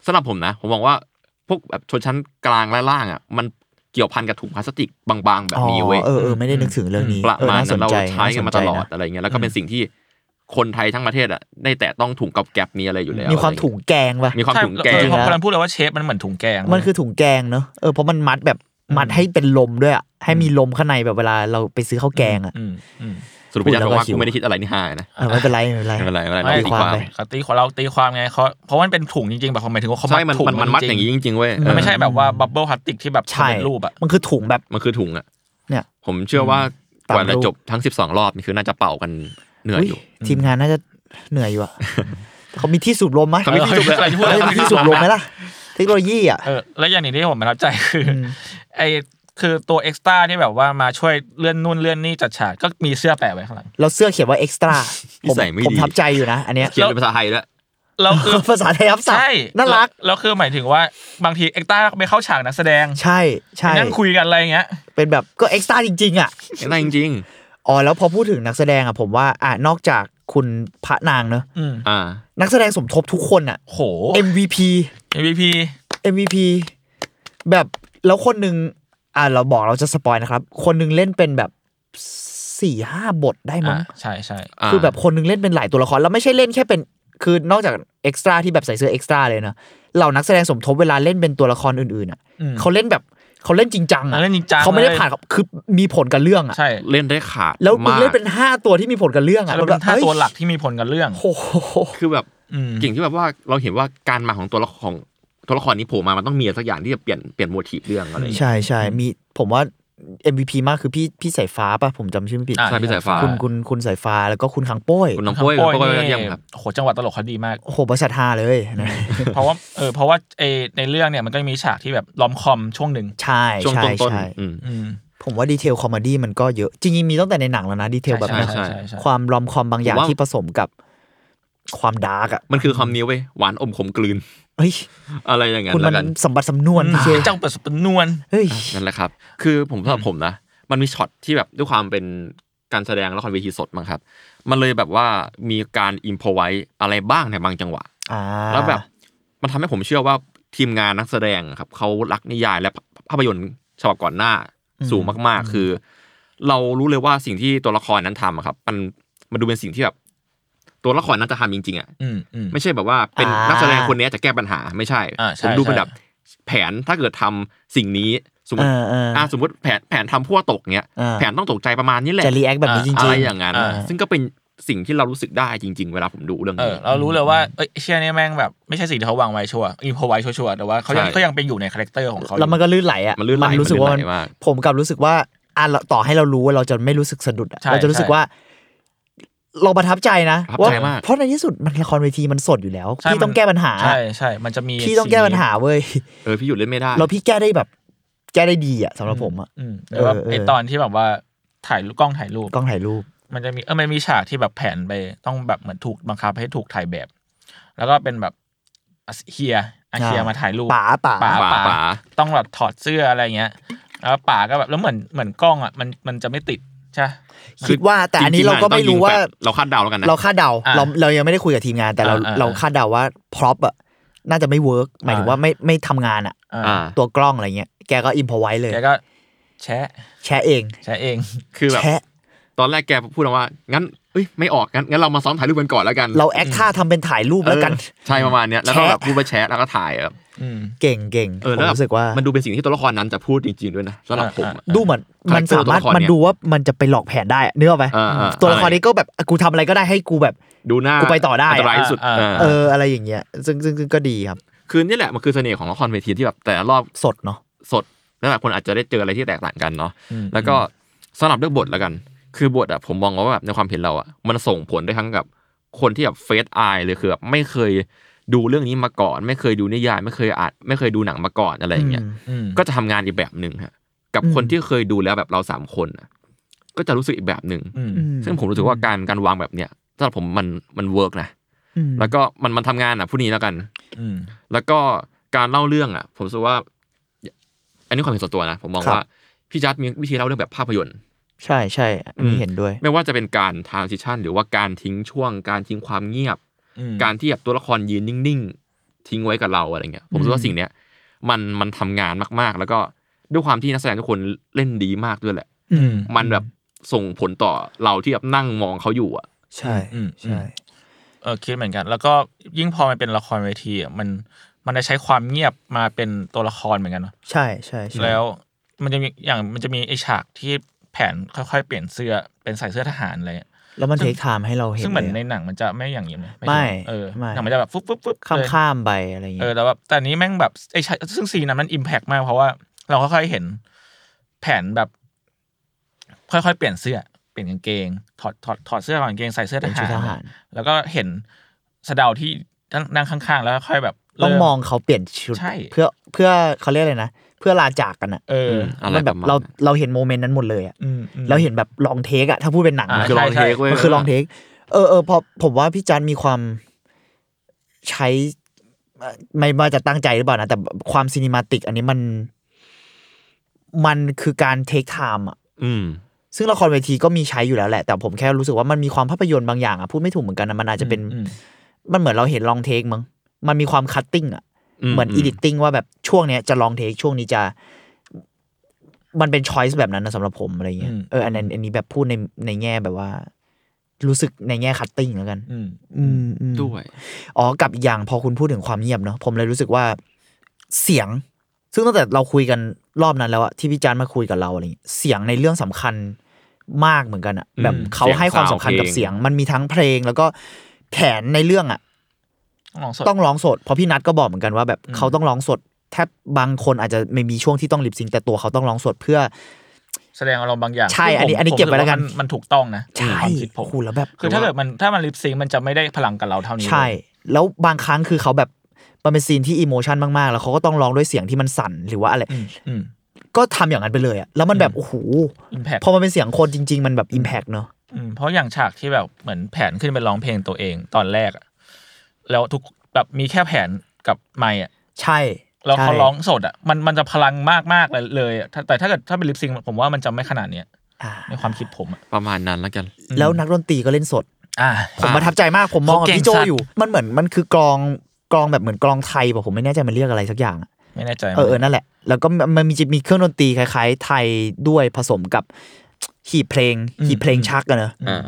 Speaker 3: สำหรับผมนะ ผมมองว่าพวกแบบชนชั้นกลางและล่างอ่ะ มันเกี่ยวพันกับถุงพลาสติกบางๆ แบบ
Speaker 4: อ๋อ
Speaker 3: นี้เว้ย
Speaker 4: เออเออไม่ได้นึกถึงเรื่องนี้
Speaker 3: ประ
Speaker 4: เออ
Speaker 3: มาณ
Speaker 4: น่าส
Speaker 3: นั้น นเรา
Speaker 4: ใจ
Speaker 3: ใช้กันมาตลอด
Speaker 4: น่สนใจนะ
Speaker 3: อะไรเงี้ยแล้วก็เป็นสิ่งที่คนไทยทั้งประเทศอ่ะได้แตะต้องถุงกับแก๊บนี้อะไรอยู่แล้ว
Speaker 4: มีความถุงแกงป่ะ
Speaker 3: มีความ
Speaker 2: ใช่
Speaker 3: ถุงแกง
Speaker 2: เออพอกำลังพูดเลยว่าเชฟมันเหมือนถุงแกง
Speaker 4: มันคือถุงแกงเนอะเออเพราะมันมัดแบบมัดให้เป็นลมด้วยอะให้มีลมข้างในแบบเวลาเราไปซื้อข้าวแกงอ่ะ
Speaker 2: อืมอืม
Speaker 3: สรุปพี่จะ
Speaker 4: พูดแล้ว
Speaker 3: บอกว่า
Speaker 4: ก็หิว
Speaker 3: กูไม่ได้คิดอะไรนี่ห่านะ
Speaker 4: เออไม่เป็นไรไม่เป็นไร
Speaker 3: ไม่เป็นไรไม่เป็นไร
Speaker 4: ตีความไป
Speaker 2: เขาตีความเราตีความไงเขาเพราะว่ามันเป็นถุงจริงๆแบบหมายถึงว่าเขา
Speaker 3: ใช่มัน
Speaker 2: ถุง
Speaker 3: มันมันมัด
Speaker 2: จริๆ
Speaker 3: อย่างนี้จริงๆเว้ยเอ
Speaker 2: มัน
Speaker 3: อ
Speaker 2: ไม่ใช่แบบว่าบับเบิลพลาสติกที่แบบ
Speaker 4: ใช่
Speaker 2: ทำเป็นรูปอะ
Speaker 4: มันคือถุงแบบ
Speaker 3: มันคือถุงอะ
Speaker 4: เนี่ย
Speaker 3: ผมเชื่อว่า
Speaker 4: ตาม
Speaker 3: กว่าจะ
Speaker 4: รูป
Speaker 3: จบทั้งสิบสองรอบนี่คือน่าจะเป่ากันเหนื่อย
Speaker 4: อุ๊ย
Speaker 3: อยู่
Speaker 4: ทีมงานน่าจะเหนื่อย อยู่อะ เขามีที่สูบลมไหม
Speaker 3: ทำให้ที่จบ
Speaker 2: เออ
Speaker 3: เล
Speaker 2: อะไร
Speaker 3: ย
Speaker 2: ที่พูดอะไร
Speaker 4: เขาได้มีที่สูบลมไหมล่ะ เทคโนโลยีอ่ะ
Speaker 2: เออแล้วอย่างหนี้ที่ผมประทับใจคืออ
Speaker 4: ม
Speaker 2: ไอคือตัวเอ็กซ์ตร้าที่แบบว่ามาช่วยเลื่อนนู่นเลื่อนนี่จัดฉากก็มีเสื้อแปะไว้ข้างหลัง
Speaker 4: เราเสื้อเขียนว่าเอ็กซ์ตร้า
Speaker 3: นิ
Speaker 4: ผม
Speaker 3: สัยไม่
Speaker 4: ผม
Speaker 3: ดี
Speaker 4: ทับใจอยู่นะ อันเนี้ย
Speaker 3: เขียนเป็นภาษาไทยด้วย
Speaker 2: แล้วคือ
Speaker 4: ภาษาไทยรับศัพท์
Speaker 2: ใช่
Speaker 4: น่ารัก
Speaker 2: แล้วแล้วคือหมายถึงว่าบางทีเอ็กซ์ตร้าไปเข้าฉากนักแสดง
Speaker 4: ใช่ใช่
Speaker 2: ไปนั่งคุยกันอะไรอย่างเงี้ย
Speaker 4: เป็นแบบก็เอ็กซ์ตร้าจริง ๆ อ่ะ
Speaker 3: อะไรจริง
Speaker 4: อ๋อ แล้วพอพูดถึงนักแสดงอ่ะผมว่าอ่ะนอกจากคุณพระนางเนอะ
Speaker 2: อืม
Speaker 3: ๆ อ่า
Speaker 4: นักแสดงสมทบทุกคนอ่ะ
Speaker 2: โห
Speaker 4: MVP
Speaker 2: MVP
Speaker 4: MVP แบบแล้วคนหนึ่งอ่ะเราบอกเราจะสปอยนะครับ คนหนึ่งเล่นเป็นแบบสี่ห้าบทได้มั้
Speaker 2: อ่ะ
Speaker 4: ง
Speaker 2: ใช่ใช่
Speaker 3: อ่า
Speaker 4: คือแบบคนหนึงเล่นเป็นหลายตัวละคร แล้วไม่ใช่เล่นแค่เป็น คือนอกจากเอ็กซ์ตร้าที่แบบใส่เสื้อเอ็กซ์ตร้าเลยนะเหล่านักแสดงสมทบเวลาเล่นเป็นตัวละครอื่นๆอ่ะเขาเล่นแบบเขาเล่นจริงจัง
Speaker 2: อ่ะ
Speaker 4: อ่ะ
Speaker 2: เล่นจริงจัง
Speaker 4: เขาไม่ได้
Speaker 2: ลย
Speaker 4: ผ่านกับคือมีผลกับเรื่องอ่ะ
Speaker 2: ใช่
Speaker 3: เล่นได้ขาด
Speaker 4: แล้วมึง
Speaker 3: มาก
Speaker 4: เล่นเป็นห้าตัวที่มีผลกับเรื่องอ่ะ
Speaker 2: แล้วเป็น
Speaker 4: บบ
Speaker 2: ถ้าตัวหลัก
Speaker 4: เ
Speaker 2: ที่มีผลกับเรื่อง
Speaker 4: ฮ้ยโอ้โห
Speaker 3: คือแบบ
Speaker 2: อืม
Speaker 3: เก่งที่แบบว่าเราเห็นว่าการมาของตัวละครของตัวละครนี้โผล่มามันต้องมีอะไรสักอย่างที่จะเปลี่ยนเปลี่ยนโมทีฟเรื่องอะไรอย่างเงี้ย
Speaker 4: ใช่ใช่มีผมว่า MVP มากคือพี่พี่สายฟ้าป่ะผมจำชื่อไม่ผิด
Speaker 2: อ่ะ
Speaker 3: ใช่พี่สายฟ้า
Speaker 4: คุณคุณคุณสายฟ้าแล้วก็คุณขังโป้ย
Speaker 3: คุณน้องโป้ยคุณน้องโป้ยยอดเยี่ยมครับ
Speaker 2: โอ้โหจังหวะตลกเขาดีมาก
Speaker 4: โอ้โหบริษัทฮาเลย นะ
Speaker 2: เพราะว่าเออเพราะว่าเอในเรื่องเนี่ยมันก็มีฉากที่แบบล้อมคอมช่วงหนึ่ง
Speaker 4: ใช่
Speaker 3: ช่วง
Speaker 4: ใช่
Speaker 3: ต้น
Speaker 4: ใช่
Speaker 3: ๆอืม
Speaker 2: อืม
Speaker 4: ผมว่าดีเทลคอมเมดี้มันก็เยอะ จริงๆมีตั้งแต่ในหนังแล้วนะดีเทลแบบนั้น
Speaker 3: ใช่ใช่
Speaker 4: ความรอมคอมบางอย่าง
Speaker 3: ผมว่า
Speaker 4: ที่ผสมกับความดาร์กอ่ะ
Speaker 3: มันคือคำนี้เว้ยหวานอมขมกลืน
Speaker 4: เฮ้ย
Speaker 3: อะไรอย่างนั้น
Speaker 4: คุณมั
Speaker 3: แล้วกัน
Speaker 4: นสมบัติสำนวนพี่เช
Speaker 2: เจ้าเปิดสปนนวล
Speaker 4: เฮ้ย
Speaker 3: นั่นแหละครับ คือผมสำหรับผมนะ มันมีช็อตที่แบบด้วยความเป็นการแสดงละครเวทีสดมั้งครับ มันเลยแบบว่ามีการอิมพอไว้อะไรบ้างในบางจังหวะ
Speaker 4: อ่า
Speaker 3: แล้วแบบมันทำให้ผมเชื่อว่าทีมงานนักแสดงอะครับเขารักนิยายและภาพยนตร์ฉบับก่อนหน้าสูงมากๆ คือ เรารู้เลยว่าสิ่งที่ตัวละครนั้นทำอะครับ มันมันดูเป็นสิ่งที่แบบตัวละครนั้นจะทำจริงๆอ่ะ
Speaker 2: อืมอืม
Speaker 3: ไม่ใช่แบบว่าเป็นนักแสดงคนนี้จะแก้ปัญหาไม่ใช่
Speaker 2: อ่าใช่
Speaker 3: ผมดูเป็นแบบ
Speaker 2: ใช่
Speaker 3: แผนถ้าเกิดทำสิ่งนี้สมม
Speaker 4: เอ
Speaker 3: ติ
Speaker 4: อเออ
Speaker 3: อ่าสมมติแผนแผนทำพั่วตกเนี้ย
Speaker 4: อ่า
Speaker 3: แผนต้องตกใจประมาณนี้แหละ
Speaker 4: จะรีแอคแบบนี้จ
Speaker 3: อะ
Speaker 4: ริ
Speaker 3: ไรง
Speaker 4: ๆ
Speaker 3: อย่างนั้น
Speaker 2: อ่า
Speaker 3: ซึ่งก็เป็นสิ่งที่เรารู้สึกได้จริง ๆ เวลาผมดูเรื่อง
Speaker 2: เอ
Speaker 3: นี้
Speaker 2: อเรารู้เลยว่าเอ้ยไอ้เชี่ยเนี่ยแม่งแบบไม่ใช่สิ่งที่เขาวางไว้ชัวร์อินพอไว้ชัวร์ๆแต่ว่าเขายัง
Speaker 3: ใช่
Speaker 2: เขายังเป็นอยู่ในคาแรคเตอร์ของเขาอยู่
Speaker 4: แล้วมันก็ลื่นไหลอ่ะ
Speaker 3: มันลื่นไหล
Speaker 4: รู้สึกว่า
Speaker 3: มันลื่นไหลมาก
Speaker 4: ผมกลับรู้สึกว่าอ่ะเราต่อให้เรารู้ว่าเราจะไม่รู้สึกสะดุดอะ
Speaker 2: ใช่
Speaker 4: เราจะรู้สึกว่า เราประทับใจนะ
Speaker 3: ประทับ
Speaker 4: ว่า
Speaker 3: ใจมาก
Speaker 4: เพราะในที่สุดมันละครเวทีมันสดอยู่แล้ว
Speaker 2: ใช่
Speaker 4: พี่
Speaker 2: มัน
Speaker 4: ต้องแก้ปัญหา
Speaker 2: ใช่ใช่มันจะมี
Speaker 4: พี่ต้องแก้ปัญหาเว้ย
Speaker 3: เออพี่หยุดเล่นไม่ได้
Speaker 4: แล้วพี่แก้ได้แบบ แก้ได้ดีอ่ะสำหรับผมอ่ะ
Speaker 2: อืมหรือว่า
Speaker 4: เออเออ
Speaker 2: ไอตอนที่แบบว่าถ่ายรูปกล้องถ่ายรูป
Speaker 4: กล้องถ่ายรูป
Speaker 2: มันจะมีเออมันมีฉากที่แบบแผนไปต้องแบบเหมือนถูกบังคับให้ถูกถ่ายแบบ แล้วก็เป็นแบบเฮียอาเฮีย
Speaker 4: อ่าม
Speaker 2: มาถ่ายรูป
Speaker 4: ป๋าป๋า
Speaker 2: ป๋า
Speaker 3: ป๋าป๋า
Speaker 2: ต้องแบบถอดเสื้ออะไรเงี้ย แล้วป๋าก็แบบแล้วเหมือนเหมือนกล้องอ่ะมันมันจะไม่ติดใช่
Speaker 4: คิดว่าแต่อันนี้เราก็ไม่รู้ว่า
Speaker 3: จงๆมันต้องยิงแฟลชเราคาดเดาแล้วกันนะ
Speaker 4: เราคาดเดา
Speaker 2: อ่ะ
Speaker 4: เราเรายังไม่ได้คุยกับทีมงาน แต่เรา
Speaker 2: อ่ะอ่ะ
Speaker 4: เราคาดเดาว่าพร็อพอ่ะน่าจะไม่เวิร์กหมายถึง
Speaker 2: อ่ะ
Speaker 4: ว่าไม่ไม่ทำงานอ่ะ
Speaker 2: อ่า
Speaker 3: อ่า
Speaker 4: ตัวกล้องอะไรเงี้ยแกก็อิมพอไว้เลย
Speaker 2: แกก็แชะ
Speaker 4: แชร์เอง
Speaker 2: แชะเอง
Speaker 3: คือแบบ
Speaker 4: แชะ
Speaker 3: ตอนแรกแกพูดมาว่า งั้นเอ้ยไม่ออกงั้นงั้นเรามาซ้อมถ่ายรูปกันก่อนแล้วกัน
Speaker 4: เราแอคท่าทำเป็นถ่ายรูปแล้วกัน
Speaker 3: เออใช่ประมาณเนี้ยแล้วก็
Speaker 4: แชะ
Speaker 3: แบบพูดไปแชทแล้วก็ถ่ายแบบ
Speaker 2: อืม
Speaker 4: เก่งเก่ง
Speaker 3: เออ
Speaker 4: ผ
Speaker 3: แล้
Speaker 4: ม
Speaker 3: ว
Speaker 4: รู้สึกว่า
Speaker 3: มันดูเป็นสิ่งที่ตัวละครนั้นจะพูดจริงๆด้วยนะสำหรับผมอะ
Speaker 4: ดูเหมือน
Speaker 3: คาแรคเตอร์
Speaker 4: มันสา
Speaker 3: ตั
Speaker 4: มารถ
Speaker 3: วละครเนี่ย
Speaker 4: มันดูว่ามันจะไปหลอกแผนได้อะนึกออกไหม
Speaker 3: อ่าอ่า
Speaker 4: ตัวละครนี้ก็แบบอ่ะกูทำอะไรก็ได้ให้กูแบบ
Speaker 3: ดูหน้า
Speaker 4: กูไปต่อได้อะ
Speaker 3: นตรายที่สุด
Speaker 2: อ่า
Speaker 3: เอ
Speaker 4: เอ
Speaker 3: อ
Speaker 4: ออะไรอย่างเงี้ยซึ่งซึ่งซึ่งก็ดีครับ
Speaker 3: คือนี่แหละมันคือเสน่ห์ของละครเวทีที่แบบแต่ละรอบ
Speaker 4: สดเนาะ
Speaker 3: สดแล้วหลายคนอาจจะได้เจออะไรที่แตกต่างกันเนาะ
Speaker 2: อืม
Speaker 3: แล้วก็สำหรับเรื่องบทแล้วกัน คือบทอะผมมองว่าแบบในความเห็นเราอะมันส่งผลได้ทั้งกับคนที่แบบเฟซอายเลยคือแบบไม่เคยดูเรื่องนี้มาก่อน ไม่เคยดูนิยาย ไม่เคยอ่านไม่เคยดูหนังมาก่อนอะไรอย่างเงี้ย
Speaker 4: อืม
Speaker 2: อืม
Speaker 3: ก็จะทำงานอีกแบบหนึ่งฮะกับ
Speaker 4: อืม
Speaker 3: คนที่เคยดูแล้วแบบเราสามคนน่ะก็จะรู้สึกอีกแบบหนึ่ง
Speaker 2: อืม
Speaker 4: อื
Speaker 3: ซึ่งผมรู้สึกว่าการการวางแบบเนี้ยสำหรับผมมันมันเวิร์กนะ
Speaker 4: อืม
Speaker 3: แล้วก็มันมันทำงานอ่ะผู้นี้แล้วกัน
Speaker 2: อืม
Speaker 3: แล้วก็การเล่าเรื่องอ่ะ ผมรู้สึกว่า อันนี้ความเห็นส่วนตัวนะผมมองว่าพี่จัดมีวิธีเล่าเรื่องแบบภาพยนตร์
Speaker 4: ใช่ใช่อัน
Speaker 3: อื
Speaker 4: นี้
Speaker 3: ม
Speaker 4: เห็นด้วย
Speaker 3: ไม่ว่าจะเป็นการทางซิชันหรือว่าการทิ้งช่วง การทิ้งความเงียบ
Speaker 2: อืม
Speaker 3: การที่แบบตัวละครยืนนิ่งๆ ทิ้งไว้กับเราอะไรเงี้ย ผมรู้สึกว่าสิ่งเนี้ยมันมันทำงานมากๆ แล้วก็ด้วยความที่นักแสดงทุกคนเล่นดีมากด้วยแหละ
Speaker 2: อืม
Speaker 3: มันแบบส่งผลต่อเราที่แบบนั่งมองเขาอยู่อ่ะ
Speaker 4: ใช่
Speaker 2: อืม
Speaker 4: ใช่
Speaker 2: เออคิดเหมือนกัน แล้วก็ยิ่งพอมันเป็นละครเวทีอ่ะมันมันได้ใช้ความเงียบมาเป็นตัวละครเหมือนกันเนอะ
Speaker 4: ใช่ใช่ใช่
Speaker 2: แล้วมันจะมีอย่างมันจะมีไอฉากที่แผนค่อยๆ เปลี่ยนเสื้อเป็นใส่เสื้อทหารอะไรเงี้ย
Speaker 4: แล้วมันเทคไทม์ให้เราเห็น
Speaker 2: ซึ่งเหมือนใน
Speaker 4: เลยอะ
Speaker 2: หนังมันจะไม่อย่างนี้นะ
Speaker 4: ไม่
Speaker 2: เออ
Speaker 4: ไม่
Speaker 2: หนังมันจะแบบฟึ๊บฟึ๊บฟึ๊บ
Speaker 4: ข้าม
Speaker 2: เลย
Speaker 4: ข้ามไปอะไร
Speaker 2: เอ
Speaker 4: เงี้
Speaker 2: อย แต่แบบแต่อันนี้แม่งแบบไอฉากซึ่งซีนนั้นมันอิมแพกมากเพราะว่าเราค่อยๆเห็นแผนแบบ ค่อยๆเปลี่ยนเสื้อเปลี่ยนกางเกงถอดถอดถอดเสื้อถอดกางเกงใส่เสื้อท
Speaker 4: เป็น
Speaker 2: หา
Speaker 4: ชุด
Speaker 2: ร
Speaker 4: ทหาร
Speaker 2: แล้วก็เห็นสะเดาที่นั่งข้างๆ แล้วค่อยแบบเริ่
Speaker 4: ต้องมองเขาเปลี่ยนชุด
Speaker 2: ใช่
Speaker 4: เพื่อเพื่อเขาเรียกอะไรนะ เพื่อลาจากกันอ่ะ
Speaker 2: เออ
Speaker 3: อะไร
Speaker 4: มันแบ
Speaker 3: ป
Speaker 4: บ
Speaker 3: ระมาณ
Speaker 4: เรา
Speaker 3: นั้น
Speaker 4: เราเห็นโมเมนต์นั้นหมดเลยอ่ะ
Speaker 2: อืมอืม
Speaker 4: เราเห็นแบบลองเทคอ่ะถ้าพูดเป็นหนัง
Speaker 2: อ่า
Speaker 3: มั
Speaker 4: มัน
Speaker 3: คือ
Speaker 4: น
Speaker 3: ล
Speaker 2: ใช่
Speaker 3: องเทคเว้ย
Speaker 4: มันคือลองเทคเออเออพอผมว่าพี่จันมีความใช้เอ่อไม่ว่าจะตั้งใจหรือเปล่านะ แต่ความซีนิมาติก อันนี้มัน มันคือการเทคไทม์อ่ะ
Speaker 3: อืม
Speaker 4: ซึ่งละครเวทีก็มีใช้อยู่แล้วแหละ แต่ผมแค่รู้สึกว่ามันมีความภาพยนตร์บางอย่างอ่ะพูดไม่ถูกเหมือนกันนะมันอาจจะเป็น
Speaker 2: อืม
Speaker 4: มันเหมือนเราเห็นลองเทคมั้ง มันมีความคัตติ้งอ่ะ
Speaker 3: อืม
Speaker 4: เหมือน
Speaker 3: อืม
Speaker 4: อีดิตติ้งว่าแบบช่วงเนี้ยจะลองเทคช่วงนี้จะ มันเป็นช้อยส์แบบนั้นนะสำหรับผมอะไรเงี้ย
Speaker 2: อืม
Speaker 4: เอออันนั้นอันนี้แบบพูดในในแง่แบบว่า รู้สึกในแง่คัตติ้งแล้วกัน
Speaker 2: อืม
Speaker 4: อืมอืม
Speaker 3: ด้วย
Speaker 4: อ๋อกับอีกอย่างพอคุณพูดถึงความเงียบเนาะผมเลยรู้สึกว่าเสียง ซึ่งตั้งแต่เราคุยกันรอบนั้นแล้วอะที่พี่จานมาคุยกับเราอะไรเงี้ยเสียงในเรื่องสำคัญมากเหมือนกันอะแบบเขาให้ความสำคัญกับเสียง มันมีทั้งเพลงแล้วก็แผนในเรื่องอะ
Speaker 2: ต้องลองสด
Speaker 4: ต้องร้องสดเพราะพี่นัทก็บอกเหมือนกันว่าแบบเขาต้องร้องสดแทบบางคนอาจจะไม่มีช่วงที่ต้องลิปซิงค์แต่ตัวเขาต้องร้องสดเพื่อ
Speaker 2: แสดงอารมณ์บางอย่าง
Speaker 4: ใช่
Speaker 2: ซึ่ง
Speaker 4: อันนี้
Speaker 2: ผม
Speaker 4: อันนี้
Speaker 2: ผม
Speaker 4: เก็บไว้
Speaker 2: รู้
Speaker 4: แล้วกัน
Speaker 2: มันมันถูกต้องนะ
Speaker 4: ใช่
Speaker 2: ความคิดผม
Speaker 4: คุณแล้วแบบ
Speaker 2: คือถ้าเกิดมันถ้ามันลิปซิงมันจะไม่ได้พลังกับเราเท่านี้
Speaker 4: ใช่ แล้วบางครั้งคือเขาแบบมันเป็นซีนที่อิโมชันมากๆ แล้วเขาก็ต้องร้องด้วยเสียงที่มันสั่นหรือว่าอะไร
Speaker 2: อืมอืม
Speaker 4: ก็ทำอย่างนั้นไปเลยอะแล้วมันแบบโอ้โห
Speaker 2: impact
Speaker 4: พอมันเป็นเสียงคนจริง ๆ มันแบบอิมแพกเนอะ
Speaker 2: อืมเพราะอย่างฉากที่แบบเหมือนแผนขึ้นไปร้องเพลงตัวเองตอนแรกอะแล้วทุกแบบมีแค่แผนกับไม่อะ
Speaker 4: ใช่
Speaker 2: แล้วเขา
Speaker 4: ใช่
Speaker 2: ร้องสดอะมันมันจะพลังมากมากเลยเลยอะถ้าแต่ถ้าเกิดถ้าเป็นลิปซิงผมว่ามันจะไม่ขนาดเนี้ย
Speaker 4: อ่า
Speaker 2: ในความคิดผมอะ
Speaker 3: ประมาณนั้นแล้วกัน
Speaker 4: แล้วนักดนตรีก็เล่นสด
Speaker 2: อ่า
Speaker 4: ผมประทับใจมากผมมองกับ
Speaker 2: เขาเก่ง
Speaker 4: พี่โจ
Speaker 2: สัตว์
Speaker 4: อยู่ มันเหมือนมันคือกลองกลองแบบเหมือนกลองไทยป่ะผมไม่แน่ใจมันเรียกอะไรสักอย่างอะ
Speaker 2: ไม่แน่ใจ
Speaker 4: เออเออนั่นแหละ แล้วก็มันมีจะมีเครื่องดนตรีคล้ายๆ ไทยด้วยผสมกับหีบเพลงหีบเพลงชักอะเนอะ
Speaker 3: อ่า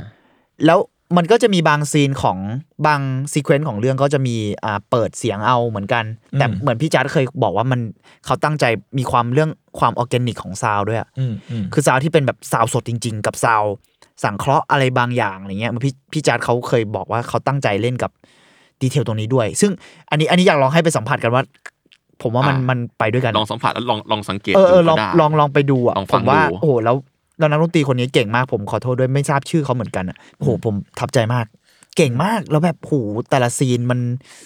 Speaker 4: แล้วมันก็จะมีบางซีนของบางซีเควนซ์ของเรื่องก็จะมีอ่าเปิดเสียงเอาเหมือนกัน แต่เหมือนพี่จัดเคยบอกว่ามันเขาตั้งใจมีความเรื่องความออร์แกนิกของซาวด์ด้วยอะ
Speaker 2: อืมอืม
Speaker 4: คือซาวด์ที่เป็นแบบซาวด์สดจริง ๆ กับซาวด์สังเคราะห์อะไรบางอย่างอะไรเงี้ยเหมันพี่พี่จัดเขาเคยบอกว่าเขาตั้งใจเล่นกับดีเทลตรงนี้ด้วย ซึ่งอันนี้อันนี้อยากลองให้ไปสัมผัสกันว่า ผมว่ามัน
Speaker 3: อ่ามั
Speaker 4: มันไปด้วยกัน
Speaker 3: ลองสัมผัสแล้วลองลองสังเกต
Speaker 4: เออเออล
Speaker 3: ดู
Speaker 4: อง
Speaker 3: ก็ได้
Speaker 4: ลองลองไปดูอ่ะ
Speaker 3: ลอง
Speaker 4: ผ
Speaker 3: ฟั
Speaker 4: ม
Speaker 3: ง
Speaker 4: ว่า
Speaker 3: ดู
Speaker 4: โอ้โหแล้วแล้วนักดนตรีคนนี้เก่งมาก ผมขอโทษด้วยไม่ทราบชื่อเขาเหมือนกันอ่ะโอ้โหผมทับใจมาก เก่งมากแล้วแบบโอ้โหแต่ละซีนมัน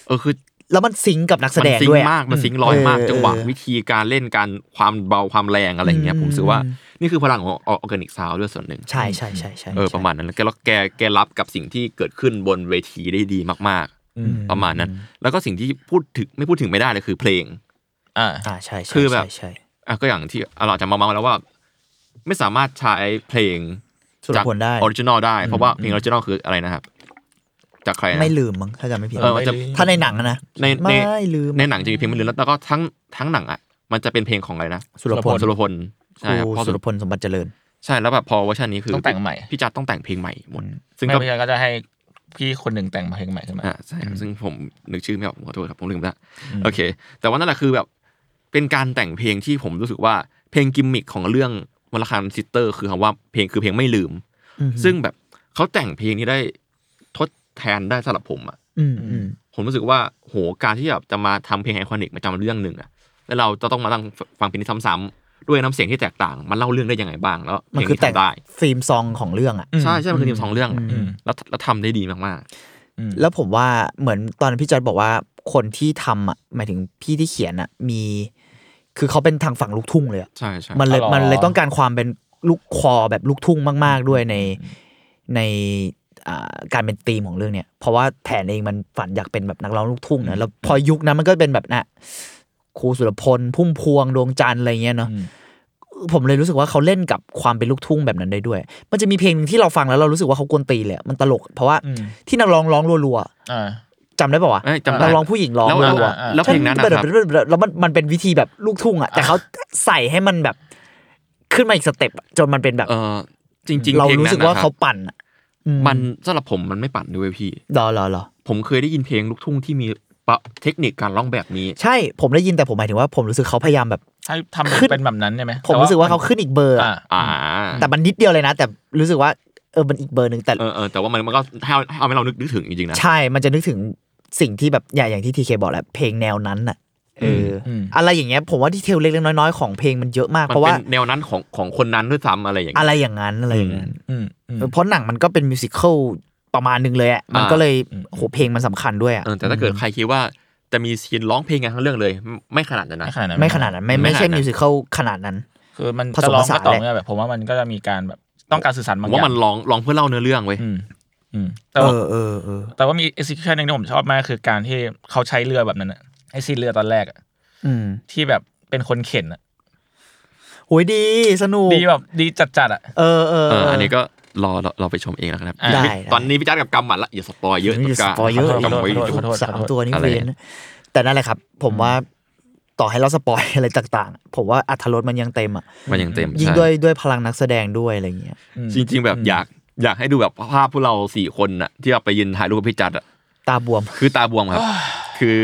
Speaker 3: เออคือ
Speaker 4: แล้วมันซิงก์กับนักแส
Speaker 3: มัน
Speaker 4: ดง
Speaker 3: ซิง
Speaker 4: ด้วย
Speaker 3: ค์
Speaker 4: อะ
Speaker 3: มากมันซิงค์ร้อยมาก
Speaker 4: เออ
Speaker 3: จังหวะ
Speaker 4: เออ
Speaker 3: วิธีการเล่นการความเบาความแรงอะไรอย่างเงี้ย
Speaker 4: อืม
Speaker 3: ผมรู้สึกว่านี่คือพลังของออร์แกนิกซาวด้วยส่วนหนึ่ง
Speaker 4: ใช่ใช่ใช่ใช่
Speaker 3: เออประมาณนั้นแล้วแกแล้วแกแกรับกับสิ่งที่เกิดขึ้นบนเวทีได้ดีมาก
Speaker 2: อืม
Speaker 3: ๆ ประมาณนั้น แล้วก็สิ่งที่พูดถึงไม่พูดถึงไม่ได้เลยคือเพลง
Speaker 2: อ่า
Speaker 4: อ่าใช่ใช่
Speaker 3: คือแบบ
Speaker 4: ใช่ใช่
Speaker 3: อ่ะก็อย่างที่เราอาจจะมาเมาแล้วว่า ไม่สามารถใช้เพลง
Speaker 4: สุร
Speaker 3: จาก
Speaker 4: พลได้
Speaker 3: ออริจินอลได้ เพราะว่าเพลงออริจินอลคืออะไรนะครับ จากใครนะ
Speaker 4: ไม่ลืมมั้งถ้าจำไม่ผิด
Speaker 3: เออมันจะ
Speaker 4: ถ้าในหนังอะนะ
Speaker 3: ในใน
Speaker 4: ไม่ลืม
Speaker 3: ในหนังจะมีเพลงไม่ลืมแล้วก็ทั้งทั้งหนังอ่ะมันจะเป็นเพลงของอะไรนะ
Speaker 4: สุรพ
Speaker 2: ค
Speaker 4: ล
Speaker 3: สุรพลใช่ครับ
Speaker 4: ครู
Speaker 3: พอ
Speaker 4: สุ
Speaker 3: สุ
Speaker 4: ร
Speaker 3: ร
Speaker 4: พลสมบัติเจริญ
Speaker 3: ใช่แล้วแบบพอเวอร์ชันนี้คือ
Speaker 2: ต้องแต่งใหม่
Speaker 3: พี่จัดต้องแต่งเพลงใหม่หมดซึ่ง
Speaker 2: ไม่
Speaker 3: ก็
Speaker 2: เป็นไรก็จะให้พี่คนหนึ่งแต่งเพลงใหม่ขึ้นมา
Speaker 3: อ่าใช่ครับซึ่งผมนึกชื่อไม่ออกขอโทษครับผมลืมไปละโอเค แต่ว่านั่นแหละคือแบบเป็นการแต่งเพลงที่ผมรู้สึกว่าเพลงกิมมิคของเรื่องวรคันซิสเตอร์ คือคำว่าเพลงคือเพลงไม่ลืม ซึ่งแบบเขาแต่งเพลงนี้ได้ทดแทนได้สำหรับผมอ่ะ
Speaker 4: อืมอืม
Speaker 3: ผมรู้สึกว่าโหการที่แบบจะมาทำเพลงไอคอนิกมาจำเรื่องหนึ่งอะแล้วเราจะต้องมาตั้งฟังเพลงนี้ซ้ำๆด้วยน้ำเสียงที่แตกต่างมันเล่าเรื่องได้ยังไงบ้างแล้วเพ
Speaker 4: มัน
Speaker 3: ลง
Speaker 4: คือ
Speaker 3: นี้
Speaker 4: แต่ง
Speaker 3: ทำได้
Speaker 4: ฟิล์มซองของเรื่องอ่ะ
Speaker 3: ใช่ใช่มันคือทีมสองเรื่องอะ
Speaker 2: อืม
Speaker 3: แล้วแล้วทำได้ดีมาก
Speaker 4: แล้วผมว่าเหมือนตอนนนพี่จอร์ดบอกว่าคนที่ทำอ่ะหมายถึงพี่ที่เขียนอ่ะมี คือเขาเป็นทางฝั่งลูกทุ่งเลยอะ
Speaker 3: ๆ ใช่ใช่
Speaker 4: มันเลย
Speaker 2: อ๋อ
Speaker 4: มันเลยต้องการความเป็นลูกคอแบบลูกทุ่งมาก ๆ ด้วยในในอ่าการเป็นธีมของเรื่องเนี่ยเพราะว่าแผนเองมันฝันอยากเป็นแบบนักร้องลูกทุ่งนะแล้วพอยุคนั้นมันก็เป็นแบบน่ะครูสุรพล พุ่มพวงดวงจันทร์อะไรเงี้ยเนาะผมเลยรู้สึกว่าเขาเล่นกับความเป็นลูกทุ่งแบบนั้นได้ด้วย มันจะมีเพลงหนึ่งที่เราฟังแล้วเรารู้สึกว่าเขากวนตีนเลยอะมันตลก เพราะว่าที่นักร้องร้องรัวๆอะ
Speaker 2: อ่า
Speaker 4: จำได้ป่าวะ
Speaker 3: เอ้ยจำ
Speaker 4: นั
Speaker 3: ได้
Speaker 4: กร้องผู้หญิงร้อง
Speaker 3: แล้ว
Speaker 4: รัว
Speaker 2: อ่า
Speaker 4: ๆ
Speaker 3: แล้วเพลงนั้นนะครับ
Speaker 4: ใช่แล้วมันมันเป็นวิธีแบบลูกทุ่งอ่ะแต่เขาใส่ให้มันแบบขึ้นมาอีกสเต็ปอะจนมันเป็นแบบ
Speaker 3: เออจริงๆ
Speaker 4: เรา
Speaker 3: พลง
Speaker 4: รู้
Speaker 3: นั้น
Speaker 4: สึกว่า
Speaker 3: นะครับ
Speaker 4: เขาปั่นอะ
Speaker 3: มันสำหรับผมมันไม่ปั่นด้วยเวยพี่
Speaker 4: รอรอรอ
Speaker 3: ผมเคยได้ยินเพลงลูกทุ่งที่มีปะเทคนิคการร้องแบบนี้
Speaker 4: ใช่ผมได้ยินแต่ผมหมายถึงว่า ผมรู้สึกเขาพยายามแบบ
Speaker 2: ให้ทำเป็น
Speaker 4: ขึ้น
Speaker 2: เป็นแบบนั้นใช่ไหม
Speaker 4: ผมรู้สึกว่าเขาขึ้นอีกเบอร์อะ
Speaker 2: อ่า
Speaker 3: อ่า
Speaker 4: แต่มันนิดเดียวเลยนะ แต่รู้สึกว่าเออมันอีกเบอร์หนึ่งแต่
Speaker 3: เออเออแต่ว่ามันมันก็ให้เอาให้เอาให้เรานึกนึกถึงจริงๆนะ
Speaker 4: ใช่มันจะนึกถึงสิ่งที่แบบอย่างอย่างที่ทีเคบอกแหละเพลงแนวนั้นอ่ะเอออ
Speaker 2: ม
Speaker 4: อะไรอย่างเงี้ยผมว่าดีเทลเล็กๆน้อยๆของเพลงมันเยอะมาก
Speaker 3: มัน
Speaker 4: เพราะ
Speaker 3: เป็
Speaker 4: ว่าน
Speaker 3: แนวนั้นของของคนนั้นด้วยซ้ำอะไรอย่างเงี้ย
Speaker 4: อะไรอย่างนั้นอะไรอย่างนั้น
Speaker 2: อืมอืม
Speaker 4: เออเพราะหนังมันก็เป็นมิวสิควลประมาณหนึ่งเลยอ่ะ มันก็เลยโหเพลงมันสำคัญด้วยอ่ะ
Speaker 3: เออแต่ถ้าเกิดใครคิดว่าจะมีซีนร้องเพลงกันทั้งเรื่องเลย ไม่ไม่ขนาดนั้นนะ
Speaker 2: ไม่ขนาดนั้น
Speaker 4: ไม่ขนาดนั้น ไม่
Speaker 3: ไม่
Speaker 4: ไม่ใช่
Speaker 3: ขนาดนั้น
Speaker 4: มิวสิควลขนาดนั้น
Speaker 2: คือมัน
Speaker 4: ผส
Speaker 2: จะ
Speaker 4: ม
Speaker 2: ร้อง
Speaker 4: ผสาน
Speaker 2: ก็ต่อ
Speaker 4: แหละ
Speaker 2: เมื่อแบบผมว่ามันก็จะมีการแบบต้องการสื่อสาร
Speaker 3: ผ
Speaker 2: บาง
Speaker 3: ม
Speaker 2: อ
Speaker 3: ว่า
Speaker 2: ย่าง
Speaker 3: มันร้องร้องเพื่อเล่าเนื้อเรื่องเว้ย
Speaker 2: อืมอืมแต่
Speaker 4: เอ
Speaker 2: ว่า
Speaker 4: อเออเออ
Speaker 2: แต่ว่ามี execution หนึ่งที่ผมชอบมากคือการที่เขาใช้เรือแบบนั้นอะไอซีนเรือตอนแรกอะ
Speaker 4: อืม
Speaker 2: ที่แบบเป็นคนเข็นอะ
Speaker 4: โหยดีสนุก
Speaker 2: ดีแบบดีจัดจัดๆอะ
Speaker 4: เออเออ
Speaker 3: เอ
Speaker 4: เอ
Speaker 3: อ
Speaker 4: ออั
Speaker 3: อันนี้ก็รอรอเราไปชมเองแล้วกันครับ
Speaker 4: ได้
Speaker 3: ตอนนี้พี่จัดกับกำหมัดละอย่าสปอยเยอะ
Speaker 4: มีสปอยเยอะ
Speaker 2: ขอโทษ
Speaker 3: กำไว้
Speaker 2: ขอโทษ
Speaker 4: สามตัวนี้
Speaker 3: อะไร
Speaker 4: เวนแต่นั่นแหละครับ ผมว่าต่อให้เราสปอย อะไรต่างๆ ผมว่าอัธรสมันยังเต็มอ่ะ
Speaker 3: มันยังเต็ม
Speaker 4: ยิ่ง
Speaker 3: ใช่
Speaker 4: ด้วยด้วยพลังนักแสดงด้วยอะไรเงี้ย
Speaker 3: จริง ๆ แบบอยากอยากให้ดูแบบภาพพวกเราสี่คนน่ะที่เราไปยืนถ่ายรูปกับพี่จัดอะ
Speaker 4: ตาบวม
Speaker 3: คือตาบวมครับ คือ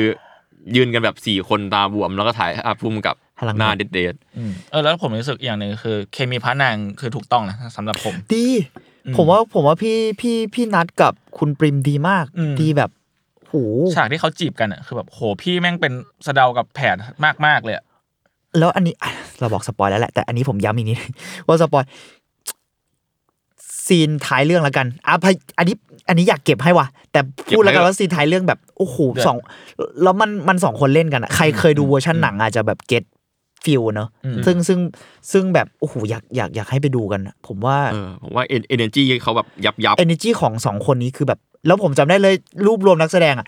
Speaker 3: ยืนกันแบบสี่คนตาบวมแล้วก็ถ่ายอาพุ่มกับหน้าเด็ด
Speaker 2: อืมเออแล้วผมรู้สึกอย่างหนึ่งคือ เคมีพระนางคือถูกต้องนะสำหรับผม
Speaker 4: ดี ผมว่าผมว่าพี่พี่พี่นัดกับคุณปริมดีมาก
Speaker 2: อืม
Speaker 4: ดีแบบโห
Speaker 2: ฉากที่เขาจีบกันอะคือแบบโหพี่แม่งเป็นสะเดากับแผนมากๆเลยอะ
Speaker 4: แล้วอันนี้อ่ะ เราบอกสปอยแล้วแหละแต่อันนี้ผมย้ำอีกนิด ว่าสปอยซีนท้ายเรื่องแล้วกันอ่ะพะอันนี้อันนี้อยากเก็บให้ว่ะแต่พูดแล้วกันว่าซีนท้ายเรื่องแบบโอ้โห
Speaker 2: เดือด
Speaker 4: สองแล้วมันมันสองคนเล่นกันอะใครเคยดูเวอร์ชันหนังอาจจะแบบเก็ตฟิลเนอะซึ่งซึ่งซึ่งแบบโอ้โหอยากอยากอยากให้ไปดูกันอะผมว่า
Speaker 3: เออผมว่าเอเนจีเขาแบบยับยับ
Speaker 4: energy ของสองคนนี้คือแบบ แล้วผมจำได้เลยรูปรวมนักแสดงอะ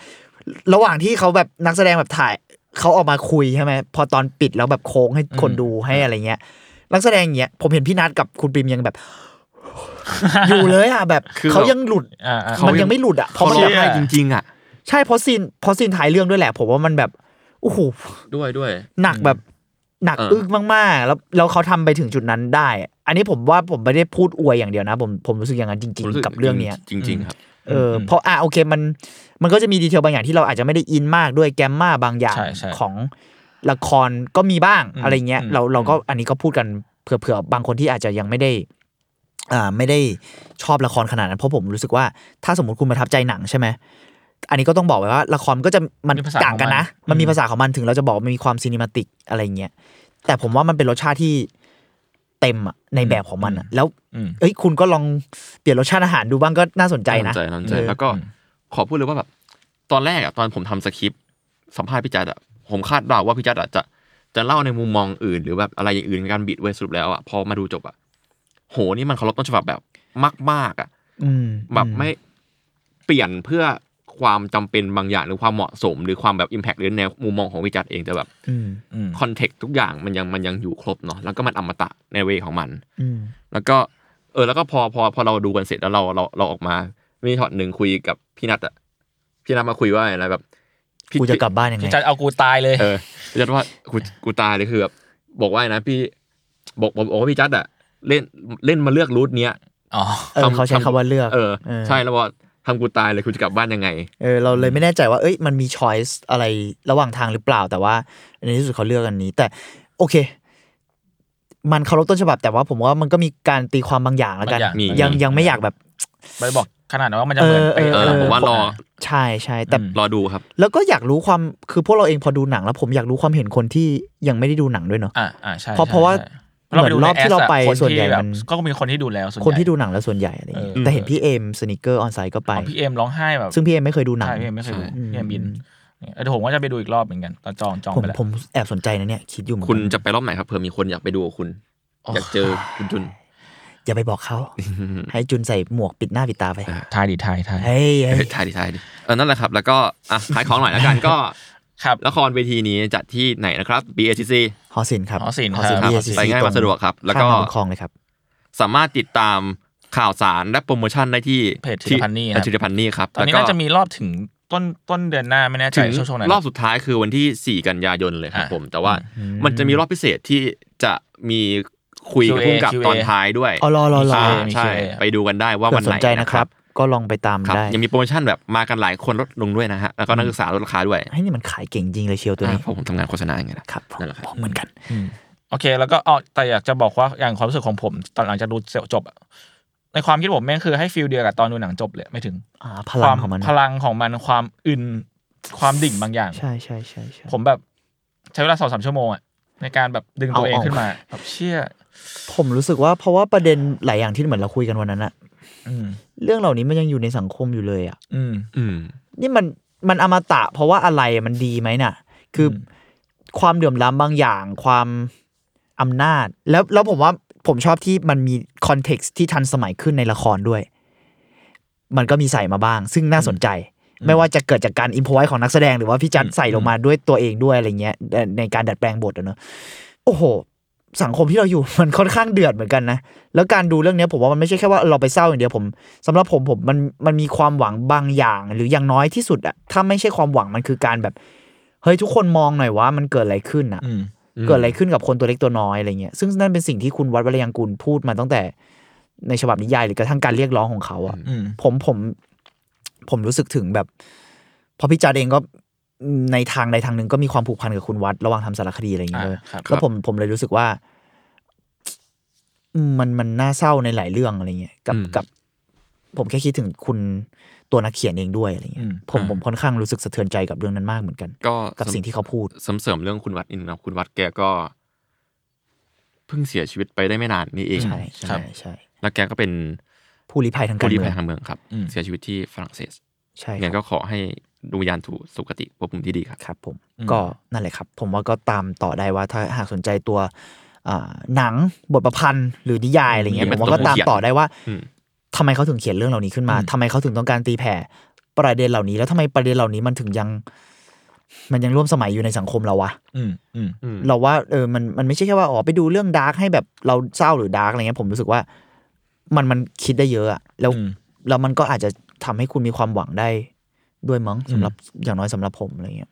Speaker 4: ระหว่างที่เขาแบบนักแสดงแบบถ่ายเขาออกมาคุยใช่ไหมพอตอนปิดแล้วแบบโค้งให้คนดูให้อะไรเงี้ย นักแสดงอย่างเงี้ยผมเห็นพี่นัทกับคุณปริมยังแบบ อยู่เลยอะแบบ
Speaker 3: คือ
Speaker 4: เขายังหลุด
Speaker 2: อ่าอ่า
Speaker 4: มันยังไม่หลุดอะเพ
Speaker 3: เขา
Speaker 4: ราะมัน
Speaker 3: ร้อง
Speaker 4: แบบ
Speaker 2: เชื่
Speaker 3: ไห้จริง ๆ อ่ะ
Speaker 4: ใช่เพราะซีนเพราะซีนท้ายเรื่องด้วยแหละ ผมว่ามันแบบโอ้โห
Speaker 3: ด้วยด้วย
Speaker 4: หนักแบบหนัก
Speaker 3: เอออึ้
Speaker 4: อึ้งมากๆ แล้วแล้วเขาทำไปถึงจุดนั้นได้ อันนี้ผมว่าผมไม่ได้พูดอวยอย่างเดียวนะ ผมผมรู้สึกอย่างนั้นจริง
Speaker 3: ผมสึ
Speaker 4: ๆ กับเรื่องเนี้ย
Speaker 3: จริง ๆ ครับ
Speaker 4: เอออเพราะอ่ะโอเคมันมันก็จะมีดีเทลบางอย่างที่เราอาจจะไม่ได้อินมากด้วยแกมมาบางอย่าง
Speaker 2: ใช่ใช่
Speaker 4: ของละครก็มีบ้าง
Speaker 2: อืม
Speaker 4: อะไรเงี้ย
Speaker 2: อืม
Speaker 4: เราเราก็อันนี้ก็พูดกันเผื่อเผื่อบางคนที่อาจจะยังไม่ได้อ่าไม่ได้ชอบละครขนาดนั้นเพราะผมรู้สึกว่าถ้าสมมติคุณประทับใจหนังใช่ไหมอันนี้ก็ต้องบอกไว้ว่า ละครก็จะมัน
Speaker 2: มีภาษา
Speaker 4: ต่างกันนะ
Speaker 2: ของมัน
Speaker 4: มันมี
Speaker 2: อืม
Speaker 4: ภาษาของมันถึงเราจะบอกว่ามันมีความซีนิมาติกอะไรเงี้ยแต่ผมว่ามันเป็นรสชาติที่เต็มอะในแบบของมันอะแล้ว
Speaker 2: อืม
Speaker 4: เอ้ยคุณก็ลองเปลี่ยนรสชาติอาหารดูบ้างก็น่าสนใจนะ
Speaker 3: สนใจสนใจ
Speaker 4: เออ
Speaker 3: แล้วก็ขอพูดเลยว่าแบบตอนแรกอะตอนผมทำสคริปต์สัมภาษณ์พี่จัดอะผมคาดเดาว่าพี่จัดอะจะจะเล่าในมุมมองอื่น หรือแบบอะไรอย่างอื่นในการบิดเว้ยสรุปแล้วอะพอมาดูจบอะโหนี่มันเคารพต้นฉบับแบบมาก ๆอะ
Speaker 4: อืม
Speaker 3: แบบ
Speaker 4: อืม
Speaker 3: ไม่เปลี่ยนเพื่อความจำเป็นบางอย่างหรือความเหมาะสม หรือความแบบอิมแพคหรือแนวมุมมองของพี่จัดเองแต่แบบ
Speaker 4: อืม
Speaker 2: อืม
Speaker 3: คอนเทกต์ทุกอย่างมันยังมันยังอยู่ครบเนาะแล้วก็มันอมตะในเวของมัน
Speaker 4: อืม
Speaker 3: แล้วก็เออแล้วก็พอพอพอเราดูกันเสร็จแล้วเราเราเราออกมามีช็อตหนึ่งคุยกับพี่นัทอะพี่นัทมาคุยว่าอะไรนะแบบพี่
Speaker 4: กูจะกลับบ้านยังไง
Speaker 2: พี่จัดเอากูตายเลย
Speaker 3: เออพี่จัดว่ากูกูตายเลยคือแบบบอกว่าอะไรนะพี่บอกบอกบอกว่าพี่จัดอะเล่นเล่นมาเลือกรูทเนี้ย
Speaker 2: อ๋อ
Speaker 4: เออเขาใช้คำว่าเลือก
Speaker 3: เออ
Speaker 4: เออ
Speaker 3: ใช่แล้วว่าทำกูตายเลยกูจะกลับบ้านยังไง
Speaker 4: เออเราเลยไม่แน่ใจว่า เอ้ย มันมีช้อยส์อะไรระหว่างทางหรือเปล่า แต่ว่าในที่สุดเขาเลือกอันนี้ แต่โอเค มันเคารพต้นฉบับ แต่ว่าผมว่ามันก็มีการตีความบางอย่างแล้วกัน
Speaker 2: บางอย่าง
Speaker 3: มี
Speaker 4: ยังยังไม่อยากแบบ
Speaker 2: ไม่ได้บอกขนาดนั้นว่ามันจะเหมือนไปะ
Speaker 3: เออ
Speaker 4: เออ
Speaker 3: ผมว่ารอ
Speaker 4: ใช่ใช่แต่
Speaker 2: อืม
Speaker 3: รอดูครับ
Speaker 4: แล้วก็อยากรู้ความคือพวกเราเองพอดูหนังแล้ว ผมอยากรู้ความเห็นคนที่ยังไม่ได้ดูหนังด้วยเนาะ
Speaker 2: อ่าอ่าใช่
Speaker 4: เพราะ
Speaker 2: ใช่
Speaker 4: เพราะว่า
Speaker 2: ใช่เราไปดู
Speaker 4: เหมือนรอบ
Speaker 2: ในแอ
Speaker 4: ที่เราไป
Speaker 2: อะคน
Speaker 4: ส่วนใหญ่
Speaker 2: ที่แบบ
Speaker 4: มัน
Speaker 2: ก็มีคนที่ดูแล้วส่วนใหญ่
Speaker 4: คนที่ดูหนังแล้วส่วนใหญ่อะไรเงี้ย
Speaker 2: เออ
Speaker 4: แต่เห็นพี่เอมสนิเกอร์ออนไซด์ก็ไป
Speaker 2: อ๋อพี่เอ็มร้องไห้แบบ
Speaker 4: ซึ่งพี่เอมไม่เคยดูหนัง
Speaker 2: ใช่พี่เอ็มไม่เคยดูพี่
Speaker 3: ใช่
Speaker 2: เอ็มบิน
Speaker 4: อื
Speaker 2: เนี่ยแล้วเดี๋ยวผมก็จะไปดูอีกรอบเหมือนกันตอนจองจอง
Speaker 4: ผม
Speaker 2: ไปแล้ว
Speaker 4: ผมแอบสนใจนะเนี่ยคิดอยู่เหมือน
Speaker 3: คุณ
Speaker 4: กัน
Speaker 3: จะไปรอบไหนครับเผื่อมีคนอยากไปดูกับคุณ อยากเจอคุณจุน
Speaker 4: อย่าไปบอกเขา ให้จุนใส่หมวกปิดหน้าปิดตาไป
Speaker 2: ทายดิทายทาย
Speaker 4: เฮ้ยเฮ้ย
Speaker 3: ถ่ายดิถ่ายดิเออนั่นแหละครับ แล้วก็อ่ะขายของหน่อยแล้วกันก็
Speaker 2: ครับ
Speaker 3: ละครเวทีนี้จัดที่ไหนนะครับ BACC
Speaker 4: หอศิลป์ครับ
Speaker 2: หอศิลป์ครับ
Speaker 3: ครับ
Speaker 4: BACC
Speaker 3: ไปง่าย
Speaker 4: ต
Speaker 3: มาสะดวกครับ แล้วก็
Speaker 4: ข้ามมาบุญคลองเลยครับ
Speaker 3: สามารถติดตามข่าวสารและโปรโมชั่นได้ที่
Speaker 2: เพจธีรพันธ์นี่ครับ
Speaker 3: ที่ธีรพันธ์นี่ครับ
Speaker 2: ตอนนี้
Speaker 3: แล้ว
Speaker 2: น่า
Speaker 3: ก็
Speaker 2: จะมีรอบถึงต้นต้นเดือนหน้าไม่แน่ใจ
Speaker 3: ถึง
Speaker 2: ช่วงๆนั้น
Speaker 3: รอบสุดท้ายคือวันที่ 4 กันยายนเลยครับ
Speaker 2: อ่ะ
Speaker 3: ผม แต่ว่ามันจะมีรอบพิเศษที่จะมีคุยกับ
Speaker 2: QA
Speaker 3: ผู้กำกับ
Speaker 2: QA
Speaker 3: ตอนท้ายด้วย
Speaker 4: อ๋อรอรอรอ
Speaker 3: า
Speaker 2: QA
Speaker 3: ใช่
Speaker 2: QA
Speaker 3: ไปดูกันได้ว่า
Speaker 4: เผื่
Speaker 3: วั
Speaker 4: อน ส
Speaker 3: ไห
Speaker 4: น
Speaker 3: น
Speaker 4: ใจนะครับ ก็ลองไปตาม
Speaker 3: ครับ
Speaker 4: ได้
Speaker 3: ยังมีโปรโมชั่นแบบมากันหลายคนลดลงด้วยนะฮะแล้วก็นักศึกษาลดราคาด้วย
Speaker 4: ให้ยนี่มันขายเก่งจริงเลยเชียวตัวนี้
Speaker 3: เพราะผมทำงานโฆษณาไงล่ะ
Speaker 4: ครับผม
Speaker 3: นั่นแหละครับ
Speaker 4: ผมเหมือนกัน
Speaker 2: โอเค แล้วก็อ๋อแต่อยากจะบอกว่าอย่างความรู้สึกของผม ตอนหลังจากดูจบอะในความคิดผมแม่งคือให้ฟีลเดียวกับตอนดูหนังจบเลยไม่ถึง
Speaker 4: อ่า พ
Speaker 2: ค
Speaker 4: ลั
Speaker 2: วาง ม
Speaker 4: ของมัน
Speaker 2: พลังของมันความอึนความดิ่งบางอย่าง
Speaker 4: ใช่ใช่ใช่ใช่
Speaker 2: ผมแบบใช้เวลาสองสามชั่วโมงอะในการแบบดึงตัวเองขึ้นมาแบบเชี่ย
Speaker 4: ผมรู้สึกว่าเพราะว่าประเด็นหลายอย่างที่เหมือนเราคุยกันวันนั้นอะ
Speaker 2: อืม
Speaker 4: เรื่องเหล่านี้มันยังอยู่ในสังคมอยู่เลยอะ
Speaker 2: อืม
Speaker 3: อืม
Speaker 4: นี่มันมันอมตะ เพราะว่าอะไรอะมันดีไหมน่ะ คืออความเดือมล้ำบางอย่าง ความอำนาจ แล้วแล้วผมว่าผมชอบที่มันมีคอนเท็กซ์ที่ทันสมัยขึ้นในละครด้วย มันก็มีใส่มาบ้าง ซึ่งน่าสนใจ ไม่ว่าจะเกิดจากการอิมพอไวของนักแสดงหรือว่าพี่จัดใส่ลงมาด้วยตัวเองด้วยอะไรเงี้ยเอ่อในการดัดแปลงบทอะเนอะโอ้โห สังคมที่เรา อยู่ มันค่อนข้างเดือดเหมือนกันนะแล้วการดูเรื่องเนี้ยผมว่ามันไม่ใช่แค่ว่าเราไปเศร้าอย่างเดียวผมสำหรับผมผมมันมันมีความหวังบางอย่าง หรืออย่างน้อยที่สุดอะถ้าไม่ใช่ความหวังมันคือการแบบเฮ้ยทุกคนมองหน่อยว่ามันเกิดอะไรขึ้นอะ
Speaker 2: อืม
Speaker 4: เกิดอะไรขึ้นกับคนตัวเล็กตัวน้อยอะไรเงี้ย ซึ่งนั่นเป็นสิ่งที่คุณวัดวรยังกูลพูดมาตั้งแต่ในฉบับนิยายหรือกระทั่งการเรียกร้องของเขาอะ
Speaker 2: อืม
Speaker 4: ผมผม ผมรู้สึกถึงแบบเพอพี่จาร์เองก็ในทางใดทางหนึ่งก็มีความผูกพันกับคุณวัดระหว่างทำสารคดีอะไรอย่างเงี้ย
Speaker 2: อ่า
Speaker 4: ด้วย
Speaker 2: ครับ
Speaker 4: ก็ผมผมเลยรู้สึกว่าอืมมันมันน่าเศร้าในหลายเรื่องอะไรเงี้ยกับ
Speaker 3: อืม
Speaker 4: กับ ผมแค่คิดถึงคุณตัวนักเขียนเองด้วยอะไรเงี้ย
Speaker 2: อืม
Speaker 4: ผมผมค่อนข้างรู้สึกสะเทือนใจกับเรื่องนั้นมากเหมือนกัน
Speaker 3: ก็
Speaker 4: กับสิ่งที่เขาพูด
Speaker 3: เสริมเสริมเรื่องคุณวัดอินนะครับคุณวัดแกก็ เพิ่งเสียชีวิตไปได้ไม่นานนี่เอง
Speaker 4: ใช่
Speaker 2: ครั
Speaker 4: ใช่
Speaker 2: บ
Speaker 4: ใช่
Speaker 3: แล้วแกก็เป็น
Speaker 4: ผู้ลี้ภัยทางการ
Speaker 3: ผู้ลี้
Speaker 4: เมื
Speaker 3: ภั
Speaker 4: อย ง
Speaker 3: ทางเมืองครับ
Speaker 2: อืม
Speaker 3: เสียชีวิตที่ฝรั่งเศส
Speaker 4: ใช่
Speaker 3: งั้น
Speaker 4: ครับ
Speaker 3: ก็ขอให้ดวงวิญญาณถูกสุคติภพภูมิที่ดีครับ
Speaker 4: ครับผม
Speaker 2: อืม
Speaker 4: ก็นั่นแหละครับ ผมว่าก็ตามต่อได้ว่าถ้าหากสนใจตัวอ่าหนังบทประพันธ์หรือนิยายอะไรเงี้ย
Speaker 3: หรือ
Speaker 4: ผ
Speaker 3: เป็
Speaker 4: ม
Speaker 3: น
Speaker 4: ว่าก็ตามต่อได้ว่า
Speaker 3: อืม
Speaker 4: ทำไมเขาถึงเขียนเรื่องเหล่านี้ขึ้นมาทำไมเขาถึงต้องการตีแผ่ประเด็นเหล่านี้ แล้วทำไมประเด็นเหล่านี้มันถึงยัง มันยังร่วมสมัยอยู่ในสังคมเราวะ
Speaker 2: อืมอืม
Speaker 4: เราว่าเออมันมันไม่ใช่แค่ว่าอ๋อไปดูเรื่องดาร์กให้แบบเราเศร้าหรือดาร์กอะไรเงี้ยผมรู้สึกว่า มันมันคิดได้เยอะอะแล้ว
Speaker 2: อืม
Speaker 4: แล้วมันก็อาจจะทำให้คุณมีความหวังได้ด้วยมั้งสำหรับอย่างน้อยสำหรับผมอะไรเงี้ย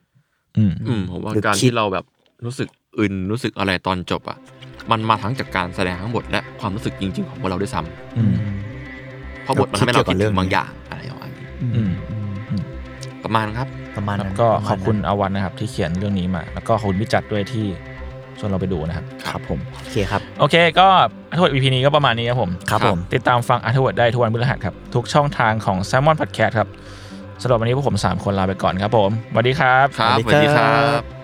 Speaker 2: อืม
Speaker 3: อืมผมว่า
Speaker 4: หรือ
Speaker 3: การ
Speaker 4: คิด
Speaker 3: ที่เราแบบรู้สึกอึนรู้สึกอะไรตอนจบอ่ะ มันมาทั้งจากการแสดงทั้งบทและความรู้สึกจริง ๆ ของพวกเราด้วยซ้ำ
Speaker 2: อืม
Speaker 3: เพราะบทมันทำให้เราคิด
Speaker 4: เกี่ยวกับเรื่
Speaker 3: ถึ
Speaker 4: อง
Speaker 3: งบางอย่างอะไรประมาณนี้
Speaker 2: อืม
Speaker 3: ประมาณครับ
Speaker 4: ประมาณ
Speaker 2: ครับ
Speaker 4: นั้น
Speaker 2: ก็
Speaker 4: ประมาณ
Speaker 2: ขอบคุณ
Speaker 4: นั้น
Speaker 2: อาวันนะครับที่เขียนเรื่องนี้มา แล้วก็ขอบคุณพิจัดด้วยที่ชวนเราไปดูนะครับ
Speaker 4: ครับผมโอเคครับ
Speaker 2: โอเคก็อัธวัต EP นี้ก็ประมาณนี้ครับผม
Speaker 4: ครับผม
Speaker 2: ติดตามฟังอัธวัตได้ทุกวันพฤหัสครับ ทุกช่องทางของ s ซ l m o n Podcast ครับสำหรับวันนี้พวกผม 3 คนลาไปก่อนครับผมสวัสดีครับ
Speaker 3: ครับสวัสดีครับ